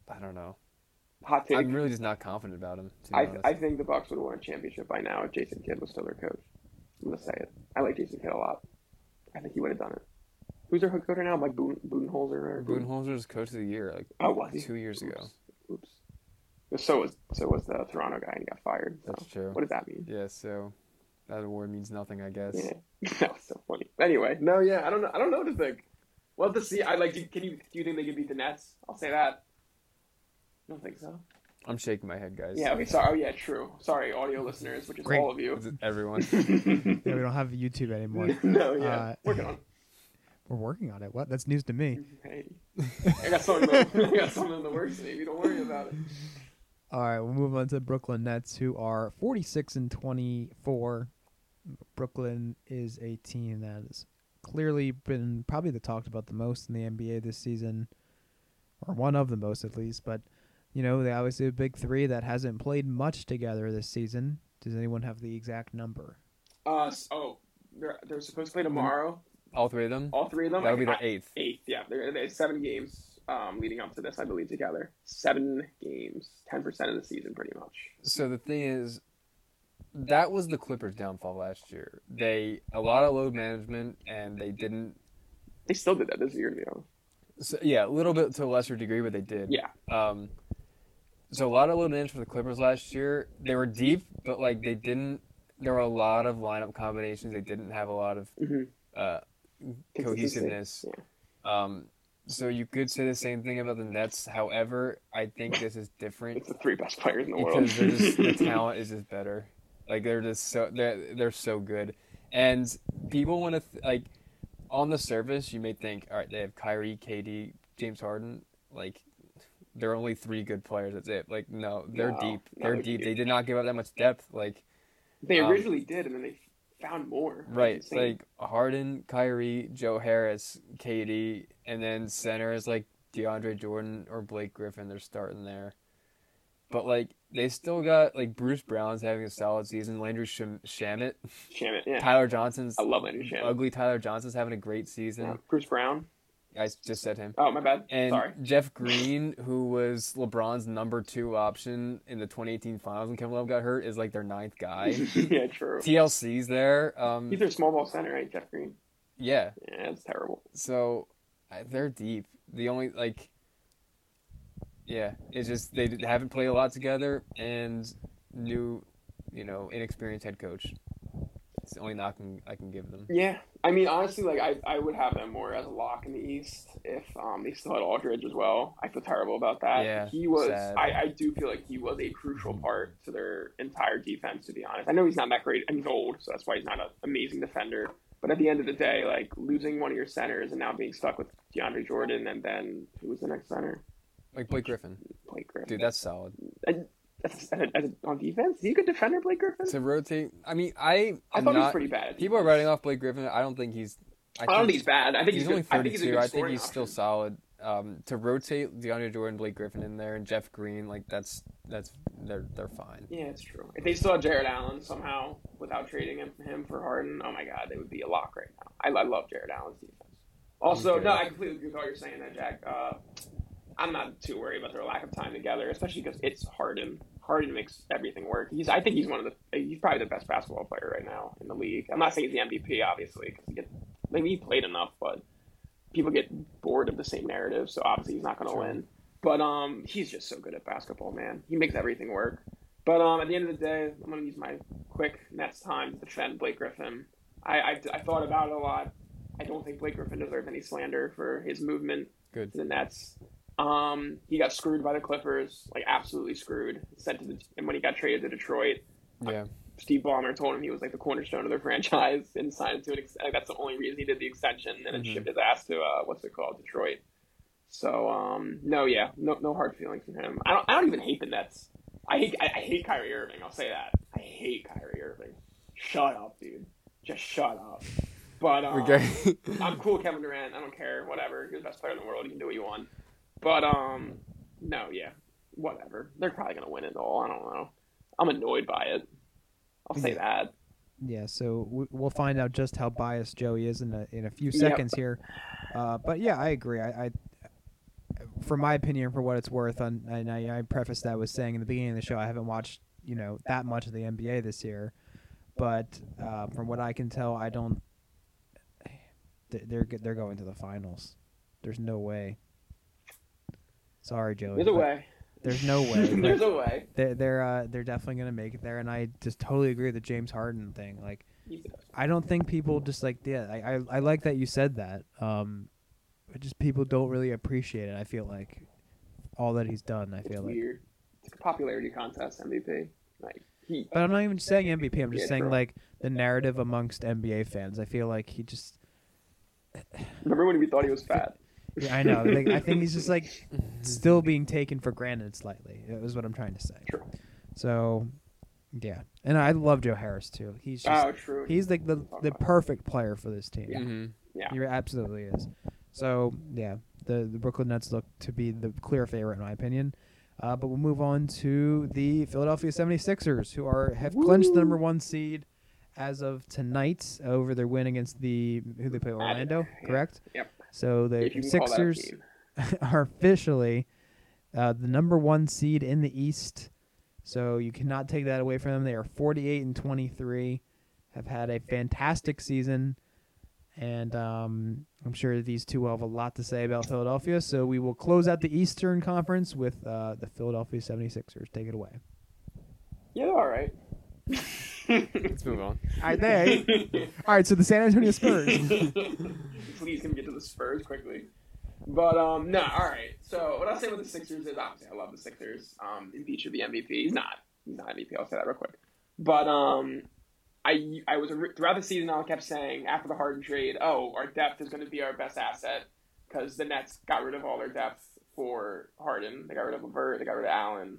Speaker 2: I don't know.
Speaker 3: Hot take.
Speaker 2: I'm really just not confident about him. To be
Speaker 3: I,
Speaker 2: honest.
Speaker 3: I think the Bucks would have won a championship by now if Jason Kidd was still their coach. I'm gonna say it. I like Jason Kidd a lot. I think he would have done it. Who's their head coach right now? Mike Boon, Boonholzer or Boon?
Speaker 2: Budenholzer was coach of the year like
Speaker 3: Oh, was he?
Speaker 2: two years ago.
Speaker 3: Oops. So was so was the Toronto guy and he got fired. So.
Speaker 2: That's true.
Speaker 3: What does that mean?
Speaker 2: Yeah, so that award means nothing, I guess.
Speaker 3: Yeah, that was so funny. Anyway, no, yeah, I don't know. I don't know what to think. We'll have to see. I like. do- Can you? Do you think they could beat the Nets? I'll say that. I don't think so.
Speaker 2: I'm shaking my head, guys.
Speaker 3: Yeah. Okay. Sorry. Oh, yeah. True. Sorry, audio listeners, which is
Speaker 1: Great.
Speaker 3: all of you.
Speaker 2: Is it Everyone.
Speaker 1: Yeah, we don't have YouTube anymore.
Speaker 3: no. Yeah.
Speaker 1: Uh,
Speaker 3: Working on. it.
Speaker 1: We're working on it. What? That's news to me.
Speaker 3: Hey, I got something. in the- I got something in the works. Maybe don't worry about it.
Speaker 1: All right, we'll move on to the Brooklyn Nets, who are 46 and 24. Brooklyn is a team that has clearly been probably the talked about the most in the NBA this season, or one of the most at least. But you know, they obviously have a big three that hasn't played much together this season. Does anyone have the exact number?
Speaker 3: Uh, s- oh, they're, they're supposed to play tomorrow.
Speaker 2: All three of them.
Speaker 3: All three of them.
Speaker 2: That would be
Speaker 3: I-
Speaker 2: their eighth.
Speaker 3: eighth. Yeah, there, there's seven games um, leading up to this, I believe, together. Seven games, ten percent of the season, pretty much.
Speaker 2: So the thing is, that was the Clippers' downfall last year. They a lot of load management, and they didn't.
Speaker 3: They still did that this year, you know.
Speaker 2: So, yeah, a little bit to a lesser degree, but they did.
Speaker 3: Yeah,
Speaker 2: Um, so a lot of load management for the Clippers last year. They were deep, but like they didn't. There were a lot of lineup combinations. They didn't have a lot of
Speaker 3: Mhm.
Speaker 2: uh,
Speaker 3: Consistency.
Speaker 2: cohesiveness.
Speaker 3: Yeah.
Speaker 2: Um, so you could say the same thing about the Nets. However, I think this is different
Speaker 3: It's the three best players in the world.
Speaker 2: because they're just, the talent is just better. Like they're just so they're they're so good, and people want to th- like on the surface you may think all right they have Kyrie, KD, James Harden. Like they're only three good players. That's it. Like no, they're
Speaker 3: No,
Speaker 2: deep.
Speaker 3: no,
Speaker 2: They're
Speaker 3: they're
Speaker 2: deep.
Speaker 3: deep.
Speaker 2: They did not give up that much depth. Like
Speaker 3: they
Speaker 2: um,
Speaker 3: originally did, and then they found more. It's
Speaker 2: right,
Speaker 3: insane.
Speaker 2: like Harden, Kyrie, Joe Harris, KD, and then center is like DeAndre Jordan or Blake Griffin. They're starting there. But like they still got like Bruce Brown's having a solid season. Landry Sham- Shamit,
Speaker 3: Shamit, yeah.
Speaker 2: Tyler Johnson's
Speaker 3: I love Landry Shamit.
Speaker 2: ugly. Tyler Johnson's having a great
Speaker 3: Yeah.
Speaker 2: season.
Speaker 3: Bruce Brown.
Speaker 2: I just said him.
Speaker 3: Oh, my bad.
Speaker 2: And
Speaker 3: Sorry.
Speaker 2: Jeff Green, who was LeBron's number two option in the 2018 Finals when Kevin Love got hurt, is like their ninth guy.
Speaker 3: yeah, true.
Speaker 2: TLC's there. Um,
Speaker 3: He's their small ball center, right, Jeff Green?
Speaker 2: yeah.
Speaker 3: Yeah, it's terrible.
Speaker 2: So I- they're deep. The only like yeah, it's just they d- haven't played a lot together, and new, you know, inexperienced head coach. It's the only knock I can- I can give them.
Speaker 3: Yeah, I mean, honestly, like I, I would have them more as a lock in the East if um they still had Aldridge as well. I feel terrible about that.
Speaker 2: Yeah,
Speaker 3: he was.
Speaker 2: sad. Hmm.
Speaker 3: I, I do feel like he was a crucial part to their entire defense. To be honest, I know he's not that great and he's old, so that's why he's not an amazing defender. But at the end of the day, like losing one of your centers and now being stuck with DeAndre Jordan and then who was the next center?
Speaker 2: Like Blake Griffin,
Speaker 3: Blake Griffin.
Speaker 2: dude, that's solid.
Speaker 3: And- that's- that's- that's- on defense, is he a good defender, Blake Griffin?
Speaker 2: To rotate, I mean, I
Speaker 3: I
Speaker 2: am
Speaker 3: thought he was
Speaker 2: not.
Speaker 3: pretty bad. at
Speaker 2: People are
Speaker 3: defense.
Speaker 2: writing off Blake Griffin. I don't think he's. I,
Speaker 3: I don't
Speaker 2: think
Speaker 3: think he's bad. I think he's,
Speaker 2: he's only
Speaker 3: good. I think he's a
Speaker 2: 32.
Speaker 3: good
Speaker 2: I think
Speaker 3: scoring
Speaker 2: he's still
Speaker 3: option.
Speaker 2: solid. Um, to rotate DeAndre Jordan, Blake Griffin in there, and Jeff Green, like that's that's they're they're fine.
Speaker 3: Yeah, it's true. If they still had Jared Allen somehow without trading him, him for Harden, oh my God, they would be a lock right now. I, I love Jared Allen's defense. Also,
Speaker 2: Okay.
Speaker 3: no, I completely agree with all you're saying there, Jack. Uh, I'm not too worried about their lack of time together, especially because it's Harden. Harden makes everything work. He's, I think he's one of the, he's probably the best basketball player right now in the league. I'm not saying he's the MVP, obviously, because he gets, like, he played enough, but people get bored of the same narrative, so obviously he's not going to
Speaker 2: Sure.
Speaker 3: win. But um, he's just so good at basketball, man. He makes everything work. But um, at the end of the day, I'm going to use my quick Nets time to defend Blake Griffin. I, I, I thought about it a lot. I don't think Blake Griffin deserves any slander for his movement
Speaker 2: Good.
Speaker 3: to the Nets. Um, he got screwed by the Clippers, like absolutely screwed. Sent to the, and when he got traded to Detroit,
Speaker 2: Yeah.
Speaker 3: Steve Ballmer told him he was like the cornerstone of their franchise and signed him to an ex- like, that's the only reason he did the extension and then
Speaker 2: Mhm.
Speaker 3: shipped his ass to uh, what's it called Detroit. So um, no, yeah, no, no hard feelings from him. I don't, I don't even hate the Nets. I hate, I, I hate Kyrie Irving. I'll say that. I hate Kyrie Irving. Shut up, dude. Just shut up. But um,
Speaker 2: Okay.
Speaker 3: I'm cool, with Kevin Durant. I don't care. Whatever. You're the best player in the world. You can do what you want. But um, no, yeah, whatever. They're probably gonna win it all. I don't know. I'm annoyed by it. I'll say that.
Speaker 1: Yeah, so we- we'll find out just how biased Joey is in a in a few
Speaker 3: Yep.
Speaker 1: seconds here. Uh, but yeah, I agree. I, I, for my opinion, for what it's worth, on and I, I preface that with saying in the beginning of the show, I haven't watched you know that much of the NBA this year, but uh, from what I can tell, I don't. they- They're go- they're going to the finals. There's no way. Sorry, Joey.
Speaker 3: There's a
Speaker 1: but
Speaker 3: way.
Speaker 1: There's no way. They're-
Speaker 3: There's a way.
Speaker 1: They're they're uh, they're definitely gonna make it there, and I just totally agree with the James Harden thing. Like.
Speaker 3: He's the best.
Speaker 1: I don't think people just like yeah. I, I I like that you said that. Um, but just people don't really appreciate it. I feel like all that he's done. I
Speaker 3: It's
Speaker 1: feel like,
Speaker 3: weird. It's a popularity contest MVP. Like he.
Speaker 1: but I'm not even saying MVP. I'm just
Speaker 3: Yeah,
Speaker 1: saying
Speaker 3: true.
Speaker 1: like the narrative amongst NBA fans. I feel like he just.
Speaker 3: Remember when we thought he was fat?
Speaker 1: Yeah, I know. Like, I think he's just like still being taken for granted slightly. It was what I'm trying to say.
Speaker 3: True.
Speaker 1: So, yeah, and I love Joe Harris too. He's just
Speaker 3: oh, true.
Speaker 1: he's like the the perfect player for this team.
Speaker 2: hmm
Speaker 3: Yeah.
Speaker 1: He absolutely is. So yeah, the the Brooklyn Nets look to be the clear favorite in my opinion. Uh, but we'll move on to the Philadelphia 76ers, who are have clinched the number one seed as of tonight over their win against the who they play Orlando,
Speaker 3: yeah.
Speaker 1: correct?
Speaker 3: Yep.
Speaker 1: So the
Speaker 3: If you can call that a
Speaker 1: Sixers
Speaker 3: team.
Speaker 1: are officially uh, the number one seed in the East. So you cannot take that away from them. They are 48 and 23, have had a fantastic season, and um, I'm sure these two will have a lot to say about Philadelphia. So we will close out the Eastern Conference with uh, the Philadelphia 76ers. Take it away.
Speaker 3: Yeah, they're all right.
Speaker 2: Let's move on.
Speaker 1: All right, they. All right, so the San Antonio Spurs.
Speaker 3: Please can we get to the Spurs quickly. But um, no, all right. So what I'll say with the Sixers is obviously I love the Sixers. Um, Embiid should be MVP. He's not. He's not MVP. I'll say that real quick. But um, I I was throughout the season I kept saying after the Harden trade, oh, our depth is going to be our best asset because the Nets got rid of all their depth for Harden. They got rid of Levert. They got rid of Allen,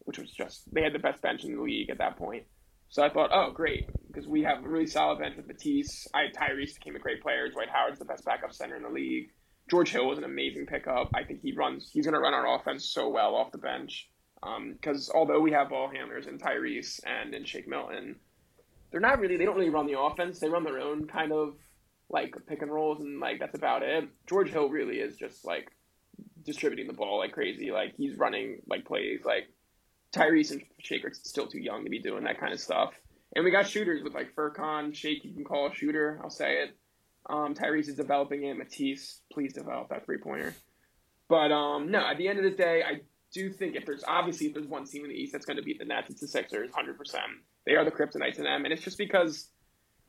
Speaker 3: which was just they had the best bench in the league at that point. So I thought, oh, great, because we have a really solid bench with Matisse. I, Tyrese became a great player. Dwight Howard's the best backup center in the league. George Hill was an amazing pickup. I think he runs. He's going to run our offense so well off the bench. Because although we have ball handlers in Tyrese and in Shake Milton, they're not really. They don't really run the offense. They run their own kind of like pick and rolls, and like that's about it. George Hill really is just like distributing the ball like crazy. Like he's running like plays like Tyrese and Shake are still too young to be doing that kind of stuff. And we got shooters with like Furcon, Shake, you can call a shooter, I'll say it. Um, Tyrese is developing it. Matisse, please develop that three pointer. But um, no, at the end of the day, I do think if there's obviously if there's one team in the East that's going to beat the Nets, it's the Sixers, hundred percent. They are the kryptonite to them, and it's just because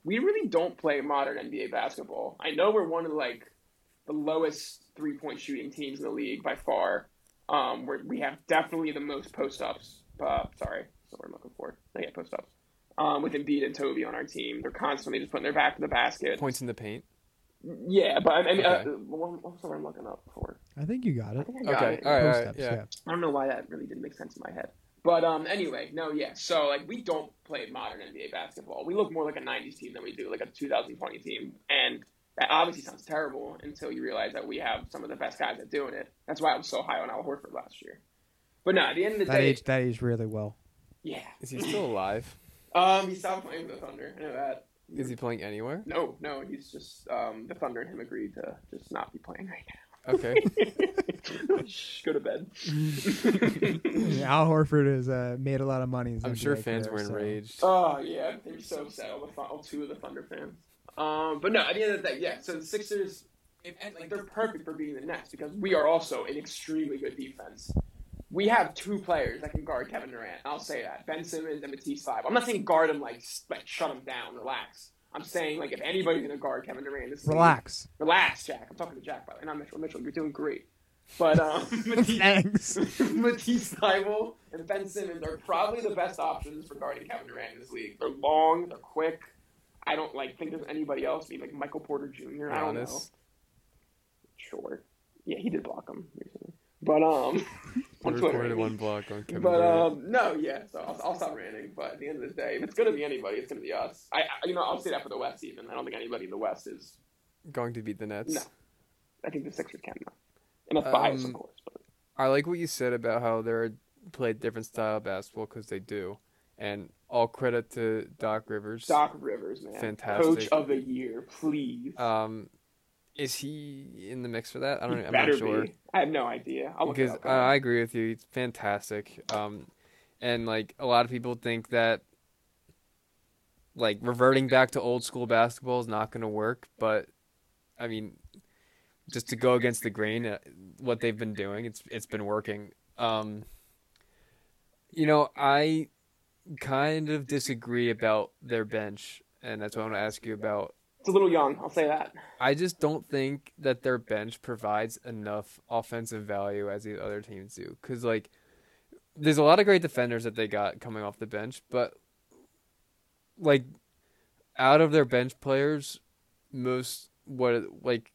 Speaker 3: we really don't play modern NBA basketball. I know we're one of like the lowest three point shooting teams in the league by far. Um, we're, we have definitely the most post ups. Uh, sorry, that's what I'm looking for. I get post ups. Um, with Embiid and Toby on our team, they're constantly just putting their back to the basket.
Speaker 2: Points in the paint.
Speaker 3: Yeah, but I mean,
Speaker 2: Okay.
Speaker 3: uh, what what was the word I'm looking up for?
Speaker 1: I think you got it.
Speaker 3: I think I got
Speaker 2: Okay.
Speaker 3: it.
Speaker 2: All right. all
Speaker 1: Post
Speaker 2: right,
Speaker 1: ups,
Speaker 2: yeah.
Speaker 3: I don't know why that really didn't make sense in my head. But um, anyway, no, yeah. So like, we don't play modern NBA basketball. We look more like a '90s team than we do like a 2020 team, and that obviously sounds terrible until you realize that we have some of the best guys at doing it. That's why I was so high on Al Horford last year. But no, at the end of the
Speaker 1: That
Speaker 3: day,
Speaker 1: aged that aged really well.
Speaker 3: yeah.
Speaker 2: Is he still alive?
Speaker 3: Um, he stopped playing for the Thunder. I know that.
Speaker 2: Is he playing anywhere?
Speaker 3: No, no, he's just um, the Thunder and him agreed to just not be playing right
Speaker 2: Okay.
Speaker 3: now. Shh, Go to bed.
Speaker 1: Yeah, Al Horford has uh, made a lot of money. in his
Speaker 2: I'm
Speaker 1: NBA
Speaker 2: sure fans
Speaker 1: career,
Speaker 2: were
Speaker 1: so-
Speaker 2: enraged.
Speaker 3: Oh yeah, they're so upset. All the Thun- all two of the Thunder fans. Um, but no, at the end of the day, yeah. So the Sixers, if, and, like they're perfect for beating the Nets because we are also an extremely good defense. We have two players that can guard Kevin Durant. I'll say that Ben Simmons and Matisse Thybulle. I'm not saying guard him like s- like shut him down, relax. I'm saying like if anybody's gonna guard Kevin Durant, this is
Speaker 1: Relax.
Speaker 3: relax, Jack. I'm talking to Jack, by the way, and I'm Mitchell. Mitchell, you're doing great. But um, Matisse-
Speaker 1: Thanks.
Speaker 3: Matisse Thybulle and Ben Simmons are probably the best options for guarding Kevin Durant in this league. They're long, they're quick. I don't like think there's anybody else. Maybe like Michael Porter Jr. I don't know.
Speaker 2: Giannis.
Speaker 3: Sure. Yeah, he did block him recently, but um, on
Speaker 2: Porter
Speaker 3: Twitter.
Speaker 2: Porter
Speaker 3: I mean.
Speaker 2: one block on Kevin
Speaker 3: But
Speaker 2: Durant.
Speaker 3: um, no, yeah. So I'll, I'll stop ranting. But at the end of the day, if it's gonna be anybody, it's gonna be us. I, I you know, I'll say that for the West. Even I don't think anybody in the West is.
Speaker 2: Going to beat the Nets.
Speaker 3: uh, No. I think the Sixers can though, and a bias,
Speaker 2: Um,
Speaker 3: of course. But
Speaker 2: I like what you said about how they're play different style of basketball because they do, and all credit to Doc Rivers.
Speaker 3: Doc Rivers, man,
Speaker 2: Fantastic.
Speaker 3: coach of the year, please.
Speaker 2: Um, is he in the mix for that? I don't.
Speaker 3: He
Speaker 2: I'm
Speaker 3: better
Speaker 2: not sure.
Speaker 3: be. I have no idea. I'll look
Speaker 2: because
Speaker 3: it up.
Speaker 2: uh, I agree with you. It's fantastic. Um, and like a lot of people think that like reverting back to old school basketball is not going to work, but I mean, just to go against the grain, uh, what they've been doing, it's it's been working. Um, you know, I kind of disagree about their bench, and that's what I want to ask you about.
Speaker 3: it's a little young. I'll say that.
Speaker 2: I just don't think that their bench provides enough offensive value as these other teams do. Because, like, there's a lot of great defenders that they got coming off the bench, but, like, out of their bench players, most, what, like,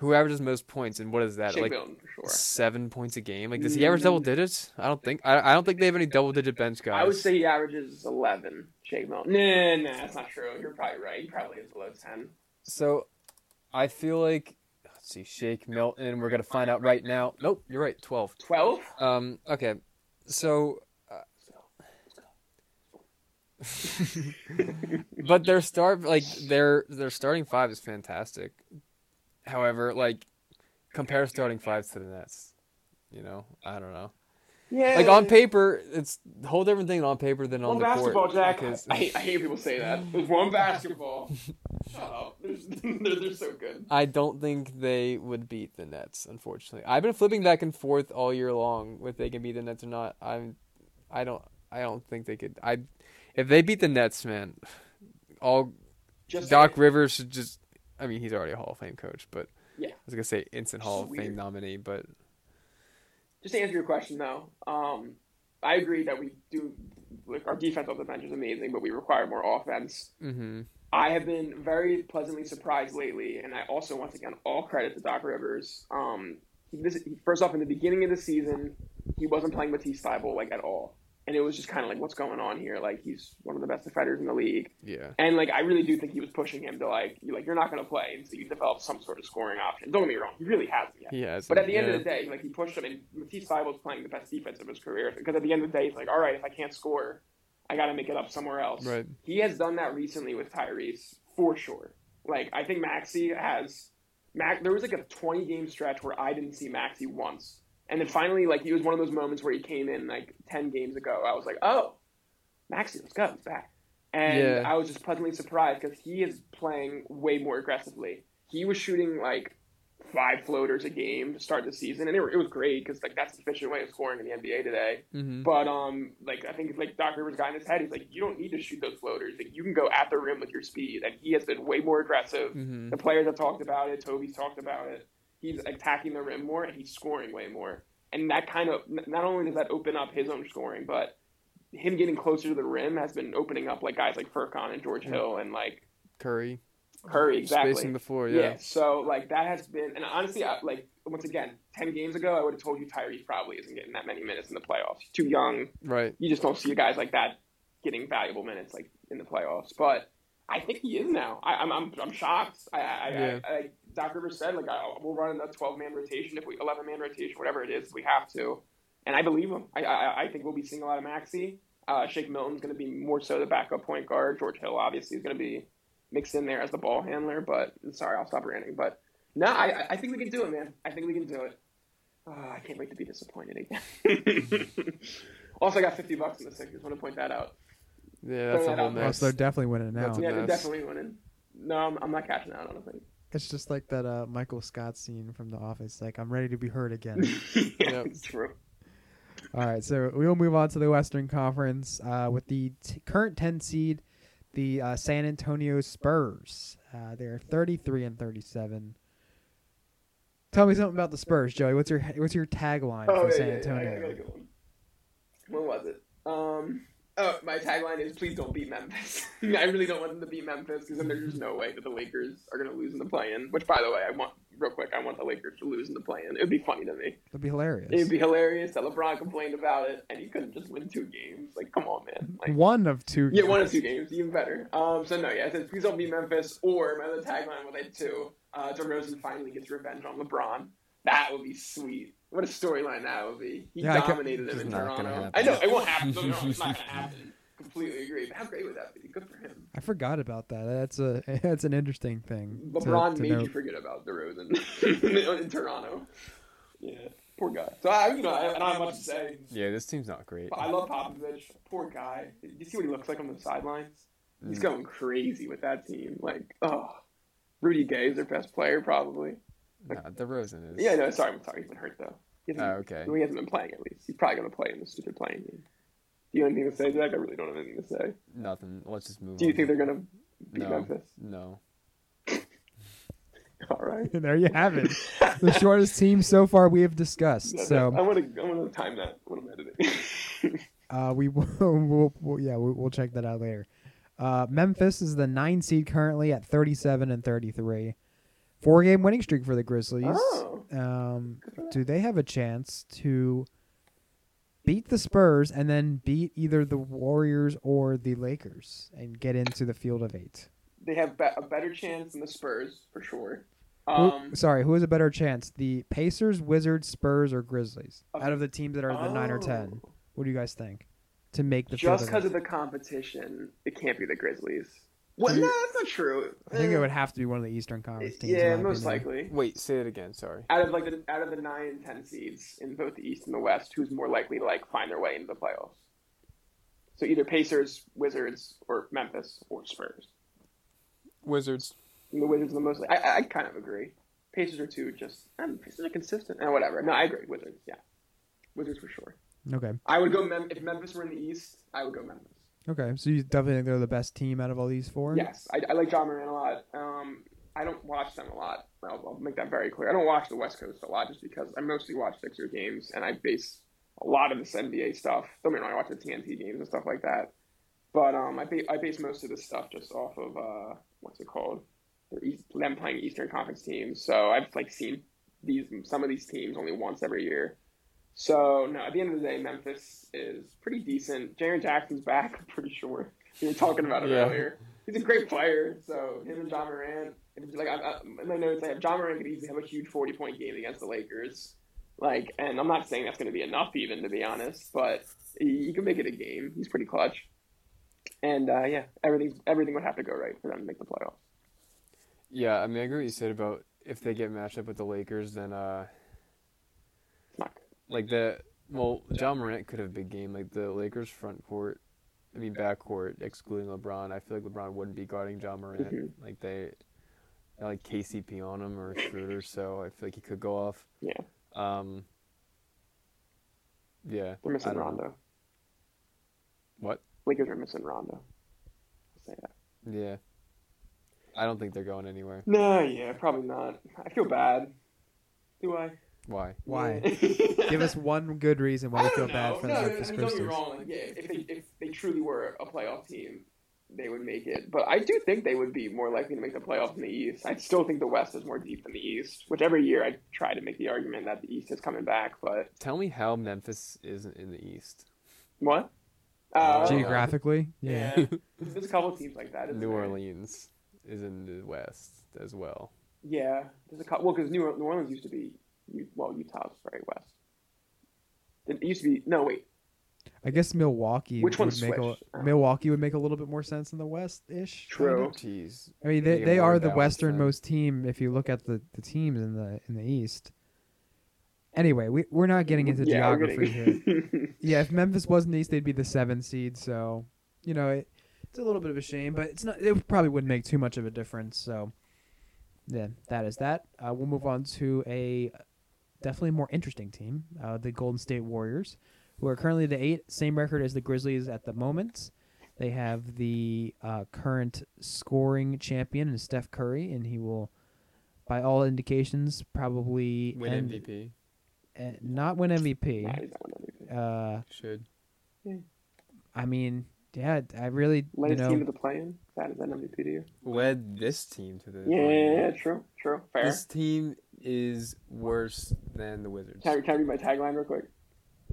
Speaker 2: who averages most points, and what is that?
Speaker 3: Shake
Speaker 2: like,
Speaker 3: Milton, for sure.
Speaker 2: seven points a game? Like, does he average double digits? I don't think, I, I don't think they have any double digit bench guys.
Speaker 3: Mm-hmm. I would say he averages eleven. Shake Milton. Nah, nah, that's not true. You're probably right. He probably is below ten.
Speaker 2: So, I feel like, let's see, Shake Milton, we're going to find out right now. Nope, you're right, 12.
Speaker 3: Twelve.
Speaker 2: Um. Okay. So, uh, but their start like their their starting five is fantastic. However, like compare starting fives to the Nets. You know, I don't know.
Speaker 3: Yeah.
Speaker 2: Like on paper, it's a whole different thing on paper than
Speaker 3: One
Speaker 2: on the
Speaker 3: basketball,
Speaker 2: court.
Speaker 3: Jack.
Speaker 2: because-
Speaker 3: I, hate- I hate people say that. There's one basketball. Shut up. There's, they're, they're so good.
Speaker 2: I don't think they would beat the Nets, unfortunately. I've been flipping back and forth all year long with they can beat the Nets or not. I'm I don't I don't think they could I if they beat the Nets, man, all
Speaker 3: Just
Speaker 2: Doc Rivers should just I mean, he's already a Hall of Fame coach, but
Speaker 3: Yeah.
Speaker 2: I was gonna say instant Hall of
Speaker 3: Weird.
Speaker 2: Fame nominee, but
Speaker 3: just to answer your question though, um, I agree that we do like our defense off the bench is amazing, but we require more offense.
Speaker 2: mm-hmm.
Speaker 3: I have been very pleasantly surprised lately, and I also once again all credit to Doc Rivers. Um, he, this, he- first off, in the beginning of the season, he wasn't playing Matisse Thybulle like at all, and it was just kind of like, what's going on here? Like he's one of the best defenders in the league,
Speaker 2: yeah.
Speaker 3: and like I really do think he was pushing him to like, you like you're not going to play until you develop some sort of scoring option. Don't get me wrong, he really hasn't yet.
Speaker 2: He has
Speaker 3: But at the end
Speaker 2: yeah.
Speaker 3: of the day, like he pushed him, and Matisse Thybulle playing the best defense of his career because at the end of the day, he's like, all right, if I can't score, I got to make it up somewhere else.
Speaker 2: Right.
Speaker 3: He has done that recently with Tyrese for sure. Like I think Maxi has. Mac, there was like a 20 game stretch where I didn't see Maxi once, and then finally, like he was one of those moments where he came in like 10 games ago. I was like, oh, Maxi, let's go, he's back. And
Speaker 2: Yeah.
Speaker 3: I was just pleasantly surprised because he is playing way more aggressively. He was shooting like five floaters a game to start the season, and it, it was great because like that's the efficient way of scoring in the NBA today.
Speaker 2: Mm-hmm.
Speaker 3: But um, like I think like Doc Rivers got in his head. He's like, you don't need to shoot those floaters. Like you can go at the rim with your speed. And he has been way more aggressive.
Speaker 2: Mhm.
Speaker 3: The players have talked about it. Toby's talked about it. He's attacking the rim more and he's scoring way more. And that kind of n- not only does that open up his own scoring, but him getting closer to the rim has been opening up like guys like Furkan and George Hill and like
Speaker 2: Curry
Speaker 3: Curry exactly.
Speaker 2: Mm-hmm. spacing the floor.
Speaker 3: Yeah.
Speaker 2: Yeah.
Speaker 3: So like that has been, and honestly, I, like once again, ten games ago, I would have told you Tyrese probably isn't getting that many minutes in the playoffs. He's too young.
Speaker 2: Right.
Speaker 3: You just don't see guys like that getting valuable minutes like in the playoffs. But I think he is now. I, I'm, I'm I'm shocked. I, I,
Speaker 2: Yeah.
Speaker 3: I, I Doc Rivers said like I, we'll run a 12 man rotation if we 11 man rotation whatever it is if we have to, and I believe him. I I, I think we'll be seeing a lot of Maxi. Uh, Shake Milton's going to be more so the backup point guard. George Hill obviously is going to be mixed in there as the ball handler. But sorry, I'll stop ranting. But no, I I- I think we can do it, man. I think we can do it. Ah, I can't wait to be disappointed again. also, I got 50 bucks in the Sixers. Want to point that out?
Speaker 2: Yeah. That's a
Speaker 3: Throw
Speaker 2: whole
Speaker 3: that
Speaker 1: Oh,
Speaker 2: mess.
Speaker 1: so they're definitely winning now.
Speaker 2: That's a
Speaker 3: Yeah, they're
Speaker 2: mess.
Speaker 3: definitely winning. No, I'm, I'm not catching out. I don't think.
Speaker 1: It's just like that uh, Michael Scott scene from The Office. Like, I'm ready to be heard again.
Speaker 3: yeah,
Speaker 2: Yep.
Speaker 3: it's true.
Speaker 1: All right, so we'll move on to the Western Conference uh, with the t- current 10 seed, the uh, San Antonio Spurs. Uh, they're 33 and 37. Tell me something about the Spurs, Joey. What's your what's your tagline
Speaker 3: Oh,
Speaker 1: for San Antonio?
Speaker 3: I got a good one. What was it? Um, oh, my tagline is please don't beat Memphis. I really don't want them to beat Memphis because then there's just no way that the Lakers are going to lose in the play-in. Which, by the way, I want real quick. I want the Lakers to lose in the play-in. It would be funny to me.
Speaker 1: That'd be hilarious.
Speaker 3: It'd be hilarious that LeBron complained about it and he couldn't just win two games. Like, come on, man. Like,
Speaker 1: one of two.
Speaker 3: Yeah, one or
Speaker 1: games.
Speaker 3: two games, even better. Um, so no, yeah, I said please don't be Memphis. Or my other tagline was like two. Uh, DeRozan finally gets revenge on LeBron. That would be sweet. What a storyline that would be. He
Speaker 1: Yeah, I ca-
Speaker 3: dominated him
Speaker 2: It's
Speaker 3: in
Speaker 2: not gonna
Speaker 3: Toronto.
Speaker 2: happen.
Speaker 3: I know it won't happen. No, no, it's not gonna happen. Completely agree. But how great would that be? Good for him.
Speaker 1: I forgot about that. That's a that's an interesting thing. to-
Speaker 3: LeBron
Speaker 1: to
Speaker 3: made
Speaker 1: note.
Speaker 3: you forget about DeRozan in Toronto. Yeah, poor guy. So I, you know, I, I don't have much to say.
Speaker 2: Yeah. This team's not great.
Speaker 3: But I love Popovich. Poor guy. You see what he looks like on the sidelines?
Speaker 1: Mm.
Speaker 3: He's going crazy with that team. Like, oh, Rudy Gay is their best player, probably.
Speaker 2: Nah, DeRozan is.
Speaker 3: Yeah, no, sorry, I'm sorry. He's been hurt though. He hasn't,
Speaker 2: Oh, okay.
Speaker 3: well, he hasn't been playing at least. He's probably going to play in this stupid playing game. Do you have anything to say, Jack? I really don't have anything to say.
Speaker 2: Nothing. Let's just move.
Speaker 3: Do you
Speaker 2: on.
Speaker 3: think they're going to beat
Speaker 2: no.
Speaker 3: Memphis?
Speaker 2: No.
Speaker 3: All right.
Speaker 1: there you have it. the shortest team so far we have discussed. So
Speaker 3: I want to. I want to time that when I'm editing.
Speaker 1: Uh, we will, we'll, we'll, yeah, we'll, we'll check that out later. Uh, Memphis is the nine seed currently at 37 and 33. Four game winning streak for the Grizzlies.
Speaker 3: Oh.
Speaker 1: Um, do they have a chance to beat the Spurs and then beat either the Warriors or the Lakers and get into the field of eight?
Speaker 3: they have be- a better chance than the Spurs for sure.
Speaker 1: Who-
Speaker 3: Um,
Speaker 1: sorry, who has a better chance? The Pacers, Wizards, Spurs, or Grizzlies?
Speaker 3: Okay.
Speaker 1: Out of the teams that are the nine or ten,
Speaker 3: Oh.
Speaker 1: what do you guys think to make the
Speaker 3: just
Speaker 1: field of
Speaker 3: because
Speaker 1: eight?
Speaker 3: of the competition, it can't be the Grizzlies. Well, no, that's not true.
Speaker 1: I think
Speaker 3: Eh,
Speaker 1: it would have to be one of the Eastern Conference teams. in
Speaker 3: Yeah,
Speaker 1: my
Speaker 3: most
Speaker 1: opinion.
Speaker 3: likely.
Speaker 2: Wait. Say it again. Sorry.
Speaker 3: Out of like the out of the nine and ten seeds in both the East and the West, who's more likely to like find their way into the playoffs? So either Pacers, Wizards, or Memphis or Spurs.
Speaker 2: Wizards.
Speaker 3: And the Wizards are the most. I- I, I kind of agree. Pacers are two. Just I mean, Pacers are consistent. And whatever. No, I agree. Wizards. Yeah, Wizards for sure.
Speaker 1: Okay.
Speaker 3: I would go Mem- if Memphis were in the East. I would go Memphis.
Speaker 1: Okay. So you definitely think they're the best team out of all these four?
Speaker 3: Yes, I, I like John Moran a lot. Um, I don't watch them a lot. I'll, I'll make that very clear. I don't watch the West Coast a lot just because I mostly watch Sixer games and I base a lot of this NBA stuff. Don't get me wrong, I watch the TNT games and stuff like that. But um, I, ba- I base most of this stuff just off of uh, what's it called? Their East, them playing Eastern Conference teams. So I've like seen these some of these teams only once every year. So no, at the end of the day, Memphis is pretty decent. Jaron Jackson's back, I'm pretty sure. We were talking about it
Speaker 2: Yeah.
Speaker 3: earlier. He's a great player. So him and John Moran, and like I, I, in my notes, I have John Moran could easily have a huge forty-point game against the Lakers. Like, and I'm not saying that's going to be enough, even to be honest, but he, he can make it a game. He's pretty clutch. And uh, yeah, everything's everything would have to go right for them to make the playoffs.
Speaker 2: Yeah. I mean, I agree with what you said about if they get matched up with the Lakers, then uh,
Speaker 3: It's not good.
Speaker 2: like the well, John Morant could have a big game. Like the Lakers front court, I
Speaker 3: Mm-hmm.
Speaker 2: mean back court, excluding LeBron. I feel like LeBron wouldn't be guarding John Morant. Like they, got, like KCP on him or Schroeder, so I feel like he could go off.
Speaker 3: Yeah,
Speaker 2: Um, yeah,
Speaker 3: they're
Speaker 2: I
Speaker 3: missing
Speaker 2: don't know.
Speaker 3: Rondo.
Speaker 2: What?
Speaker 3: Lakers are missing Rondo. Say that.
Speaker 2: Yeah, I don't think they're going anywhere.
Speaker 3: No, yeah, probably not. I feel bad. Do I?
Speaker 2: Why?
Speaker 1: Why?
Speaker 3: Yeah.
Speaker 1: Give us one good reason why
Speaker 3: I
Speaker 1: you
Speaker 3: don't
Speaker 1: feel
Speaker 3: know.
Speaker 1: bad for the
Speaker 3: no,
Speaker 1: Memphis
Speaker 3: I mean, don't be
Speaker 1: Grizzlies.
Speaker 3: wrong. Like, yeah, if they, if they truly were a playoff team, they would make it. But I do think they would be more likely to make the playoffs in the East. I still think the West is more deep than the East, which every year I try to make the argument that the East is coming back. But
Speaker 2: Tell me how Memphis isn't in the East.
Speaker 3: what? Uh,
Speaker 1: Geographically, yeah.
Speaker 3: Yeah. There's a couple teams like that. isn't
Speaker 2: New
Speaker 3: there?
Speaker 2: Orleans is in the West as well.
Speaker 3: Yeah, there's a couple. Well, because New, Or- New Orleans used to be, U- well, Utah's very west. It used to be. No, wait.
Speaker 1: I guess Milwaukee
Speaker 3: Which
Speaker 1: would
Speaker 3: one's
Speaker 1: make a,
Speaker 3: switched? Oh.
Speaker 1: Milwaukee would make a little bit more sense in the West ish.
Speaker 3: True.
Speaker 2: Jeez.
Speaker 1: I mean, they,
Speaker 2: Make it
Speaker 1: they
Speaker 2: more
Speaker 1: are the
Speaker 2: balanced then.
Speaker 1: westernmost team if you look at the, the teams in the in the East. Anyway, we we're not getting into
Speaker 3: Yeah, we're
Speaker 1: geography here.
Speaker 3: getting-
Speaker 1: Yeah, if Memphis was in the East, they'd be the seventh seed. So, you know, it, it's a little bit of a shame, but it's not. It probably wouldn't make too much of a difference. So, yeah, that is that. Uh, we'll move on to a definitely more interesting team, uh, the Golden State Warriors, who are currently the eight, same record as the Grizzlies at the moment. They have the uh, current scoring champion, is Steph Curry, and he will, by all indications, probably
Speaker 2: Win
Speaker 1: end-
Speaker 2: MVP.
Speaker 1: uh, not win
Speaker 3: Nah,
Speaker 1: MVP.
Speaker 3: he's not winning anything.
Speaker 1: Uh,
Speaker 2: Should.
Speaker 1: I mean, yeah, I really, you
Speaker 3: Latest
Speaker 1: know,
Speaker 3: team to the play-in. That is that MVP to you?
Speaker 2: Led this team to the.
Speaker 3: Yeah, yeah, yeah,
Speaker 2: finals.
Speaker 3: true, true, fair.
Speaker 2: This team is worse than the Wizards.
Speaker 3: Can I, can I read my tagline real quick?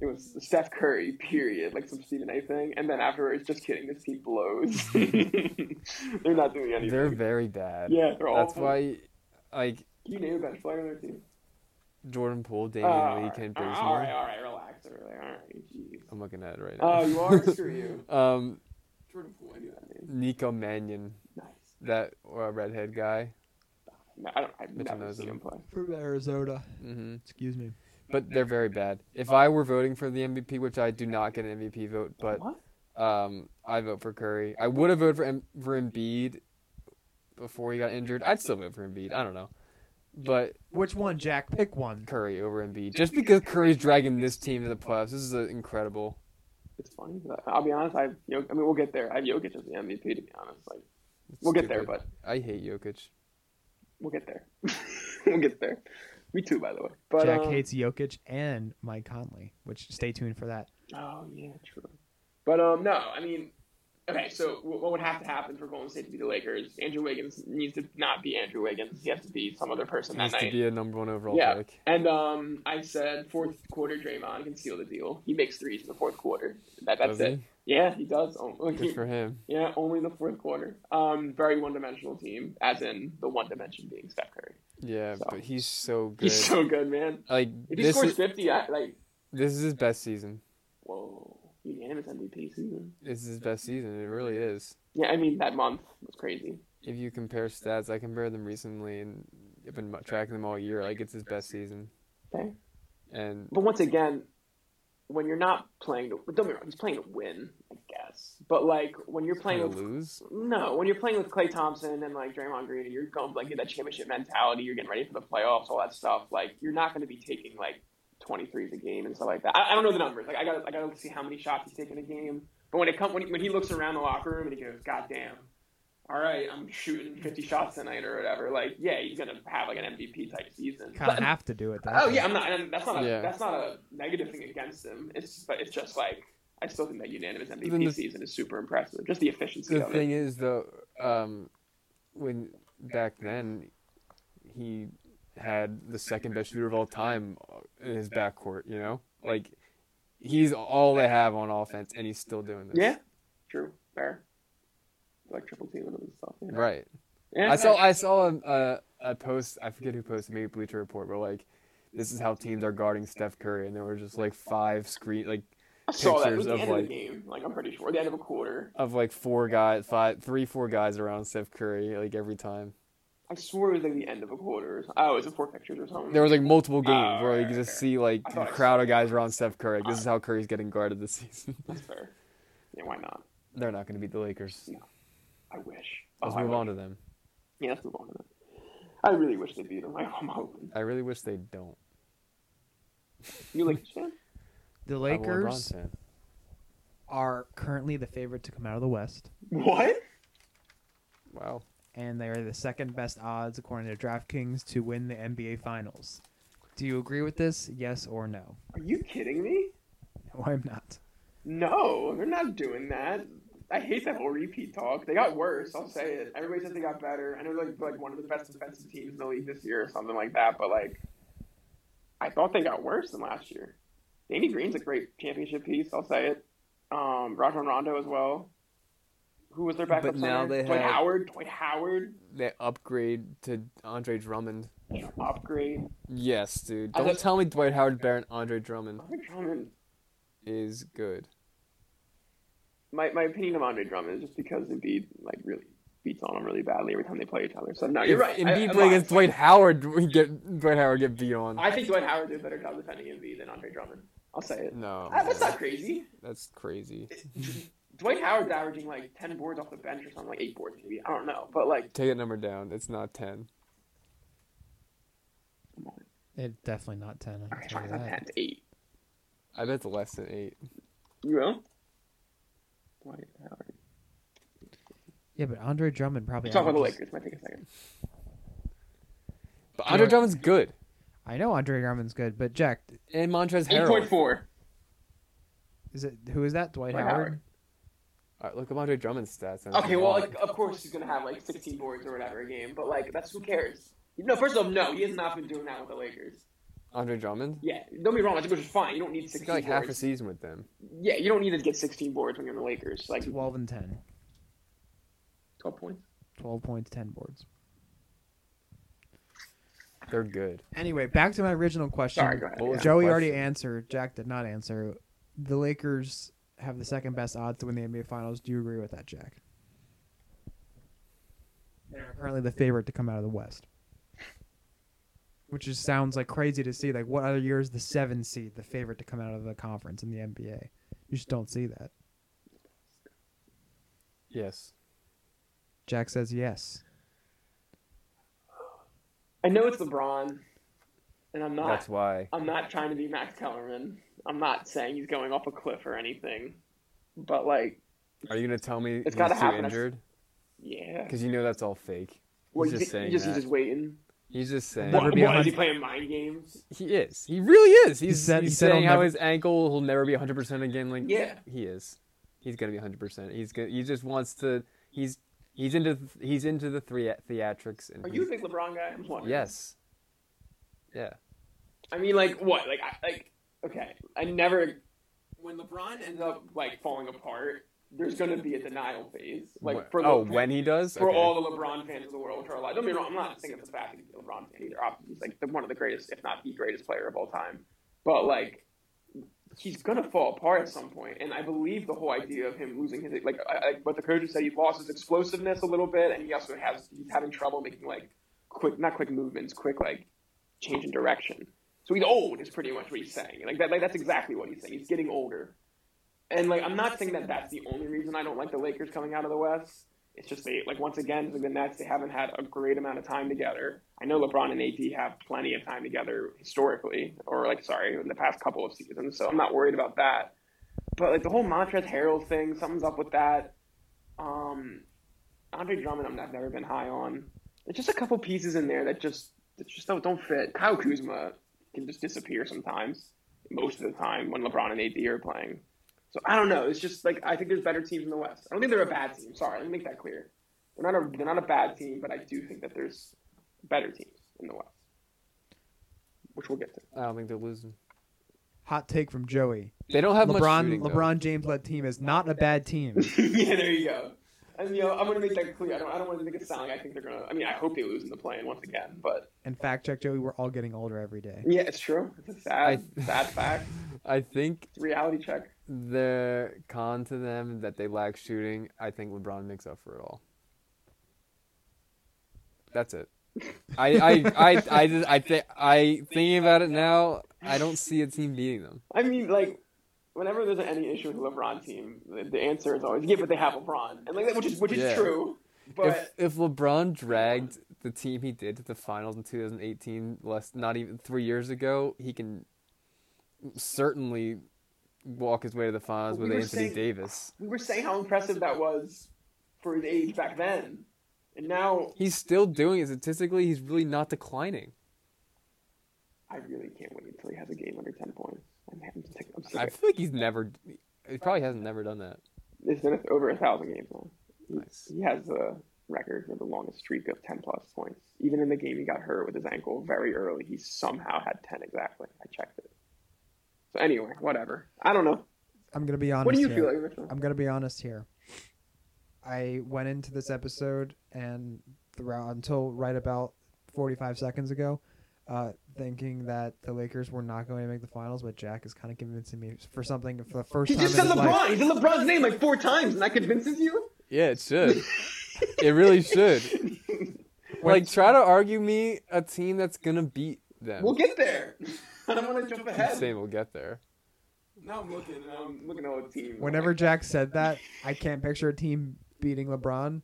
Speaker 3: It was Steph Curry, period, like some Stephen A. thing, and then afterwards, just kidding. This team blows. they're not doing anything.
Speaker 2: They're very bad.
Speaker 3: yeah, they're
Speaker 2: That's
Speaker 3: awful.
Speaker 2: why, like
Speaker 3: you name a bench player on their team.
Speaker 2: Jordan Poole, Damian
Speaker 3: Uh,
Speaker 2: Lee, Kent
Speaker 3: all right,
Speaker 2: Bazemore.
Speaker 3: all right, all right, relax. All right, all right, jeez.
Speaker 2: I'm looking at it right now.
Speaker 3: Oh, you are? Screw you.
Speaker 2: um,
Speaker 3: Jordan Poole, I knew that name.
Speaker 2: Nico Mannion,
Speaker 3: Nice.
Speaker 2: that uh, redhead guy.
Speaker 3: No, I don't, I've
Speaker 2: Mitchell
Speaker 3: never
Speaker 2: knows
Speaker 3: seen
Speaker 2: him.
Speaker 3: him play.
Speaker 1: from Arizona.
Speaker 2: hmm
Speaker 1: Excuse me.
Speaker 2: But they're very bad. If I were voting for the MVP, which I do not get an MVP vote, but
Speaker 3: What?
Speaker 2: um, I vote for Curry. I would have voted for, M- for Embiid before he got injured. I'd still vote for Embiid. I don't know. But
Speaker 1: Which one, Jack? Pick one.
Speaker 2: Curry over Embiid. Just because Curry's dragging this team to the playoffs. This is uh, incredible.
Speaker 3: It's funny. But I'll be honest. I've, you know, I mean, we'll get there. I have Jokic as the MVP, to be honest. Like,
Speaker 2: It's
Speaker 3: we'll get there,
Speaker 2: stupid.
Speaker 3: but
Speaker 2: I hate Jokic.
Speaker 3: we'll get there. we'll get there. Me too, by the way. But
Speaker 1: Jack
Speaker 3: um,
Speaker 1: hates Jokic and Mike Conley, which stay tuned for that.
Speaker 3: Oh yeah, true. But um, no, I mean, okay. So wh- what would have to happen for Golden State to be the Lakers? Andrew Wiggins needs to not be Andrew Wiggins. He has to be some other person that
Speaker 2: Needs to
Speaker 3: night.
Speaker 2: be a number one overall
Speaker 3: Yeah.
Speaker 2: pick.
Speaker 3: And um, I said fourth quarter Draymond can seal the deal. He makes threes in the fourth quarter. That, that's
Speaker 2: Does
Speaker 3: it. Yeah, he does. Oh,
Speaker 2: he? Good for him.
Speaker 3: yeah, only the fourth quarter. Um, very one dimensional team, as in the one dimension being Steph Curry.
Speaker 2: Yeah,
Speaker 3: So-
Speaker 2: but he's so good.
Speaker 3: He's so good, man.
Speaker 2: like
Speaker 3: If he
Speaker 2: this
Speaker 3: scores
Speaker 2: is,
Speaker 3: fifty, I, like
Speaker 2: this is his best season.
Speaker 3: whoa, unanimous MVP season.
Speaker 2: This is his best season. It really is.
Speaker 3: Yeah, I mean that month was crazy.
Speaker 2: If you compare stats, I compared them recently, and I've been tracking them all year. Like it's his best season,
Speaker 3: Okay.
Speaker 2: and
Speaker 3: But once again, when you're not playing to don't be wrong, he's playing to win, I guess. But like when you're playing
Speaker 2: to
Speaker 3: with
Speaker 2: lose.
Speaker 3: no, when you're playing with Clay Thompson and like Draymond Green, and you're going like get that championship mentality, you're getting ready for the playoffs, all that stuff. Like you're not going to be taking like 23s a game and stuff like that. I, I don't know the numbers. Like I got I got to see how many shots he's taking a game. But when it comes when, he- when he looks around the locker room and he goes, "God damn, all right, I'm shooting 50 shots tonight or whatever." Like yeah, he's going to have like an MVP type season.
Speaker 1: Kind of
Speaker 3: But-
Speaker 1: have to do it. that
Speaker 3: Oh
Speaker 1: way.
Speaker 3: yeah, I'm not. And that's not. A,
Speaker 2: Yeah.
Speaker 3: That's not a negative thing against him. It's just, but it's just like I still think that unanimous
Speaker 2: Then
Speaker 3: MVP
Speaker 2: the-
Speaker 3: season is super impressive. Just the efficiency
Speaker 2: The
Speaker 3: of
Speaker 2: thing
Speaker 3: it.
Speaker 2: is, though, um, when back then he had the second best shooter of all time in his backcourt. You know, like he's all they have on offense, and he's still doing this.
Speaker 3: Yeah, true, fair. Like triple team and all this stuff. Yeah.
Speaker 2: Right.
Speaker 3: Yeah,
Speaker 2: I saw I saw a, a a post. I forget who posted, maybe Bleacher Report, but like, this is how teams are guarding Steph Curry, and there were just like five screen like
Speaker 3: I saw that. It was the
Speaker 2: pictures of,
Speaker 3: end of,
Speaker 2: like-
Speaker 3: the game. Like I'm pretty sure the end of a quarter.
Speaker 2: of like four guys, five, three, four guys around Steph Curry like every time.
Speaker 3: I swore it was like the end of a quarter. Or something. Oh, is it four pictures or something?
Speaker 2: There was like multiple games
Speaker 3: Oh,
Speaker 2: where you
Speaker 3: right,
Speaker 2: could just
Speaker 3: right,
Speaker 2: see like
Speaker 3: I
Speaker 2: a
Speaker 3: thought I Ah.
Speaker 2: crowd of guys around Steph Curry. Like, this is how Curry's getting guarded this season.
Speaker 3: That's fair. Yeah, why not?
Speaker 2: They're not going to beat the Lakers.
Speaker 3: I wish.
Speaker 2: Let's
Speaker 3: Oh, I
Speaker 2: move
Speaker 3: wish.
Speaker 2: on to them.
Speaker 3: Yeah, let's move on to that. I really wish they beat them. I, I'm hoping.
Speaker 2: I really wish they don't.
Speaker 3: You like this fan?
Speaker 1: The
Speaker 2: I'm a LeBron
Speaker 1: Lakers
Speaker 2: fan.
Speaker 1: are currently the favorite to come out of the West,
Speaker 3: What?
Speaker 2: Wow.
Speaker 1: and they are the second best odds according to DraftKings to win the NBA Finals. Do you agree with this? Yes or no?
Speaker 3: Are you kidding me?
Speaker 1: No, I'm not.
Speaker 3: No, they're not doing that. I hate that whole repeat talk. They got worse. I'll say it. Everybody says they got better. I know they're like, like one of the best defensive teams in the league this year or something like that. But like, I thought they got worse than last year. Danny Green's a great championship piece. I'll say it. Um, Rajon Rondo as well. Who was their backup
Speaker 2: But now
Speaker 3: center?
Speaker 2: they
Speaker 3: Dwight
Speaker 2: have-
Speaker 3: Howard. Dwight Howard.
Speaker 2: They upgrade to Andre Drummond.
Speaker 3: Upgrade.
Speaker 2: Yes, dude.
Speaker 3: I
Speaker 2: Don't
Speaker 3: thought-
Speaker 2: tell me Dwight Howard Barron Andre Drummond
Speaker 3: Andre Drummond.
Speaker 2: is good.
Speaker 3: My my opinion of Andre Drummond is just because Embiid like really beats on him really badly every time they play each other. So no, Oh, you're
Speaker 2: if
Speaker 3: right. I-
Speaker 2: Embiid
Speaker 3: I
Speaker 2: play
Speaker 3: lied.
Speaker 2: against Dwight Howard, we get Dwight Howard get beat on.
Speaker 3: I think Dwight Howard did a better job defending Embiid than Andre Drummond. I'll say it.
Speaker 2: no,
Speaker 3: Uh, That's not crazy.
Speaker 2: that's crazy.
Speaker 3: Dwight Howard's averaging like ten boards off the bench or something, like eight boards maybe. I don't know, but like
Speaker 2: Take that number down. It's not ten.
Speaker 1: It's definitely not ten. I
Speaker 3: okay,
Speaker 1: can tell
Speaker 3: try
Speaker 1: you
Speaker 3: not ten
Speaker 1: that.
Speaker 3: to eight.
Speaker 2: I bet it's less than eight.
Speaker 3: You will. Dwight Howard.
Speaker 1: Yeah, but Andre Drummond probably.
Speaker 3: Let's talk about the
Speaker 1: averages-
Speaker 3: Lakers. Might take a second.
Speaker 2: But Andre
Speaker 1: what-
Speaker 2: Drummond's good,
Speaker 1: I know Andre Drummond's good, but Jack,
Speaker 2: and Montrez
Speaker 3: Eight point
Speaker 2: Harrell.
Speaker 3: four.
Speaker 1: is it who is that? Dwight,
Speaker 3: Dwight
Speaker 1: Howard?
Speaker 3: Howard.
Speaker 2: All right, look at Andre Drummond's stats. and it's
Speaker 3: Okay, well,
Speaker 2: wild.
Speaker 3: like, uh, of course he's gonna have like sixteen boards or whatever a game, but like that's who cares. No, first of all, no, he has not been doing that with the Lakers.
Speaker 2: Andre Drummond.
Speaker 3: Yeah, don't be wrong, which is fine. You don't need
Speaker 2: He's
Speaker 3: sixteen
Speaker 2: got like half a
Speaker 3: boards.
Speaker 2: season with them.
Speaker 3: yeah, you don't need to get sixteen boards when you're in the Lakers. Like
Speaker 1: Twelve and ten.
Speaker 3: twelve points.
Speaker 1: Twelve points, ten boards.
Speaker 2: They're good.
Speaker 1: Anyway, back to my original question.
Speaker 3: Sorry, go ahead.
Speaker 2: What was
Speaker 3: yeah.
Speaker 2: it?
Speaker 1: Joey
Speaker 2: Question.
Speaker 1: already answered. Jack did not answer. The Lakers have the second best odds to win the NBA Finals. Do you agree with that, Jack? They're currently the favorite to come out of the West, which just sounds like crazy to see. Like, what other year is the seven seed the favorite to come out of the conference in the NBA? You just don't see that.
Speaker 2: Yes.
Speaker 1: Jack says yes.
Speaker 3: I know it's LeBron, and I'm not.
Speaker 2: That's why.
Speaker 3: I'm not trying to be Max Kellerman. I'm not saying he's going off a cliff or anything, but like,
Speaker 2: Are you gonna tell me
Speaker 3: It's
Speaker 2: he's
Speaker 3: gotta
Speaker 2: too
Speaker 3: happen.
Speaker 2: injured?
Speaker 3: yeah.
Speaker 2: Because you know that's all fake.
Speaker 3: Well,
Speaker 2: He's
Speaker 3: you
Speaker 2: just
Speaker 3: think-
Speaker 2: saying
Speaker 3: you just,
Speaker 2: that.
Speaker 3: He's just waiting.
Speaker 2: He's just saying.
Speaker 1: Never
Speaker 3: What,
Speaker 1: be a
Speaker 3: what, is he
Speaker 1: hundred-
Speaker 3: playing mind games?
Speaker 2: He is. He really is. He's,
Speaker 1: said-
Speaker 2: he's
Speaker 1: he said
Speaker 2: saying
Speaker 1: I'll
Speaker 2: how
Speaker 1: never-
Speaker 2: his ankle will never be 100% again. Like,
Speaker 3: Yeah.
Speaker 2: he is. He's gonna be 100%. He's gonna. He just wants to. He's he's into he's into the three theatrics. And
Speaker 3: Are you a
Speaker 2: he's-
Speaker 3: big LeBron guy? I'm wondering.
Speaker 2: Yes. Yeah.
Speaker 3: I mean, like what? Like, I, like okay. I never. When LeBron ends up like falling apart, there's gonna be a denial phase. Like
Speaker 2: Wh-
Speaker 3: for
Speaker 2: oh,
Speaker 3: Le-
Speaker 2: when he does.
Speaker 3: for
Speaker 2: Okay.
Speaker 3: all the LeBron fans in the world, which are alive. Don't be wrong. I'm not saying it's a fact he's a LeBron fan either. Obviously, he's like the, one of the greatest, if not the greatest player of all time. But like, he's gonna fall apart at some point, and I believe the whole idea of him losing his like, I, I, what the coaches said, he lost his explosiveness a little bit, and he also has he's having trouble making like quick, not quick movements, quick like change in direction. So he's old is pretty much what he's saying. Like that, like that's exactly what he's saying. He's getting older. And like I'm not saying that that's the only reason I don't like the Lakers coming out of the West. It's just they like once again like the Nets they haven't had a great amount of time together. I know LeBron and AD have plenty of time together historically, or like sorry, in the past couple of seasons. So I'm not worried about that. But like the whole Montrezl Harrell thing, something's up with that. Um, Andre Drummond, I'm, I've never been high on. There's just a couple pieces in there that just that just don't, don't fit. Kyle Kuzma can just disappear sometimes, most of the time when LeBron and AD are playing. So I don't know. It's just like I think there's better teams in the West. I don't think they're a bad team. Sorry, let me make that clear. They're not a they're not a bad team, but I do think that there's better teams in the West, which we'll get to.
Speaker 2: I don't think they're losing.
Speaker 1: Hot take from Joey.
Speaker 2: They don't have much
Speaker 1: LeBron
Speaker 2: shooting. though.
Speaker 1: LeBron James led team is not a bad team.
Speaker 3: yeah, there you go. And you know, I'm gonna make that clear. I don't I don't want to make it sound like I think they're gonna. I mean, I hope they lose in the play-in once again, but
Speaker 1: and fact check Joey, we're all getting older every day.
Speaker 3: yeah, it's true. It's a sad
Speaker 2: I-
Speaker 3: sad fact.
Speaker 2: I think
Speaker 3: It's a reality check.
Speaker 2: the con to them that they lack shooting. I think LeBron makes up for it all. That's it. I I I I just, I, thi- I thinking about it now. I don't see a team beating them.
Speaker 3: I mean, like, whenever there's any issue with a LeBron team, the, the answer is always, yeah, but they have LeBron, and like, that- which is which is
Speaker 2: Yeah.
Speaker 3: true. But
Speaker 2: if if LeBron dragged the team he did to the finals in 2018, less not even three years ago, he can certainly walk his way to the finals
Speaker 3: But
Speaker 2: with
Speaker 3: we were
Speaker 2: Anthony
Speaker 3: saying-
Speaker 2: Davis.
Speaker 3: we were saying how impressive that was for his age back then, and now
Speaker 2: He's still doing it statistically. He's really not declining.
Speaker 3: I really can't wait until he has a game under ten points. I'm having to take. I'm sick
Speaker 2: I
Speaker 3: of
Speaker 2: feel like he's never. He probably hasn't never done that.
Speaker 3: It's been over a thousand games now. He-
Speaker 2: Nice.
Speaker 3: He has the record for the longest streak of ten plus points. Even in the game he got hurt with his ankle very early, he somehow had ten exactly. I checked it. So anyway, whatever. I don't know.
Speaker 1: I'm gonna be honest.
Speaker 3: what do you
Speaker 1: here.
Speaker 3: feel like, Mitchell?
Speaker 1: I'm gonna be honest here. I went into this episode and throughout until right about 45 seconds ago, uh, thinking that the Lakers were not going to make the finals, but Jack is kind of convincing me for something for the first
Speaker 3: He
Speaker 1: time.
Speaker 3: just
Speaker 1: in
Speaker 3: said
Speaker 1: his
Speaker 3: LeBron.
Speaker 1: life.
Speaker 3: He said LeBron's name like four times, and that convinces you.
Speaker 2: Yeah, it should. it really should. Like, try to argue me a team that's gonna beat them.
Speaker 3: We'll get there. I don't want to jump
Speaker 2: I'm
Speaker 3: ahead.
Speaker 2: saying we'll get there.
Speaker 3: Now I'm looking. um, and I'm looking at all the team.
Speaker 1: Whenever Jack said that, I can't picture a team beating LeBron.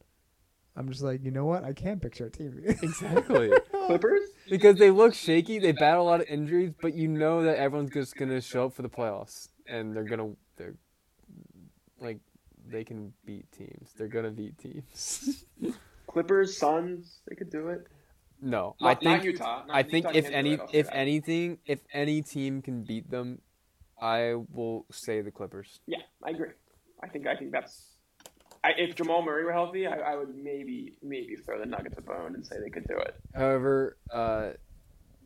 Speaker 1: I'm just like, you know what? I can picture a team.
Speaker 2: Exactly.
Speaker 3: Clippers.
Speaker 2: because they look shaky, they battle a lot of injuries, but you know that everyone's just gonna show up for the playoffs, and they're gonna they're like they can beat teams. They're gonna beat teams.
Speaker 3: Clippers, Suns, they could do it.
Speaker 2: no,
Speaker 3: Not-
Speaker 2: I
Speaker 3: not
Speaker 2: think
Speaker 3: Utah. Not-
Speaker 2: I think
Speaker 3: Utah
Speaker 2: if
Speaker 3: can't do
Speaker 2: any
Speaker 3: it, I'll say
Speaker 2: if
Speaker 3: that.
Speaker 2: anything if any team can beat them, I will say the Clippers.
Speaker 3: Yeah, I agree. I think I think that's. I, if Jamal Murray were healthy, I, I would maybe maybe throw the Nuggets a bone and say they could do it.
Speaker 2: However, uh,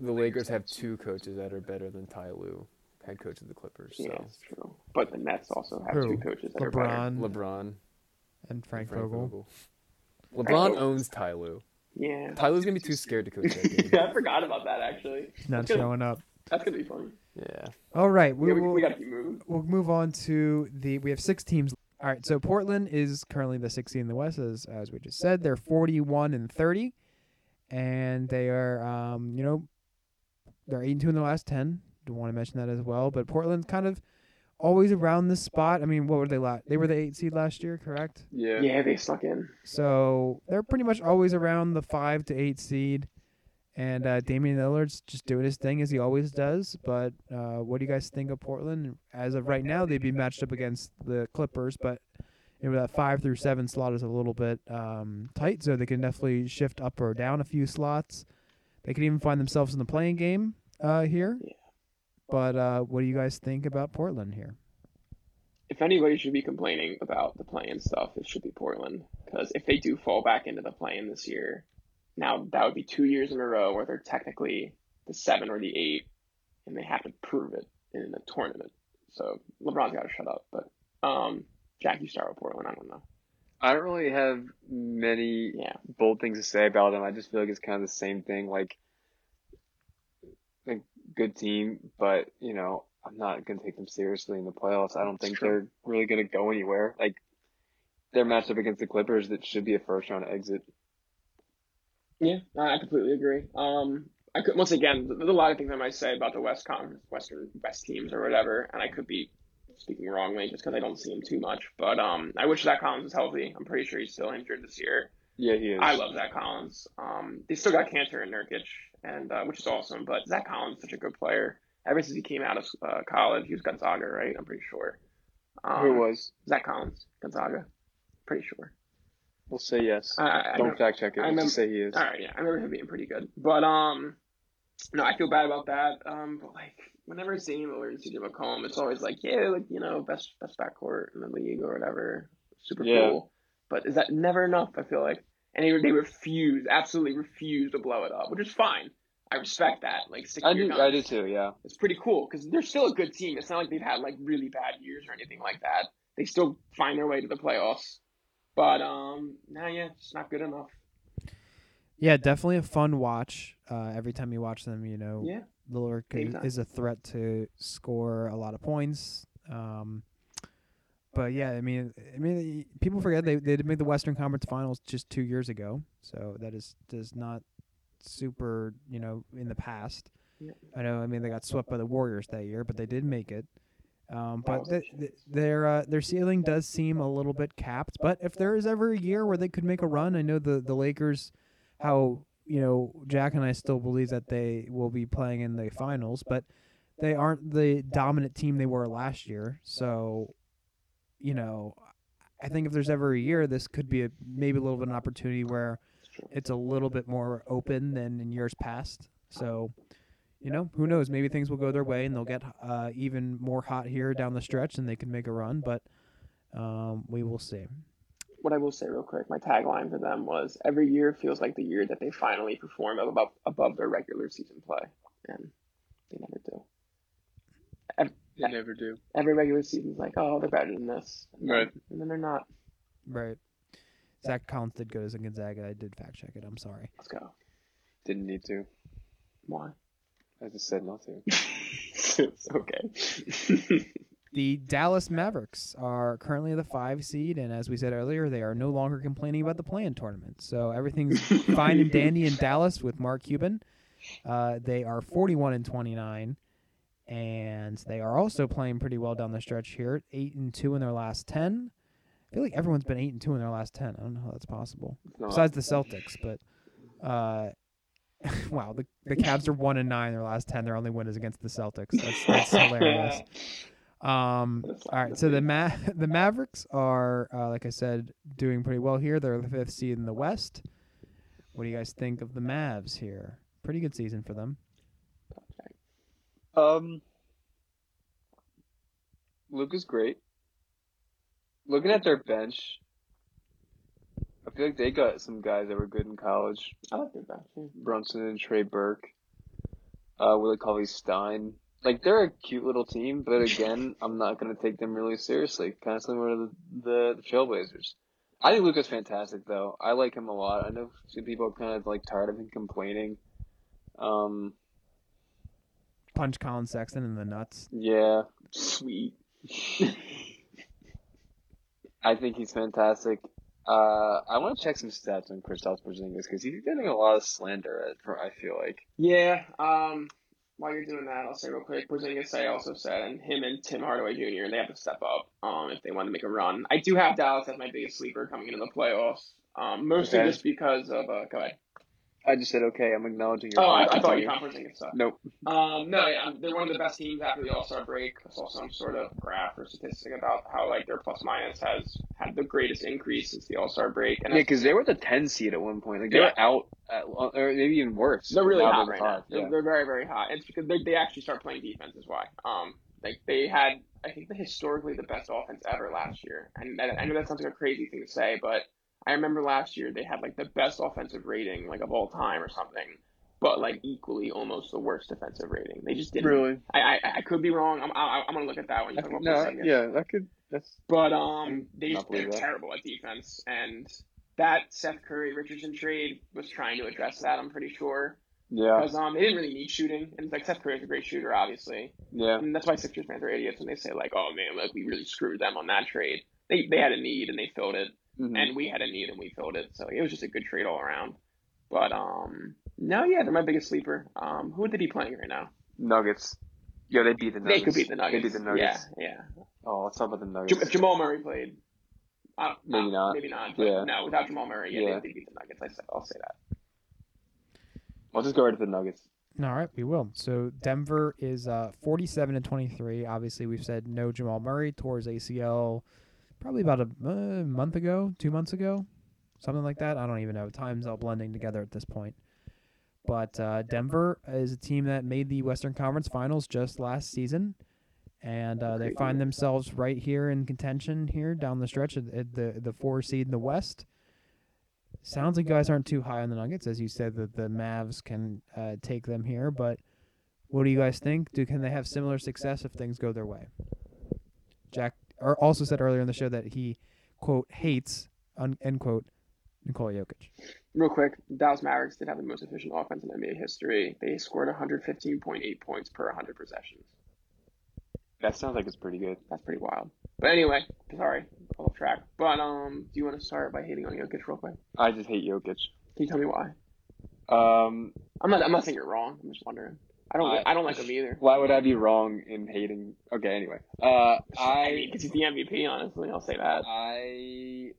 Speaker 2: the Lakers have two coaches that are better than Ty Lue, head coach of the Clippers.
Speaker 3: Yeah,
Speaker 2: So
Speaker 3: it's true. But the Nets also have
Speaker 1: Who?
Speaker 3: two coaches that are better.
Speaker 1: LeBron
Speaker 2: LeBron,
Speaker 1: and Frank,
Speaker 2: Frank
Speaker 1: Vogel.
Speaker 2: Vogel. LeBron
Speaker 3: Vogel.
Speaker 2: owns Ty Lue.
Speaker 3: Yeah.
Speaker 2: Ty Lue's gonna be too scared to coach that game.
Speaker 3: yeah, I forgot about that actually.
Speaker 1: not
Speaker 3: That's gonna-
Speaker 1: showing up.
Speaker 3: That's gonna be funny.
Speaker 2: yeah.
Speaker 1: All right, we
Speaker 3: Yeah, we,
Speaker 1: will.
Speaker 3: we gotta keep moving.
Speaker 1: we'll move on to the we have six teams all right so portland is currently the sixth seed in the west as, as we just said they're 41 and 30 and they are um you know they're 8 and 2 in the last 10 do want to mention that as well but portland's kind of always around this spot i mean what were they last they were the eight seed last year correct
Speaker 2: Yeah.
Speaker 3: Yeah, they suck in.
Speaker 1: so they're pretty much always around the five to eight seed and uh, Damian Lillard's just doing his thing as he always does. But uh, what do you guys think of Portland? As of right now, they'd be matched up against the Clippers, but you know, that five through seven slot is a little bit um, tight, so they can definitely shift up or down a few slots. They could even find themselves in the playing game uh, here.
Speaker 3: Yeah.
Speaker 1: But uh, what do you guys think about Portland here?
Speaker 3: If anybody should be complaining about the play-in stuff, it should be Portland. Because if they do fall back into the play-in this year, now that would be two years in a row where they're technically the seven or the eight, and they have to prove it in a tournament. So LeBron's got to shut up. But um, Jack, you start with Portland. I don't know.
Speaker 4: I don't really have many
Speaker 3: Yeah.
Speaker 4: bold things to say about them. I just feel like it's kind of the same thing. Like, a good team, but you know, I'm not going to take them seriously in the playoffs. I don't think
Speaker 3: True.
Speaker 4: they're really going to go anywhere. Like, their matchup against the Clippers that should be a first round exit.
Speaker 3: Yeah, I I completely agree. Um, I could once again, there's a lot of things I might say about the West Conference, Western West teams or whatever, and I could be speaking wrongly just because I don't see him too much. But um, I wish Zach Collins was healthy. I'm pretty sure he's still injured this year.
Speaker 4: Yeah, he is.
Speaker 3: I love Zach Collins. Um, they still got Cantor and Nurkic, and uh, which is awesome. But Zach Collins is such a good player. Ever since he came out of uh, college, he was Gonzaga, right? I'm pretty sure. Um,
Speaker 4: Who was?
Speaker 3: Zach Collins? Gonzaga. Pretty sure.
Speaker 4: We'll say yes.
Speaker 3: I, I, I
Speaker 4: don't
Speaker 3: remember-
Speaker 4: fact check it.
Speaker 3: I
Speaker 4: We'll just
Speaker 3: remember-
Speaker 4: say he is.
Speaker 3: all right, yeah, I remember him being pretty good, but um, no, I feel bad about that. Um, but like whenever it's Damian Lillard and CJ McCollum, it's always like, yeah, like you know, best best backcourt in the league or whatever, super
Speaker 4: Yeah.
Speaker 3: cool. But is that never enough? I feel like, and they they refuse, absolutely refuse to blow it up, which is fine. I respect that. Like, stick to
Speaker 4: I
Speaker 3: your
Speaker 4: do.
Speaker 3: guns
Speaker 4: I do too. Yeah.
Speaker 3: it's pretty cool because they're still a good team. It's not like they've had like really bad years or anything like that. They still find their way to the playoffs, but um, nah, yeah, it's not good enough.
Speaker 1: Yeah, definitely a fun watch. Uh, every time you watch them, you know,
Speaker 3: Yeah.
Speaker 1: Lillard
Speaker 3: Big
Speaker 1: could,
Speaker 3: time.
Speaker 1: is a threat to score a lot of points. Um, but yeah, I mean, I mean, people forget they they did make the Western Conference Finals just two years ago, so that is does not super, you know, in the past.
Speaker 3: Yeah.
Speaker 1: I know. I mean, they got swept by the Warriors that year, but they did make it. Um, but th- th- their uh, their ceiling does seem a little bit capped. But if there is ever a year where they could make a run, I know the the Lakers, how you know Jack and I still believe that they will be playing in the finals, but they aren't the dominant team they were last year. So, you know, I think if there's ever a year, this could be a maybe a little bit of an opportunity where it's a little bit more open than in years past. So, you know, who knows? Maybe things will go their way and they'll get uh, even more hot here down the stretch and they can make a run, but um, we will see.
Speaker 5: What I will say real quick, my tagline for them was every year feels like the year that they finally perform above above their regular season play, and they never do.
Speaker 2: They never do.
Speaker 5: Every regular season's like, oh, they're better than this, and then,
Speaker 2: Right.
Speaker 5: and then they're not.
Speaker 1: Right. Zach Collins did go to Gonzaga. I did fact check it. I'm sorry.
Speaker 5: Let's go.
Speaker 2: Didn't need to.
Speaker 5: Why?
Speaker 2: I just said not to.
Speaker 5: it's okay.
Speaker 1: The Dallas Mavericks are currently the five seed, and as we said earlier, they are no longer complaining about the play-in tournament. So everything's fine and dandy in Dallas with Mark Cuban. Uh, they are 41 and 29, and they are also playing pretty well down the stretch here. Eight and two in their last ten. I feel like everyone's been eight and two in their last ten. I don't know how that's possible.
Speaker 2: It's not.
Speaker 1: Besides the Celtics, but uh, wow, the the Cavs are one and nine in their last ten. Their only win is against the Celtics. That's, that's hilarious. Um,
Speaker 5: That's
Speaker 1: all right, so the Ma- the Mavericks are, uh, like I said, doing pretty well here. They're the fifth seed in the West. What do you guys think of the Mavs here? Pretty good season for them.
Speaker 2: Um, Luke is great. Looking at their bench, I feel like they got some guys that were good in college.
Speaker 5: I like their bench. yeah.
Speaker 2: Brunson and Trey Burke, uh, Willie Cauley Stein. Like they're a cute little team, but again, I'm not gonna take them really seriously. Kind of similar to the, the, the Trailblazers. I think Luca's fantastic though. I like him a lot. I know some people are kind of like tired of him complaining. Um,
Speaker 1: Punch Colin Sexton in the nuts.
Speaker 2: yeah.
Speaker 5: Sweet.
Speaker 2: I think he's fantastic. Uh, I want to check some stats on Kristaps Porzingis because he's getting a lot of slander. at- for- I feel like
Speaker 5: Yeah. Um. While you're doing that, I'll say real quick. Porzingis, I also said, and him and Tim Hardaway Jr. They have to step up. Um, if they want to make a run, I do have Dallas as my biggest sleeper coming into the playoffs. Um, mostly
Speaker 2: Okay.
Speaker 5: just because of uh, go ahead.
Speaker 2: I just said okay. I'm acknowledging your.
Speaker 5: Oh, I, I
Speaker 2: point.
Speaker 5: thought you found Porzingis. Sorry.
Speaker 2: Nope.
Speaker 5: Um, no, yeah, um, they're one of the best teams after the All Star break. I saw some sort of graph or statistic about how like their plus minus has had the greatest increase since the All Star break, and
Speaker 2: Yeah, because they were the 10 seed at one point. Like they
Speaker 5: Yeah.
Speaker 2: were out, at, uh, or maybe even worse.
Speaker 5: They're really
Speaker 2: Now
Speaker 5: hot
Speaker 2: they're
Speaker 5: right
Speaker 2: hot,
Speaker 5: now. They're,
Speaker 2: yeah.
Speaker 5: they're very, very hot. It's because they, they actually start playing defense is why. Um, like they had, I think, the historically the best offense ever last year. And I, I know that sounds like a crazy thing to say, but I remember last year they had like the best offensive rating like of all time or something, but like equally almost the worst defensive rating. They just didn't.
Speaker 2: Really?
Speaker 5: I, I, I could be wrong. I'm, I, I'm gonna look at that one.
Speaker 2: I could- no, yeah, that could. That's
Speaker 5: But um, they
Speaker 2: Not
Speaker 5: just
Speaker 2: believe
Speaker 5: they're
Speaker 2: that.
Speaker 5: terrible at defense, and that Seth Curry Richardson trade was trying to address that. I'm pretty sure.
Speaker 2: yeah,
Speaker 5: Because um, they didn't really need shooting, and like Seth Curry's a great shooter, obviously,
Speaker 2: yeah.
Speaker 5: and that's why Sixers fans are idiots when they say like, "Oh man, like we really screwed them on that trade." They they had a need and they filled it,
Speaker 2: mhm.
Speaker 5: and we had a need and we filled it. So it was just a good trade all around. But um, no, yeah, they're my biggest sleeper. Um, who would they be playing right now?
Speaker 2: Nuggets. Yeah, they beat the Nuggets.
Speaker 5: They could beat the Nuggets.
Speaker 2: They beat the Nuggets.
Speaker 5: Yeah, yeah.
Speaker 2: Oh, let's talk about the
Speaker 5: Jam-
Speaker 2: Nuggets.
Speaker 5: if Jamal Murray played. I don't-
Speaker 2: Maybe
Speaker 5: uh,
Speaker 2: not.
Speaker 5: Maybe not. But
Speaker 2: Yeah.
Speaker 5: No, without Jamal Murray, yeah,
Speaker 2: Yeah.
Speaker 5: they, they beat the Nuggets. I, said- I'll say that.
Speaker 2: I'll just go right to the Nuggets.
Speaker 1: All right, we will. So Denver is uh, 47 and 23. Obviously, we've said no Jamal Murray towards ACL probably about a uh, month ago, two months ago, something like that. I don't even know. Time's all blending together at this point. But uh, Denver is a team that made the Western Conference Finals just last season, and uh, they find themselves right here in contention here down the stretch at at the the four seed in the West. Sounds like you guys aren't too high on the Nuggets, as you said that the Mavs can uh, take them here. But what do you guys think? Do can they have similar success if things go their way? Jack or also said earlier in the show that he quote hates un, end quote Nikola Jokic.
Speaker 5: Real quick, Dallas Mavericks did have the most efficient offense in NBA history. They scored 115.8 points per 100 possessions.
Speaker 2: That sounds like it's pretty good.
Speaker 5: That's pretty wild. But anyway, sorry, off track. But um, do you want to start by hating on Jokic real quick?
Speaker 2: I just hate Jokic.
Speaker 5: Can you tell me why?
Speaker 2: Um,
Speaker 5: I'm not. I'm not saying you're wrong. I'm just wondering.
Speaker 3: I don't.
Speaker 4: I-
Speaker 3: I, don't like him either.
Speaker 4: Why would I be wrong in hating? Okay, anyway, uh,
Speaker 3: I mean,
Speaker 4: I
Speaker 3: because he's the MVP. Honestly, I'll say that.
Speaker 4: I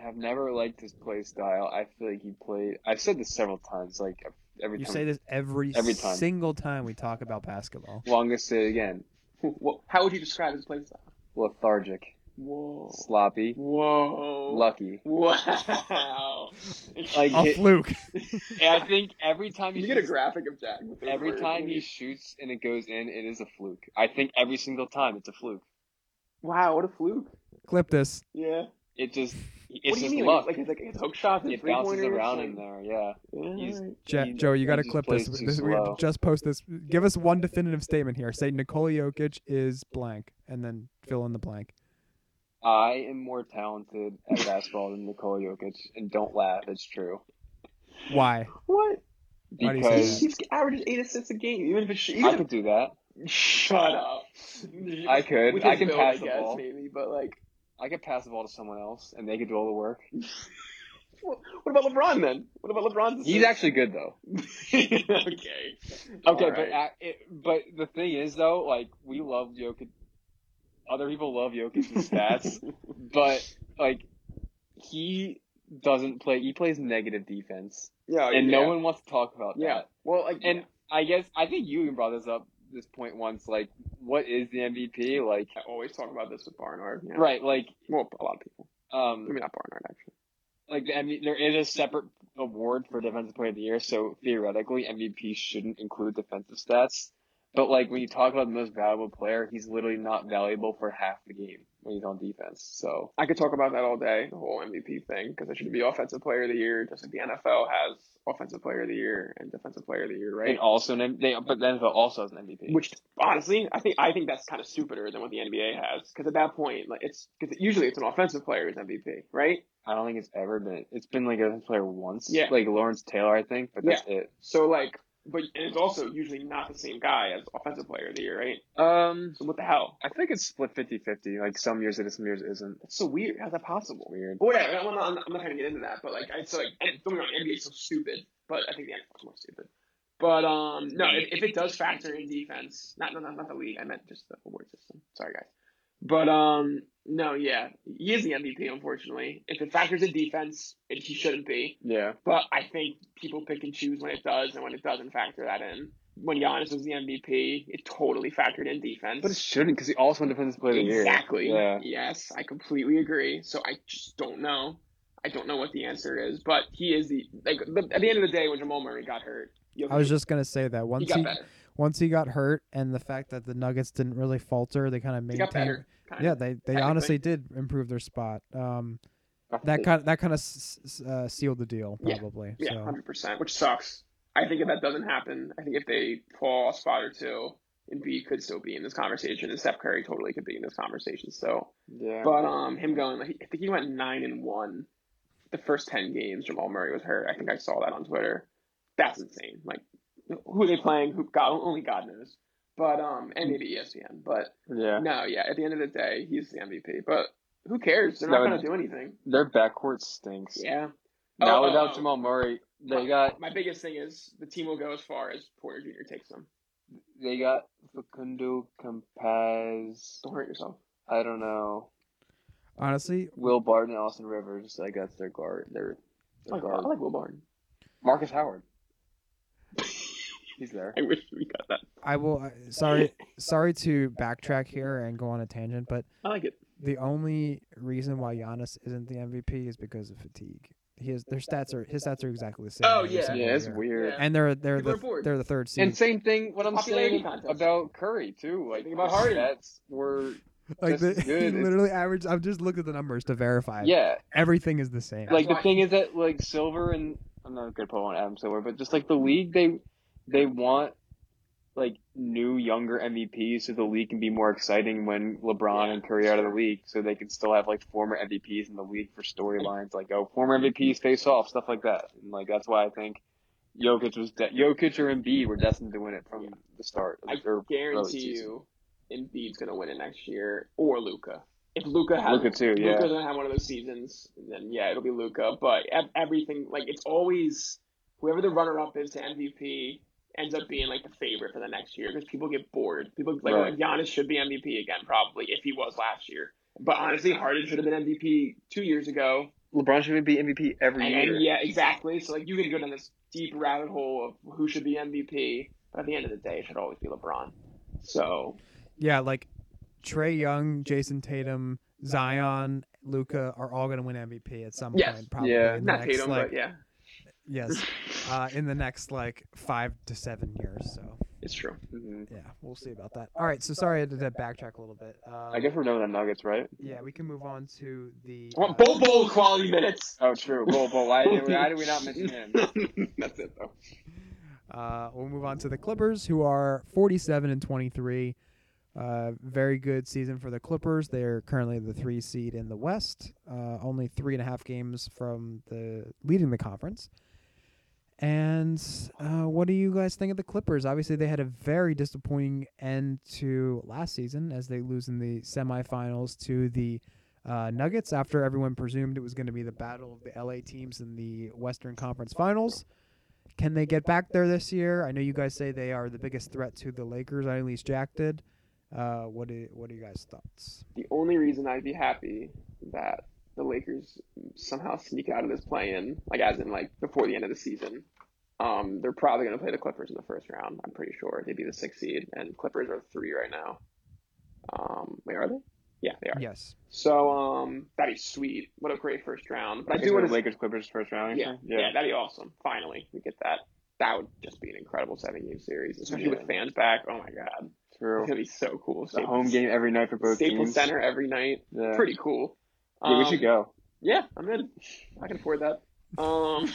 Speaker 4: have never liked his play style. I feel like he played. I've said this several times. Like every
Speaker 1: You
Speaker 4: time.
Speaker 1: say this every,
Speaker 4: Every time.
Speaker 1: single time we talk about basketball.
Speaker 4: Well, I'm gonna say it again.
Speaker 3: Wha- How would you describe his play style?
Speaker 4: Lethargic,
Speaker 3: Whoa.
Speaker 4: sloppy,
Speaker 3: Whoa.
Speaker 4: lucky.
Speaker 3: Wow.
Speaker 4: Like
Speaker 1: A
Speaker 4: hit-
Speaker 1: fluke.
Speaker 4: I think every time he
Speaker 3: you get a
Speaker 4: shoots-
Speaker 3: graphic of Jack. with those
Speaker 4: every
Speaker 3: words,
Speaker 4: time
Speaker 3: wouldn't
Speaker 4: he
Speaker 3: you?
Speaker 4: shoots and it goes in, it is a fluke. I think every single time it's a fluke.
Speaker 3: Wow, what a fluke.
Speaker 1: Clip this.
Speaker 3: Yeah.
Speaker 4: It just it's
Speaker 3: what do you
Speaker 4: just
Speaker 3: mean?
Speaker 4: luck.
Speaker 3: Like, it's like it's hook shots and
Speaker 4: it
Speaker 3: three
Speaker 4: bounces
Speaker 3: pointers.
Speaker 4: around in there. Yeah. He's-
Speaker 1: Jo-
Speaker 4: He-
Speaker 1: Joe, you got to
Speaker 4: he
Speaker 1: clip
Speaker 4: plays
Speaker 1: this.
Speaker 4: too
Speaker 1: this we
Speaker 4: slow.
Speaker 1: just post this. Give us one definitive statement here. Say Nikola Jokic is blank, and then fill in the blank.
Speaker 4: I am more talented at basketball than Nikola Jokic, and don't laugh. It's true
Speaker 1: Why?
Speaker 3: What?
Speaker 1: Why do you say
Speaker 3: He
Speaker 4: because
Speaker 1: that?
Speaker 3: he's averages eight assists a game, even if it's sh-
Speaker 4: I
Speaker 3: even
Speaker 4: could do that.
Speaker 3: if, shut up.
Speaker 4: I could.
Speaker 3: Which
Speaker 4: I
Speaker 3: is
Speaker 4: can
Speaker 3: build,
Speaker 4: pass
Speaker 3: I
Speaker 4: the
Speaker 3: guess,
Speaker 4: ball.
Speaker 3: maybe, but like,
Speaker 4: I could pass the ball to someone else, and they could do all the work.
Speaker 3: what, what about LeBron then? What about LeBron's?
Speaker 4: He's actually good though.
Speaker 3: actually okay.
Speaker 4: Okay,
Speaker 3: All
Speaker 4: but
Speaker 3: right.
Speaker 4: uh, it, but the thing is though, like we love Jokic. Other people love Jokic's stats, but like he doesn't play. He plays negative defense,
Speaker 3: yeah,
Speaker 4: and
Speaker 3: yeah.
Speaker 4: no one wants to talk about
Speaker 3: Yeah.
Speaker 4: that.
Speaker 3: Well, like,
Speaker 4: And I guess I think you even brought this up this point once. Like, what is the MVP? Like,
Speaker 3: I always talk about this with Barnard. you know.
Speaker 4: right? Like,
Speaker 3: Well, a lot of people. I
Speaker 4: um,
Speaker 3: mean, not Barnard actually.
Speaker 4: like the MVP, there is a separate award for defensive player of the year, so theoretically MVP shouldn't include defensive stats. But like when you talk about the most valuable player, he's literally not valuable for half the game when he's on defense. So
Speaker 3: I could talk about that all day, the whole MVP thing, because it should be Offensive Player of the Year, just like the NFL has Offensive Player of the Year and Defensive Player of the Year, right?
Speaker 4: and also an M- they but the NFL also has an MVP.
Speaker 3: Which honestly, I think I think that's kind of stupider than what the NBA has, because at that point, like it's because usually it's an offensive player is MVP, right?
Speaker 4: I don't think it's ever been. It's been like a defensive player once.
Speaker 3: Yeah.
Speaker 4: Like Lawrence Taylor, I think, but that's it.
Speaker 3: So like, but and it's also usually not the same guy as Offensive Player of the Year, right?
Speaker 4: Um,
Speaker 3: So what the hell?
Speaker 4: I think it's split 50-50. Like some years it is, some years it isn't.
Speaker 3: That's so weird. How's that possible?
Speaker 4: It's weird.
Speaker 3: But whatever. I'm not, I'm not trying to get into that, but like, it's like, and don't get me wrong, NBA is so stupid, but I think the NFL is more stupid. But um, no, if, if it does factor in defense, not no, not not the league. I meant just the award system. Sorry, guys. But um, no, yeah, he is the MVP. Unfortunately, if it factors in defense, it, he shouldn't be.
Speaker 4: Yeah.
Speaker 3: But I think people pick and choose when it does and when it doesn't factor that in. When Giannis was the MVP, it totally factored in defense.
Speaker 4: But it shouldn't because he also won defensive player of the year.
Speaker 3: Exactly.
Speaker 4: Yeah.
Speaker 3: Yes, I completely agree. So I just don't know. I don't know what the answer is, but he is the like the, at the end of the day when Jamal Murray got hurt. Jokic-
Speaker 1: I was just gonna say that
Speaker 3: he
Speaker 1: once
Speaker 3: got
Speaker 1: he
Speaker 3: better.
Speaker 1: once he got hurt, and the fact that the Nuggets didn't really falter, they kind of
Speaker 3: He got
Speaker 1: maintained.
Speaker 3: better. kinda.
Speaker 1: Yeah, they they
Speaker 3: Technically.
Speaker 1: honestly did improve their spot. Um,
Speaker 4: I think
Speaker 1: that
Speaker 4: they-
Speaker 1: kind that kind of s- s- uh, sealed the deal
Speaker 3: Yeah.
Speaker 1: probably.
Speaker 3: Yeah,
Speaker 1: So
Speaker 3: hundred percent, which sucks. I think if that doesn't happen, I think if they fall a spot or two, and B could still be in this conversation, and Steph Curry totally could be in this conversation. So,
Speaker 4: Yeah.
Speaker 3: but um, him going, like, I think he went nine and one, the first ten games. Jamal Murray was hurt. I think I saw that on Twitter. That's insane. Like, who are they playing? Who God only God knows. But um, and maybe ESPN. But
Speaker 4: yeah.
Speaker 3: no, yeah. At the end of the day, he's the MVP. But who cares? They're
Speaker 4: No,
Speaker 3: not
Speaker 4: and-
Speaker 3: gonna do anything.
Speaker 4: Their backcourt stinks.
Speaker 3: Yeah.
Speaker 4: Now
Speaker 3: Oh, oh,
Speaker 4: without
Speaker 3: oh.
Speaker 4: Jamal Murray, they got
Speaker 3: My biggest thing is the team will go as far as Porter Jr. takes them.
Speaker 4: they got Facundo Campaz.
Speaker 3: Don't hurt yourself.
Speaker 4: I don't know
Speaker 1: honestly,
Speaker 4: Will Barton, and Austin Rivers. Like that's their guard. Their,
Speaker 3: I
Speaker 4: their
Speaker 3: like, I
Speaker 4: guard.
Speaker 3: like Will Barton.
Speaker 4: Marcus Howard. He's there.
Speaker 3: I wish we got that.
Speaker 1: I will. I sorry, sorry to backtrack here and go on a tangent, but
Speaker 3: I like it.
Speaker 1: the only reason why Giannis isn't the MVP is because of fatigue. He has their stats are his stats are exactly the same.
Speaker 3: Oh,
Speaker 1: every
Speaker 3: yeah.
Speaker 1: single
Speaker 4: Yeah, it's
Speaker 1: year.
Speaker 4: weird.
Speaker 3: Yeah.
Speaker 1: And they're they're
Speaker 3: People are
Speaker 1: the
Speaker 3: bored.
Speaker 1: they're the third seed.
Speaker 4: And same thing. What I'm
Speaker 3: Popularity
Speaker 4: saying
Speaker 3: contest.
Speaker 4: about Curry too. Like
Speaker 3: Think
Speaker 4: my
Speaker 3: about
Speaker 4: heart
Speaker 3: Harden.
Speaker 4: stats were.
Speaker 1: like
Speaker 4: just
Speaker 1: the,
Speaker 4: as
Speaker 1: he
Speaker 4: good. It's-
Speaker 1: literally averaged. I've just looked at the numbers to verify. it.
Speaker 4: Yeah.
Speaker 1: everything is the same.
Speaker 4: like the
Speaker 3: why-
Speaker 4: thing is that like silver and I'm not gonna put on Adam Silver, but just like the league, they they want like new younger MVPs so the league can be more exciting when LeBron
Speaker 3: Yeah,
Speaker 4: and Curry are out of the league, so they can still have like former MVPs in the league for storylines, like oh former MVPs face off, stuff like that, and like that's why I think. Jokic was de- Jokic or Embiid were destined to win it from
Speaker 3: Yeah.
Speaker 4: the start.
Speaker 3: I
Speaker 4: or early
Speaker 3: guarantee
Speaker 4: season.
Speaker 3: you, Embiid's gonna win it next year, or Luca. If Luca has
Speaker 4: Luka too, yeah.
Speaker 3: Luka doesn't have one of those seasons, then yeah, it'll be Luca. But ev- everything like it's always whoever the runner up is to MVP
Speaker 5: ends up being like the favorite for the next year because people get bored. People like,
Speaker 4: Right.
Speaker 5: like Giannis should be MVP again, probably if he was last year. But honestly, Harden should have been MVP two years ago.
Speaker 4: LeBron should be MVP every
Speaker 5: And,
Speaker 4: year.
Speaker 5: and yeah, exactly. So like you could go down this deep rabbit hole of who should be MVP, but at the end of the day, it should always be LeBron. So
Speaker 1: Yeah, like Trey Young, Jason Tatum, Zion, Luca are all going to win MVP at some
Speaker 5: Yes.
Speaker 1: point. Probably
Speaker 4: Yeah.
Speaker 1: in the
Speaker 5: not
Speaker 1: next,
Speaker 5: Tatum,
Speaker 1: like,
Speaker 5: but yeah,
Speaker 1: yes, uh, in the next like five to seven years. So
Speaker 5: it's true.
Speaker 4: Mhm.
Speaker 1: yeah, we'll see about that. All right, so sorry I had to backtrack a little bit. Um,
Speaker 4: I guess we're done with the Nuggets, right?
Speaker 1: yeah, we can move on to the.
Speaker 5: I want
Speaker 1: uh,
Speaker 5: Bol Bol quality minutes.
Speaker 4: Oh, true. Well, but why did, why did we not mention him?
Speaker 5: That's it though.
Speaker 1: Uh, we'll move on to the Clippers, who are 47 and 23. Uh, very good season for the Clippers. They are currently the three seed in the West, uh, only three and a half games from the leading the conference. And uh, what do you guys think of the Clippers? Obviously, they had a very disappointing end to last season as they lose in the semifinals to the uh, Nuggets after everyone presumed it was going to be the battle of the LA teams in the Western Conference Finals. Can they get back there this year? I know you guys say they are the biggest threat to the Lakers. I at least Jack did. Uh, what do what are you guys' thoughts?
Speaker 5: the only reason I'd be happy that the Lakers somehow sneak out of this play-in, like as in like before the end of the season, um, they're probably going to play the Clippers in the first round. I'm pretty sure they'd be the sixth seed, and Clippers are three right now. Um, wait, are they? Yeah, they are.
Speaker 1: Yes.
Speaker 5: So um, that'd be sweet. What a great first round. But I do
Speaker 4: Lakers,
Speaker 5: want to
Speaker 4: Lakers Clippers first round.
Speaker 5: yeah,
Speaker 4: actually?
Speaker 5: yeah, that'd be awesome. Finally, we get that. That would just be an incredible seven-game series, especially
Speaker 4: Yeah.
Speaker 5: with fans back. Oh my god,
Speaker 4: True.
Speaker 5: it's gonna be so cool.
Speaker 4: The home game every night for both
Speaker 5: Staples
Speaker 4: teams.
Speaker 5: Center every night.
Speaker 4: Yeah.
Speaker 5: Pretty cool.
Speaker 4: Yeah, we
Speaker 5: Um,
Speaker 4: should go.
Speaker 5: yeah, I'm in. I can afford that. Um,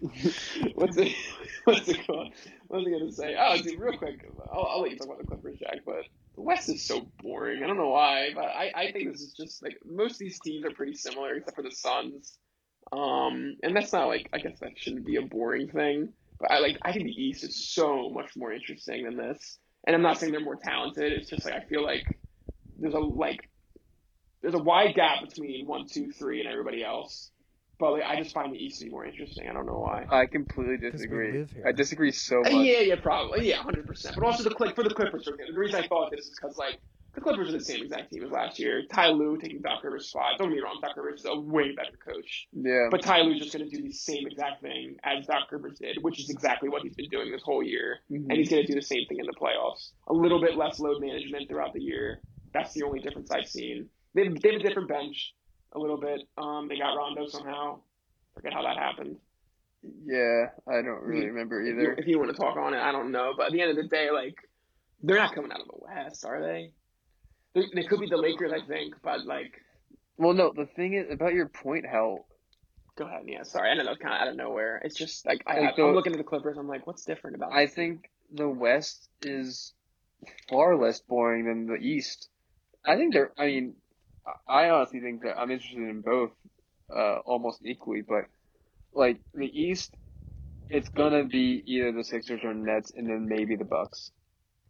Speaker 5: what's it? What's it called? What was I gonna say? Oh, dude, real quick, I'll, I'll let you talk about the Clippers, Jack. But the West is so boring. I don't know why, but I, I think this is just like most of these teams are pretty similar, except for the Suns. Um, and that's not like I guess that shouldn't be a boring thing, but I like I think the East is so much more interesting than this. And I'm not saying they're more talented. It's just like I feel like there's a like there's a wide gap between one, two, three, and everybody else. But like, I just find the East to be more interesting. I don't know why.
Speaker 4: um, I completely
Speaker 1: we
Speaker 4: disagree.
Speaker 1: live here.
Speaker 4: I disagree so much.
Speaker 5: Uh, yeah, yeah, probably, yeah, hundred percent. But also the click for the Clippers. The reason I thought this is because like the Clippers are the same exact team as last year. Ty Lue taking Doc Rivers' spot. Don't get me wrong, Doc Rivers is a way better coach.
Speaker 4: Yeah.
Speaker 5: But Ty Lue's just going to do the same exact thing as Doc Rivers did, which is exactly what he's been doing this whole year.
Speaker 4: Mhm.
Speaker 5: And he's going to do the same thing in the playoffs. A little bit less load management throughout the year. That's the only difference I've seen. They have, they have a different bench a little bit. Um, they got Rondo somehow. Forget how that happened.
Speaker 4: yeah, I don't really remember
Speaker 5: If you,
Speaker 4: either.
Speaker 5: if you want to talk on it, I don't know. But at the end of the day, like, they're not coming out of the West, are they? They, they could be the Lakers, I think. But, like,
Speaker 4: Well, no, the thing is about your point, how
Speaker 5: go ahead. Yeah, sorry. I know that was kind of out of nowhere. It's just, like, I,
Speaker 4: Like, the-
Speaker 5: I'm looking at the Clippers. I'm like, what's different about
Speaker 4: I
Speaker 5: this team?
Speaker 4: think the West is far less boring than the East. I think they're. I mean, I- I honestly think that I'm interested in both, uh, almost equally. But like the East, it's gonna be either the Sixers or Nets, and then maybe the Bucks.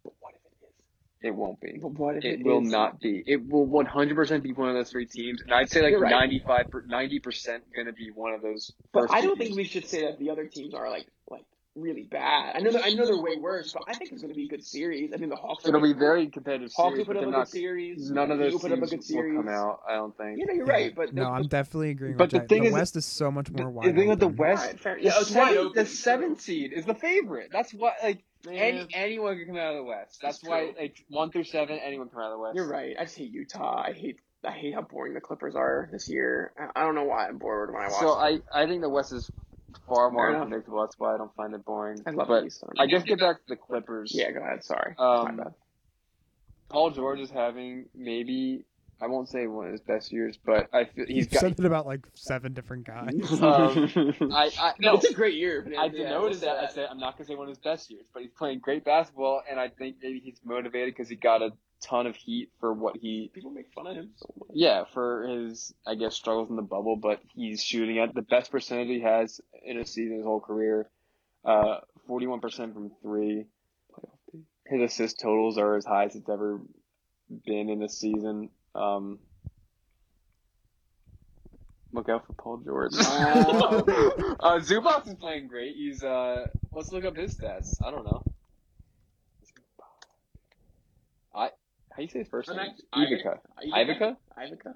Speaker 5: But what if it is?
Speaker 4: It won't be.
Speaker 5: But what if
Speaker 4: It will
Speaker 5: is?
Speaker 4: not be. It will 100% be one of those three teams, and I'd say like
Speaker 5: You're right.
Speaker 4: 95 per 90% gonna be one of those.
Speaker 5: But
Speaker 4: first
Speaker 5: I
Speaker 4: two
Speaker 5: don't think
Speaker 4: teams.
Speaker 5: we should say that the other teams are like like really bad. I know that, I know they're way worse, but I think it's going to be a good series. I mean, the Hawks. are-
Speaker 4: It'll be very competitive
Speaker 5: Hawks
Speaker 4: series.
Speaker 5: will
Speaker 4: but
Speaker 5: put up
Speaker 4: they're
Speaker 5: a
Speaker 4: not
Speaker 5: good series.
Speaker 4: None of
Speaker 5: Heat
Speaker 4: those
Speaker 5: will put up a
Speaker 4: teams
Speaker 5: good
Speaker 4: will
Speaker 5: series.
Speaker 4: come out. I don't think.
Speaker 5: You know, you're right, but
Speaker 1: no, I'm definitely agreeing. with
Speaker 4: but the
Speaker 1: Jack.
Speaker 4: thing
Speaker 1: the
Speaker 4: is-
Speaker 1: West is so much more
Speaker 4: The,
Speaker 1: wide.
Speaker 4: the thing with the
Speaker 1: open.
Speaker 4: West,
Speaker 5: Alright, fair-
Speaker 4: the,
Speaker 5: yeah, it's wide
Speaker 4: seven,
Speaker 5: open,
Speaker 4: the seven
Speaker 5: true.
Speaker 4: seed is the favorite. That's why, like any
Speaker 5: Man,
Speaker 4: anyone can come out of the West. That's
Speaker 5: It's
Speaker 4: why,
Speaker 5: true.
Speaker 4: like one through seven, anyone can come out of the West.
Speaker 5: you're right. I just hate Utah. I hate I hate how boring the Clippers are this year. I- I don't know why I'm bored when I watch.
Speaker 4: So
Speaker 5: them.
Speaker 4: I, I think the West is far
Speaker 5: Fair
Speaker 4: more
Speaker 5: enough.
Speaker 4: unpredictable. That's why I don't find it boring.
Speaker 5: I love
Speaker 4: but
Speaker 5: Houston.
Speaker 4: I guess get back to the Clippers.
Speaker 5: yeah, go ahead. Sorry.
Speaker 4: Um,
Speaker 5: My bad.
Speaker 4: Paul George is having maybe I won't say one of his best years, but I feel he's
Speaker 1: You've
Speaker 4: got.
Speaker 1: said it about like seven different guys.
Speaker 4: um, I, I no,
Speaker 5: it's a great year. but
Speaker 4: I
Speaker 5: yeah,
Speaker 4: denoted that. I said I'm not gonna say one of his best years, but he's playing great basketball, and I think maybe he's motivated because he got a ton of heat for what he,
Speaker 5: People make fun of him so much.
Speaker 4: yeah, for his I guess struggles in the bubble, but he's shooting at the best percentage he has in a season his whole career, uh, 41% from three. His assist totals are as high as it's ever been in a season. Um, look out for Paul George.
Speaker 5: Wow.
Speaker 4: uh, Zubac is playing great. He's uh, Let's look up his stats. I don't know. I how you say his first
Speaker 3: I'm
Speaker 4: name?
Speaker 3: not- I-
Speaker 4: Ivica.
Speaker 3: Ivica?
Speaker 4: Ivica?
Speaker 3: Ivica?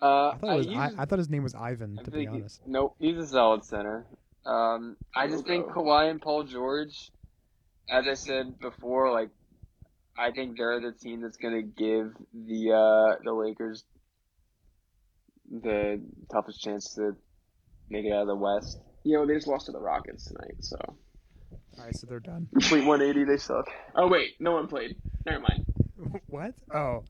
Speaker 4: Uh,
Speaker 1: I thought, it was,
Speaker 4: he
Speaker 1: I, I thought his name was Ivan,
Speaker 4: I
Speaker 1: to be
Speaker 4: think he-
Speaker 1: honest.
Speaker 4: Nope, he's a solid center. Um, I just think
Speaker 3: Rogo.
Speaker 4: Kawhi and Paul George, as I said before, like I think they're the team that's gonna give the uh, the Lakers the toughest chance to make it out of the West.
Speaker 3: You know, they just lost to the Rockets tonight, so.
Speaker 1: All right, so they're done.
Speaker 4: Complete 180, they suck.
Speaker 3: Oh, wait, no one played. Never mind.
Speaker 1: what? Oh,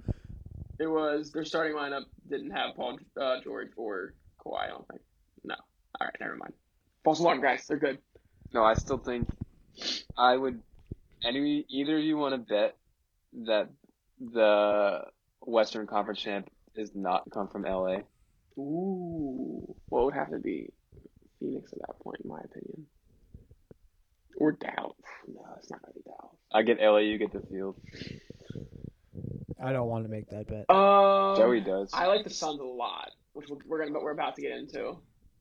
Speaker 3: It was their starting lineup didn't have Paul uh, George or Kawhi, I don't think. No. All right, never mind. False alarm, guys. They're good.
Speaker 4: No, I still think I would. Any either of you want to bet that the Western Conference champ is not come from LA?
Speaker 3: Ooh. What would have to be Phoenix at that point, in my opinion? Or Dallas. No, it's not going to be Dallas.
Speaker 4: I get LA, you get the field.
Speaker 1: I don't want to make that bet.
Speaker 3: Um,
Speaker 4: Joey does.
Speaker 3: I like the Suns a lot, which we're, we're gonna we're about to get into.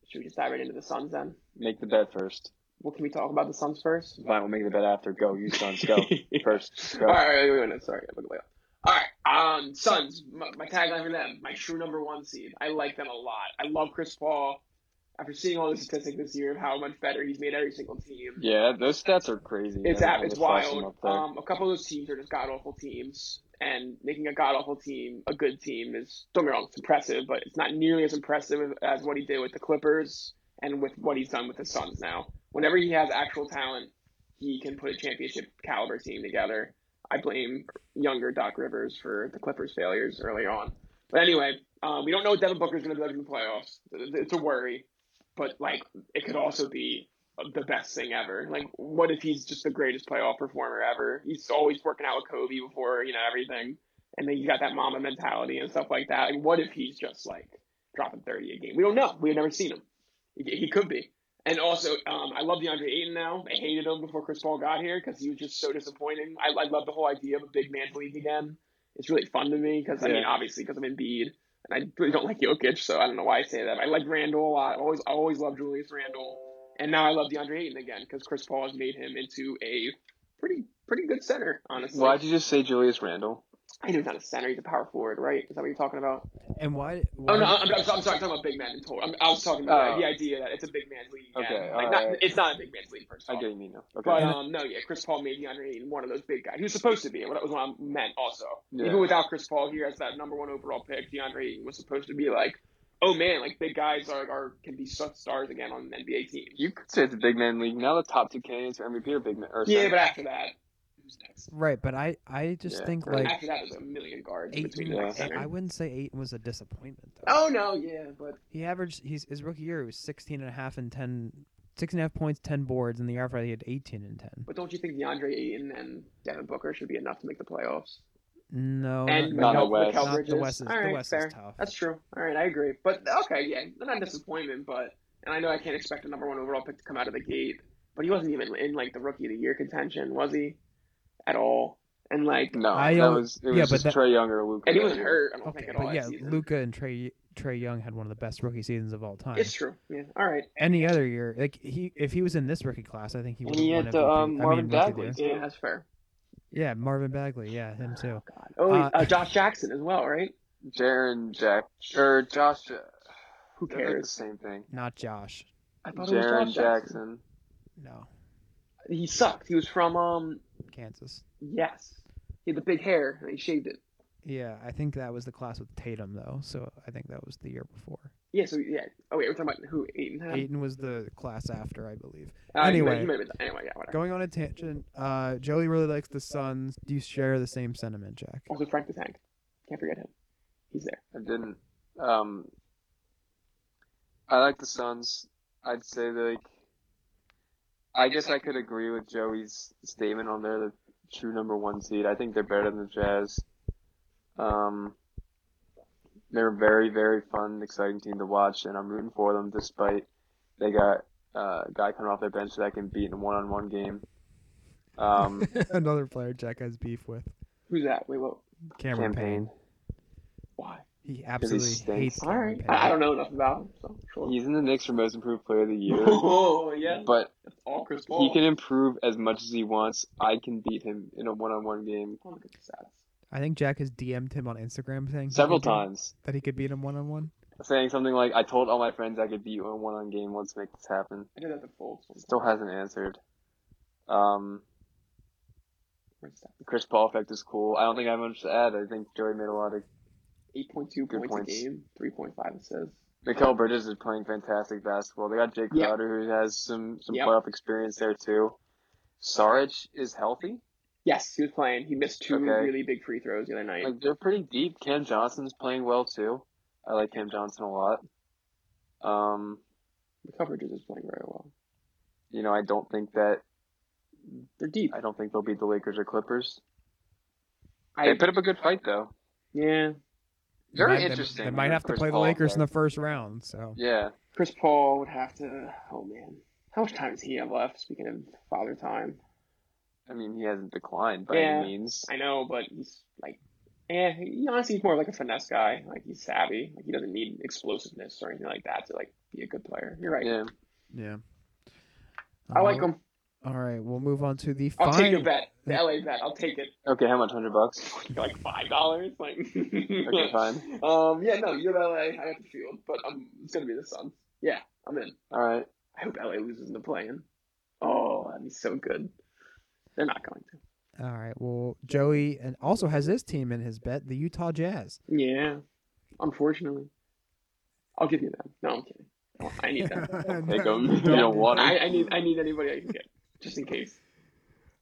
Speaker 3: Should we just dive right into the Suns then?
Speaker 4: Make the bet first.
Speaker 3: What can we talk about the Suns first?
Speaker 4: Fine, we'll make the bet after. Go, you Suns, go first. Go.
Speaker 3: All right, wait, wait, wait, no, sorry, I'm way up. All right, um, Suns. My, my tagline for them: my true number one seed. I like them a lot. I love Chris Paul. After seeing all the statistics this year of how much better he's made every single team,
Speaker 4: Yeah, those stats are crazy.
Speaker 3: it's
Speaker 4: man.
Speaker 3: ab-
Speaker 4: I
Speaker 3: it's
Speaker 4: just saw some
Speaker 3: wild.
Speaker 4: up there.
Speaker 3: Um, a couple of those teams are just god awful teams, and making a god awful team a good team is don't get me wrong, it's impressive, but it's not nearly as impressive as what he did with the Clippers and with what he's done with the Suns now. Whenever he has actual talent, he can put a championship caliber team together. I blame younger Doc Rivers for the Clippers failures early on. But anyway, um, we don't know what Devin Booker's going to be like in the playoffs. It's a worry, but like it could also be the best thing ever. Like, what if he's just the greatest playoff performer ever? He's always working out with Kobe before, you know, everything. And then you got that mama mentality and stuff like that. Like, what if he's just like dropping 30 a game? We don't know. We've never seen him. He he could be. And also, um, I love DeAndre Ayton now. I hated him before Chris Paul got here because he was just so disappointing. I, I love the whole idea of a big man's league again. It's really fun to me because, I mean,
Speaker 4: Yeah.
Speaker 3: obviously, because I'm Embiid. And I really don't like Jokic, so I don't know why I say that. I like Randall a lot. I always, I always love Julius Randall. And now I love DeAndre Ayton again because Chris Paul has made him into a pretty pretty good center, honestly.
Speaker 4: Why'd you just say Julius Randle?
Speaker 3: I know he's not a center; he's a power forward, right? Is that what you're talking about?
Speaker 1: And why? why
Speaker 3: Oh no, I'm, I'm, I'm sorry. I'm talking about big men in total. I'm, I was talking about
Speaker 4: Oh.
Speaker 3: the idea that it's a big man's league. again.
Speaker 4: Okay,
Speaker 3: like,
Speaker 4: all
Speaker 3: not,
Speaker 4: right.
Speaker 3: it's not a big man's league first.
Speaker 4: I
Speaker 3: Of all.
Speaker 4: get you mean now. Okay.
Speaker 3: But um, no, yeah, Chris Paul made DeAndre Ayton one of those big guys. He was supposed to be, and that was what I meant also.
Speaker 4: Yeah.
Speaker 3: Even without Chris Paul here as that number one overall pick, DeAndre Ayton was supposed to be like, oh man, like big guys are, are can be such stars again on NBA teams.
Speaker 4: you could say it's a big man league. Now the top two candidates are MVP or big man. Or
Speaker 3: yeah,
Speaker 4: center.
Speaker 3: but after that, who's next?
Speaker 1: Right, but I, I just
Speaker 4: Yeah,
Speaker 1: think
Speaker 4: right.
Speaker 1: like
Speaker 3: after that, there's a million guards between
Speaker 1: Aiton.
Speaker 4: Yeah.
Speaker 3: the
Speaker 4: that
Speaker 1: I
Speaker 3: center.
Speaker 1: wouldn't say Aiton was a disappointment though.
Speaker 3: Oh no, yeah, but
Speaker 1: He averaged he's, his rookie year he was 16 and a half and 10 six and a half points, 10 boards, and the year after that he had 18 and 10.
Speaker 3: but don't you think DeAndre Ayton and Devin Booker should be enough to make the playoffs?
Speaker 1: No,
Speaker 3: and
Speaker 4: not
Speaker 1: Oh, no,
Speaker 4: the West.
Speaker 3: Mikel
Speaker 1: Not the
Speaker 3: Bridges.
Speaker 1: West is-
Speaker 3: All
Speaker 1: the
Speaker 3: right,
Speaker 1: West is
Speaker 3: fair.
Speaker 1: tough.
Speaker 3: That's true. All right, I agree. But okay, yeah, they're not a disappointment, but and I know I can't expect the number one overall pick to come out of the gate, but he wasn't even in like the rookie of the year contention, was he? At all, and like,
Speaker 4: no,
Speaker 1: I
Speaker 4: that
Speaker 1: don't-
Speaker 4: was it was
Speaker 1: yeah, but
Speaker 4: just
Speaker 1: that-
Speaker 4: Trey Young or Luke.
Speaker 3: and he was hurt. I don't
Speaker 1: okay,
Speaker 3: think at all.
Speaker 1: but yeah,
Speaker 3: that season.
Speaker 1: Luca and Trey Trey Young had one of the best rookie seasons of all time.
Speaker 3: It's true. Yeah. All right.
Speaker 1: Any other year, like he, if he was in this rookie class, I think he
Speaker 4: And
Speaker 1: would
Speaker 4: he
Speaker 1: have won
Speaker 4: had the,
Speaker 1: MVP.
Speaker 4: um,
Speaker 1: I mean, rookie
Speaker 4: Marvin
Speaker 1: of the
Speaker 4: Bagley.
Speaker 1: year.
Speaker 3: Yeah, that's fair.
Speaker 1: Yeah, Marvin Bagley. Yeah, him too.
Speaker 3: Oh,
Speaker 1: Uh,
Speaker 3: uh, Josh Jackson as well, right?
Speaker 4: Jaron Jack or Josh.
Speaker 3: Who
Speaker 4: They're like the
Speaker 3: cares?
Speaker 4: same thing.
Speaker 1: Not Josh.
Speaker 3: I thought it was
Speaker 4: Jaron
Speaker 3: Josh Jackson.
Speaker 4: Jackson.
Speaker 1: No,
Speaker 3: He sucked. He was from um.
Speaker 1: Kansas.
Speaker 3: Yes. He had the big hair and he shaved it.
Speaker 1: Yeah, I think that was the class with Tatum though. So I think that was the year before.
Speaker 3: Yeah. So yeah. Oh wait, we're talking about who Aiden
Speaker 5: Uh,
Speaker 3: had.
Speaker 1: Aiton was the class after, I believe.
Speaker 3: Uh, he
Speaker 1: Anyway.
Speaker 3: might- he might have been- anyway, yeah, whatever.
Speaker 1: Going on a tangent, uh, Joey really likes the Suns. Do you share the same sentiment, Jack?
Speaker 3: Also, Frank the Tank. Can't forget him. He's there.
Speaker 4: I didn't. Um, I like the Suns. I'd say like. I guess I could agree with Joey's statement on there. The true number one seed. I think they're better than the Jazz. Um, they're a very very fun, exciting team to watch, and I'm rooting for them. Despite they got uh, a guy coming off their bench that can beat in a one on one game. Um,
Speaker 1: Another player Jack has beef with.
Speaker 3: Who's that? Wait, what?
Speaker 1: Cameron Payne.
Speaker 4: campaign.
Speaker 3: Why?
Speaker 1: He absolutely hates.
Speaker 4: stinks.
Speaker 5: All
Speaker 1: Cameron
Speaker 5: right.
Speaker 1: Payne.
Speaker 5: I, I don't know enough about him, so sure.
Speaker 4: He's in the Knicks for most improved player of the year,
Speaker 5: Oh, yeah.
Speaker 4: but
Speaker 5: That's all Chris Paul.
Speaker 4: he can improve as much as he wants. I can beat him in a one-on-one game
Speaker 5: Oh, look at the stats.
Speaker 1: I think Jack has DM'd him on Instagram saying he
Speaker 4: several
Speaker 1: could
Speaker 5: Mm-hmm.
Speaker 1: beat-
Speaker 4: times,
Speaker 1: that he could beat him one on one.
Speaker 4: saying something like, "I told all my friends I could beat you in a one-on game. Let's make this happen."
Speaker 5: I did that to Fultz. one
Speaker 4: Still
Speaker 5: time.
Speaker 4: hasn't answered. Um,
Speaker 5: Where's that?
Speaker 4: Chris Paul effect is cool. I don't think I have much to add. I think Joey made a lot of.
Speaker 5: 8.2
Speaker 4: Good
Speaker 5: points,
Speaker 4: points.
Speaker 5: a game, 3.5 assists.
Speaker 4: Mikel Bridges is playing fantastic basketball. They got Jake
Speaker 5: Yeah.
Speaker 4: Crowder, who has some some
Speaker 5: Yep.
Speaker 4: playoff experience there too. Saric is healthy.
Speaker 5: Yes, he was playing. He missed two
Speaker 4: Okay.
Speaker 5: really big free throws the other night.
Speaker 4: Like they're pretty deep. Cam Johnson's playing well too. I like Cam Johnson a lot. Um,
Speaker 5: the coverage is just playing very well.
Speaker 4: you know, I don't think that
Speaker 5: They're deep.
Speaker 4: I don't think they'll beat the Lakers or Clippers.
Speaker 5: I,
Speaker 4: they put up a good fight though.
Speaker 5: yeah.
Speaker 4: Very
Speaker 1: They might-
Speaker 4: interesting.
Speaker 1: They, might
Speaker 4: with
Speaker 1: have to
Speaker 4: Chris
Speaker 1: play the
Speaker 4: Paul
Speaker 1: Lakers in
Speaker 4: there.
Speaker 1: the first round. So
Speaker 4: Yeah,
Speaker 5: Chris Paul would have to. Oh man, how much time does he have left? Speaking of father time,
Speaker 4: I mean he hasn't declined by
Speaker 5: Yeah.
Speaker 4: any means.
Speaker 5: I know, but he's like, eh. He, honestly, he's more like a finesse guy. Like he's savvy. Like he doesn't need explosiveness or anything like that to like be a good player. You're right.
Speaker 4: Yeah,
Speaker 1: yeah,
Speaker 5: I like him.
Speaker 1: All right, we'll move on to the
Speaker 5: I'll take
Speaker 1: final.
Speaker 5: your bet, the LA bet. I'll take it.
Speaker 4: Okay, how much? Hundred bucks.
Speaker 5: Like five dollars. Like
Speaker 4: Okay, fine.
Speaker 5: Um, yeah, no, you're LA. I got the field, but um, it's gonna be the Suns. Yeah, I'm in.
Speaker 4: All right.
Speaker 5: I hope LA loses in the play-in. Oh, that'd be so good. They're not going to.
Speaker 1: All right, well, Joey and also has this team in his bet, the Utah Jazz.
Speaker 5: Yeah, unfortunately. I'll give you them. No, I'm kidding. Oh, I need them.
Speaker 4: Take them.
Speaker 1: No,
Speaker 4: You don't want
Speaker 5: I,
Speaker 4: it.
Speaker 5: I need I need anybody I can get, just in case.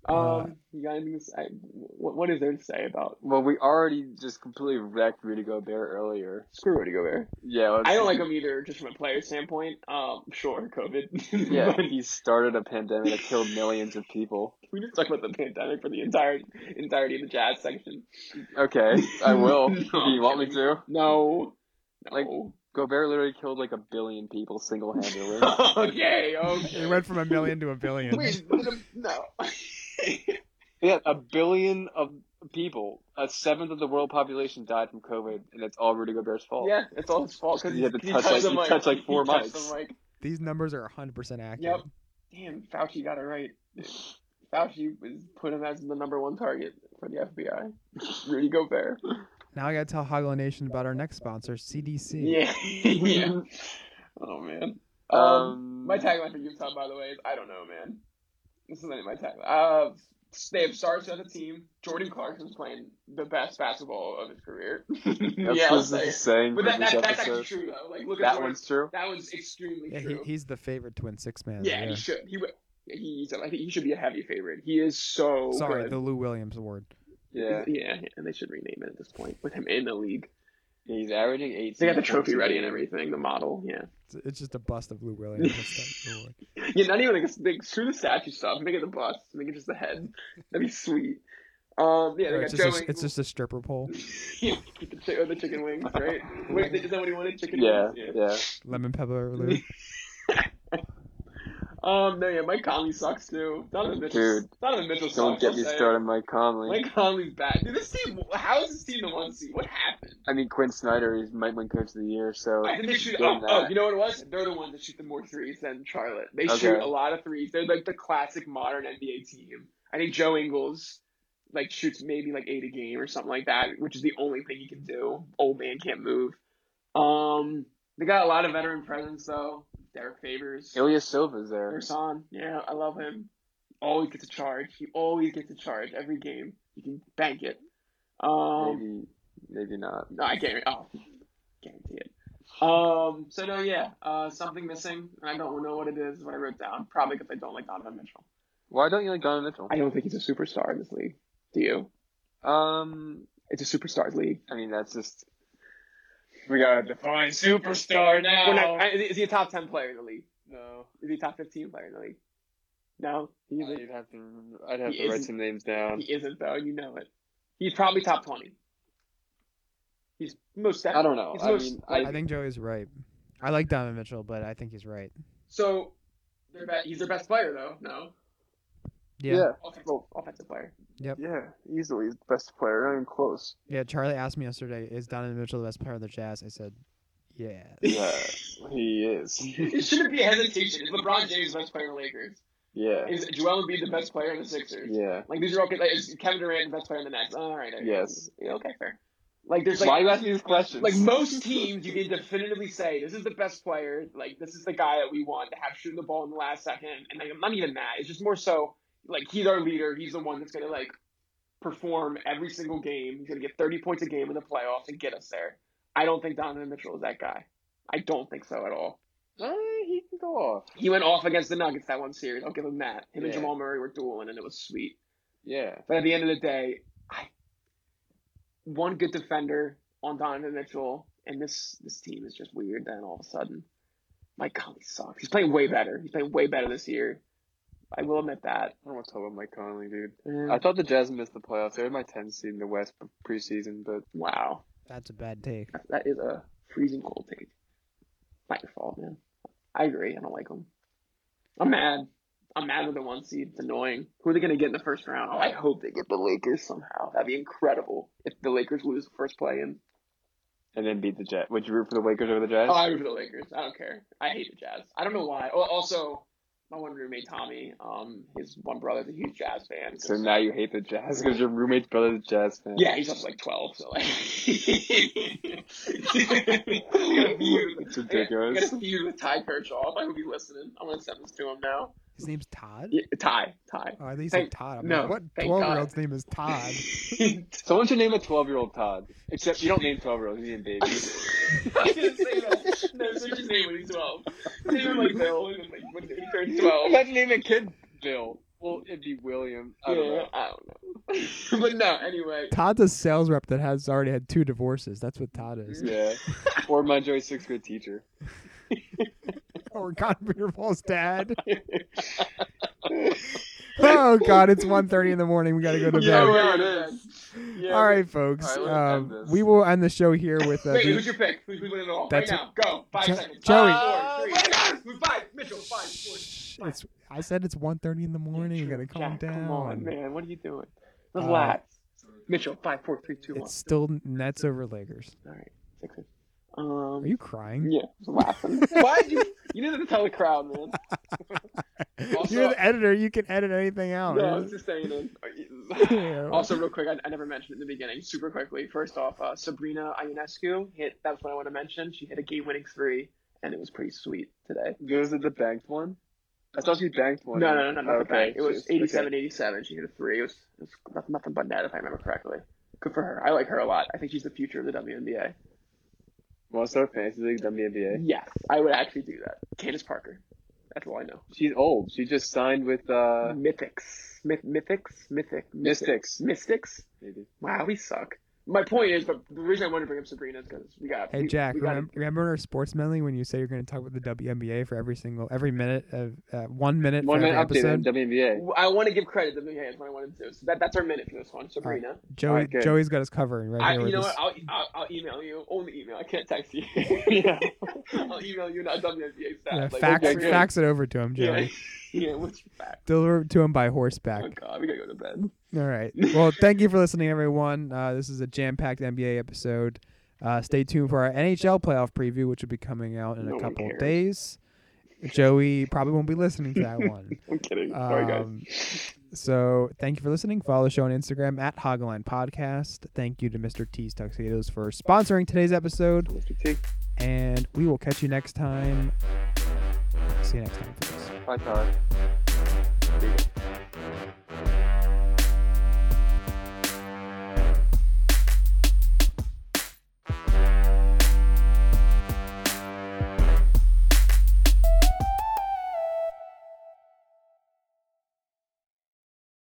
Speaker 5: Um,
Speaker 1: Uh,
Speaker 5: you got anything to say? What, what is there to say about
Speaker 4: Well, we already just completely wrecked Rudy Gobert earlier.
Speaker 5: screw Rudy Gobert?
Speaker 4: Yeah, let's-
Speaker 5: I don't like him either, just from a player standpoint. Um, sure, COVID.
Speaker 4: Yeah,
Speaker 5: But
Speaker 4: he started a pandemic that killed millions of people.
Speaker 5: we just talk about the pandemic for the entire entirety of the jazz section.
Speaker 4: Okay, I will.
Speaker 5: No,
Speaker 4: Do you want me
Speaker 5: kidding.
Speaker 4: to?
Speaker 5: No, no.
Speaker 4: Like- Gobert literally killed like a billion people single handedly.
Speaker 5: okay,
Speaker 1: It
Speaker 5: okay.
Speaker 1: went from a million to a billion.
Speaker 5: Wait, what the- no.
Speaker 4: yeah, a billion of people. A seventh of the world population died from COVID, and it's all Rudy Gobert's fault.
Speaker 5: yeah, it's all his fault because
Speaker 4: You had to touch, like- you touched, like, four mics.
Speaker 1: These numbers are 100% accurate.
Speaker 5: Yep. Damn, Fauci got it right. Fauci was put him as the number one target for the FBI. Rudy Gobert.
Speaker 1: Now I got to tell Hoggle Nation about our next sponsor, CDC.
Speaker 5: Yeah. yeah. Oh man. Um,
Speaker 4: Um,
Speaker 5: my tagline for Utah, by the way, is I don't know, man. This is my tagline. Uh, they have stars on the team. Jordan Clarkson's playing the best basketball of his career.
Speaker 4: That's
Speaker 5: yeah, I'll
Speaker 4: what
Speaker 5: say.
Speaker 4: this is saying
Speaker 5: But
Speaker 4: for
Speaker 5: that,
Speaker 4: this
Speaker 5: that, that's actually
Speaker 4: episode.
Speaker 5: true though. Like look at
Speaker 4: That
Speaker 5: Jordan-
Speaker 4: one's true.
Speaker 5: That one's extremely
Speaker 1: Yeah, he,
Speaker 5: true.
Speaker 1: he's the favorite twin six man.
Speaker 5: yeah, he should. He would. He's. I think he should be a heavy favorite. He is so
Speaker 1: Sorry,
Speaker 5: Oh, good.
Speaker 1: the Lou Williams award.
Speaker 4: Yeah,
Speaker 5: yeah, yeah, and they should rename it at this point with him in the league.
Speaker 4: he's averaging eight.
Speaker 5: They got the trophy ready and everything, the model. Yeah,
Speaker 1: It's, it's just a bust of Lou Williams. That's the award.
Speaker 5: yeah. Not even like they screw the statue stuff. Make it the bust. Make it just the head. That'd be sweet. Um, yeah, they
Speaker 1: Or it's,
Speaker 5: got Joey.
Speaker 1: just a, it's just a stripper pole.
Speaker 5: yeah, the, chi- or the chicken wings, right? Wait, is that what he wanted? Chicken
Speaker 4: Yeah,
Speaker 5: wings.
Speaker 4: yeah.
Speaker 1: Lemon pepper Lou.
Speaker 5: Um, no, yeah. Mike Conley sucks too. Donovan Mitchell.
Speaker 4: Dude,
Speaker 5: Donovan Mitchell sucks.
Speaker 4: Don't get
Speaker 5: I'll
Speaker 4: me
Speaker 5: say it.
Speaker 4: started, on Mike Conley.
Speaker 5: Mike Conley's bad. Dude, this team. How is this team the one seed? What happened?
Speaker 4: I mean, Quinn Snyder is might win Coach of the Year, so
Speaker 5: I think they shoot.
Speaker 4: give
Speaker 5: Oh,
Speaker 4: him that.
Speaker 5: oh, you know what it was? They're the ones that shoot the more threes than Charlotte. They
Speaker 4: Okay.
Speaker 5: shoot a lot of threes. They're like the classic modern NBA team. I think Joe Ingles like shoots maybe like eight a game or something like that, which is the only thing he can do. Old man can't move. Um, they got a lot of veteran presence though. Derek Favors,
Speaker 4: Ilya Silva's there.
Speaker 5: Ersan, yeah, I love him. Always gets a charge. He always gets a charge every game. You can bank it. Um,
Speaker 4: Maybe, maybe not.
Speaker 5: no, I can't. Oh, guarantee it. Um. So no, yeah. Uh, something missing, and I don't know what it is. What I wrote down, probably because I don't like Donovan Mitchell.
Speaker 4: Why don't you like Donovan Mitchell?
Speaker 5: I don't think he's a superstar in this league. Do you?
Speaker 4: Um,
Speaker 5: It's a superstars league.
Speaker 4: I mean, that's just
Speaker 5: We gotta define superstar
Speaker 4: now.
Speaker 5: We're not, I- is he a top ten player in the league? No. Is he a top fifteen player in the league? No, he isn't.
Speaker 4: have to. I'd have
Speaker 5: He to write isn't-
Speaker 4: some names down.
Speaker 5: He isn't though. You know it. He's probably top twenty. He's most.
Speaker 4: I don't know.
Speaker 5: He's
Speaker 4: I
Speaker 5: most-
Speaker 4: mean,
Speaker 1: I think Joey's right. I like Donovan Mitchell, but I think he's right.
Speaker 5: So, their be- he's their best player though. No.
Speaker 4: yeah.
Speaker 5: Offensive, offensive player.
Speaker 1: Yep.
Speaker 4: Yeah, easily the best player. Not even close.
Speaker 1: Yeah, Charlie asked me yesterday, is Donovan Mitchell the best player of the Jazz? I said, yeah.
Speaker 4: Yeah, he is.
Speaker 5: It shouldn't be a hesitation. Is LeBron James the best player in the Lakers?
Speaker 4: yeah,
Speaker 5: Is Joel Embiid the best player in the Sixers?
Speaker 4: yeah.
Speaker 5: Like these are all. Like, is Kevin Durant the best player in the Nets? All right. okay.
Speaker 4: Yes.
Speaker 5: Yeah, okay. Fair. Like there's like
Speaker 4: Why are you asking these questions?
Speaker 5: like most teams, you can definitively say this is the best player. Like this is the guy that we want to have shooting the ball in the last second. And like not even that. It's just more so like he's our leader. He's the one that's gonna like perform every single game. He's gonna get thirty points a game in the playoffs and get us there. I don't think Donovan Mitchell is that guy. I don't think so at all.
Speaker 4: Eh, he can go off.
Speaker 5: He went off against the Nuggets that one series. I'll give him that. Him and
Speaker 4: Yeah.
Speaker 5: Jamal Murray were dueling, and it was sweet.
Speaker 4: Yeah,
Speaker 5: But at the end of the day, I one good defender on Donovan Mitchell, and this this team is just weird. Then all of a sudden, my God, he sucks. He's playing way better. He's playing way better this year. I will admit that.
Speaker 4: I don't want to talk about Mike Conley, dude.
Speaker 5: Mm,
Speaker 4: I thought the Jazz missed the playoffs. They were my 10th seed in the West preseason, but
Speaker 5: wow,
Speaker 1: That's a bad take.
Speaker 5: that, that is a freezing cold take. Not your fault, man. I agree. I don't like him. I'm mad. I'm mad with the one seed. It's annoying. Who are they going to get in the first round? Oh, I hope they get the Lakers somehow. That'd be incredible if the Lakers lose the first play in.
Speaker 4: and then beat the Jazz. Would you root for the Lakers over the Jazz?
Speaker 5: Oh, I root for the Lakers. I don't care. I hate the Jazz. I don't know why. Al- Also, my one roommate Tommy, um, his one brother's a huge Jazz fan.
Speaker 4: so now you hate the Jazz because your roommate's brother's a Jazz fan.
Speaker 5: yeah, he's also like twelve. So like, it's
Speaker 4: It's ridiculous.
Speaker 5: I got a feud with Ty Kershaw. I hope he's listening. I'm gonna send this to him now.
Speaker 1: His name's Todd?
Speaker 5: Yeah, Ty, Ty.
Speaker 1: Oh, I think he
Speaker 5: Thank-
Speaker 1: said Todd. I'm
Speaker 5: no,
Speaker 1: like, what
Speaker 5: thank
Speaker 1: 12 year old's name is Todd?
Speaker 4: Someone should name a 12 year old Todd. Except you don't name 12 year olds, you name babies.
Speaker 5: I was gonna say that. No, search his name when he's twelve. Name him like Bill, and then like when he turns twelve.
Speaker 4: Imagine naming a kid Bill. Well, it'd be William. I don't know.
Speaker 5: I don't know. but no, anyway.
Speaker 1: Todd's a sales rep that has already had two divorces. That's what Todd
Speaker 5: Mm.
Speaker 1: is.
Speaker 4: Yeah. or my Joy sixth grade teacher.
Speaker 1: or Connor Peter Paul's dad. oh, God, it's 1.30 in the morning. We got to go to bed.
Speaker 4: Yeah,
Speaker 5: yeah,
Speaker 4: it
Speaker 5: yeah.
Speaker 4: is. Yeah,
Speaker 1: All right, folks.
Speaker 4: All right, let's end
Speaker 1: um,
Speaker 4: this.
Speaker 1: we will end the show here with. Uh,
Speaker 5: Wait,
Speaker 1: the-
Speaker 5: who's your pick? Who's winning it all?
Speaker 1: That's
Speaker 5: right now, go. Five
Speaker 1: Jo-
Speaker 5: seconds.
Speaker 1: Joey.
Speaker 5: Five, four, three, two, five. Mitchell, five, four.
Speaker 1: it's, I said it's 1.30 in the morning. You got to calm
Speaker 5: Jack,
Speaker 1: down.
Speaker 5: Come on, man. What are you doing?
Speaker 1: Uh,
Speaker 5: Relax. Mitchell, five, four, three, two, one.
Speaker 1: It's still Nets over Lakers.
Speaker 5: All right, Sixers. Um,
Speaker 1: Are you crying?
Speaker 5: yeah, just laughing. Why did you? You didn't have to tell the crowd, man. Also-
Speaker 1: You're the editor. You can edit anything out.
Speaker 5: No, I was just saying. it.
Speaker 1: Yeah.
Speaker 5: Also, real quick, I, I never mentioned it in the beginning. Super quickly, first off, uh, Sabrina Ionescu hit. That's what I want to mention. She hit a game-winning three, and it was pretty sweet today.
Speaker 4: Those are the banked one? I thought you banked one.
Speaker 5: No, no, no, no.
Speaker 4: Oh,
Speaker 5: Not okay. It was
Speaker 4: Okay.
Speaker 5: 87 87. She hit a three. It was, it was nothing, nothing but that, if I remember correctly. Good for her. I like her a lot. I think she's the future of the WNBA.
Speaker 4: Want to start fantasy league WNBA?
Speaker 5: Yes, I would actually do that. Candace Parker. That's all I know.
Speaker 4: She's old. She just signed with uh
Speaker 5: Mythics. Myth, mythics? Mythic.
Speaker 4: Mystics.
Speaker 5: Mystics?
Speaker 4: Maybe.
Speaker 5: Wow, we suck. My point is, but the reason I wanted to bring up Sabrina is because we got.
Speaker 1: Hey
Speaker 5: we,
Speaker 1: Jack,
Speaker 5: we got-
Speaker 1: remember, remember in our sports medley when you say you're going to talk about the WNBA for every single every minute of uh, one minute
Speaker 4: One
Speaker 1: for
Speaker 4: minute
Speaker 1: every
Speaker 4: update on
Speaker 1: episode?
Speaker 4: WNBA.
Speaker 5: I want to give credit to the hands when I wanted to. So that, that's our minute for this one, Sabrina.
Speaker 1: Joey
Speaker 4: Alright, good.
Speaker 1: Joey's got us covered right
Speaker 5: I,
Speaker 1: here.
Speaker 5: you
Speaker 1: with
Speaker 5: know
Speaker 1: his-
Speaker 5: what? I'll, I'll, I'll email you. Only email. I can't text you.
Speaker 4: Yeah.
Speaker 5: I'll email you not WNBA stats.
Speaker 1: yeah,
Speaker 5: Like,
Speaker 1: fax
Speaker 4: okay, good.
Speaker 1: fax it over to him, Joey.
Speaker 5: Yeah. yeah, what's your fact?
Speaker 1: Deliver it to him by
Speaker 5: Oh,
Speaker 1: horseback.
Speaker 5: God, we gotta go to bed.
Speaker 1: All right. Well, thank you for listening, everyone. Uh, this is a jam-packed NBA episode. Uh, stay tuned for our NHL playoff preview, which will be coming out in
Speaker 5: No
Speaker 1: a
Speaker 5: one
Speaker 1: couple
Speaker 5: cares.
Speaker 1: days. Joey probably won't be listening to that one.
Speaker 5: I'm kidding.
Speaker 1: Um, so thank you for listening. Follow the show on Instagram at Hogline Podcast. Thank you to Mr. T's Tuxedos for sponsoring today's episode,
Speaker 4: Mr. T.
Speaker 1: and we will catch you next time. See you next time, folks.
Speaker 4: Bye, Todd.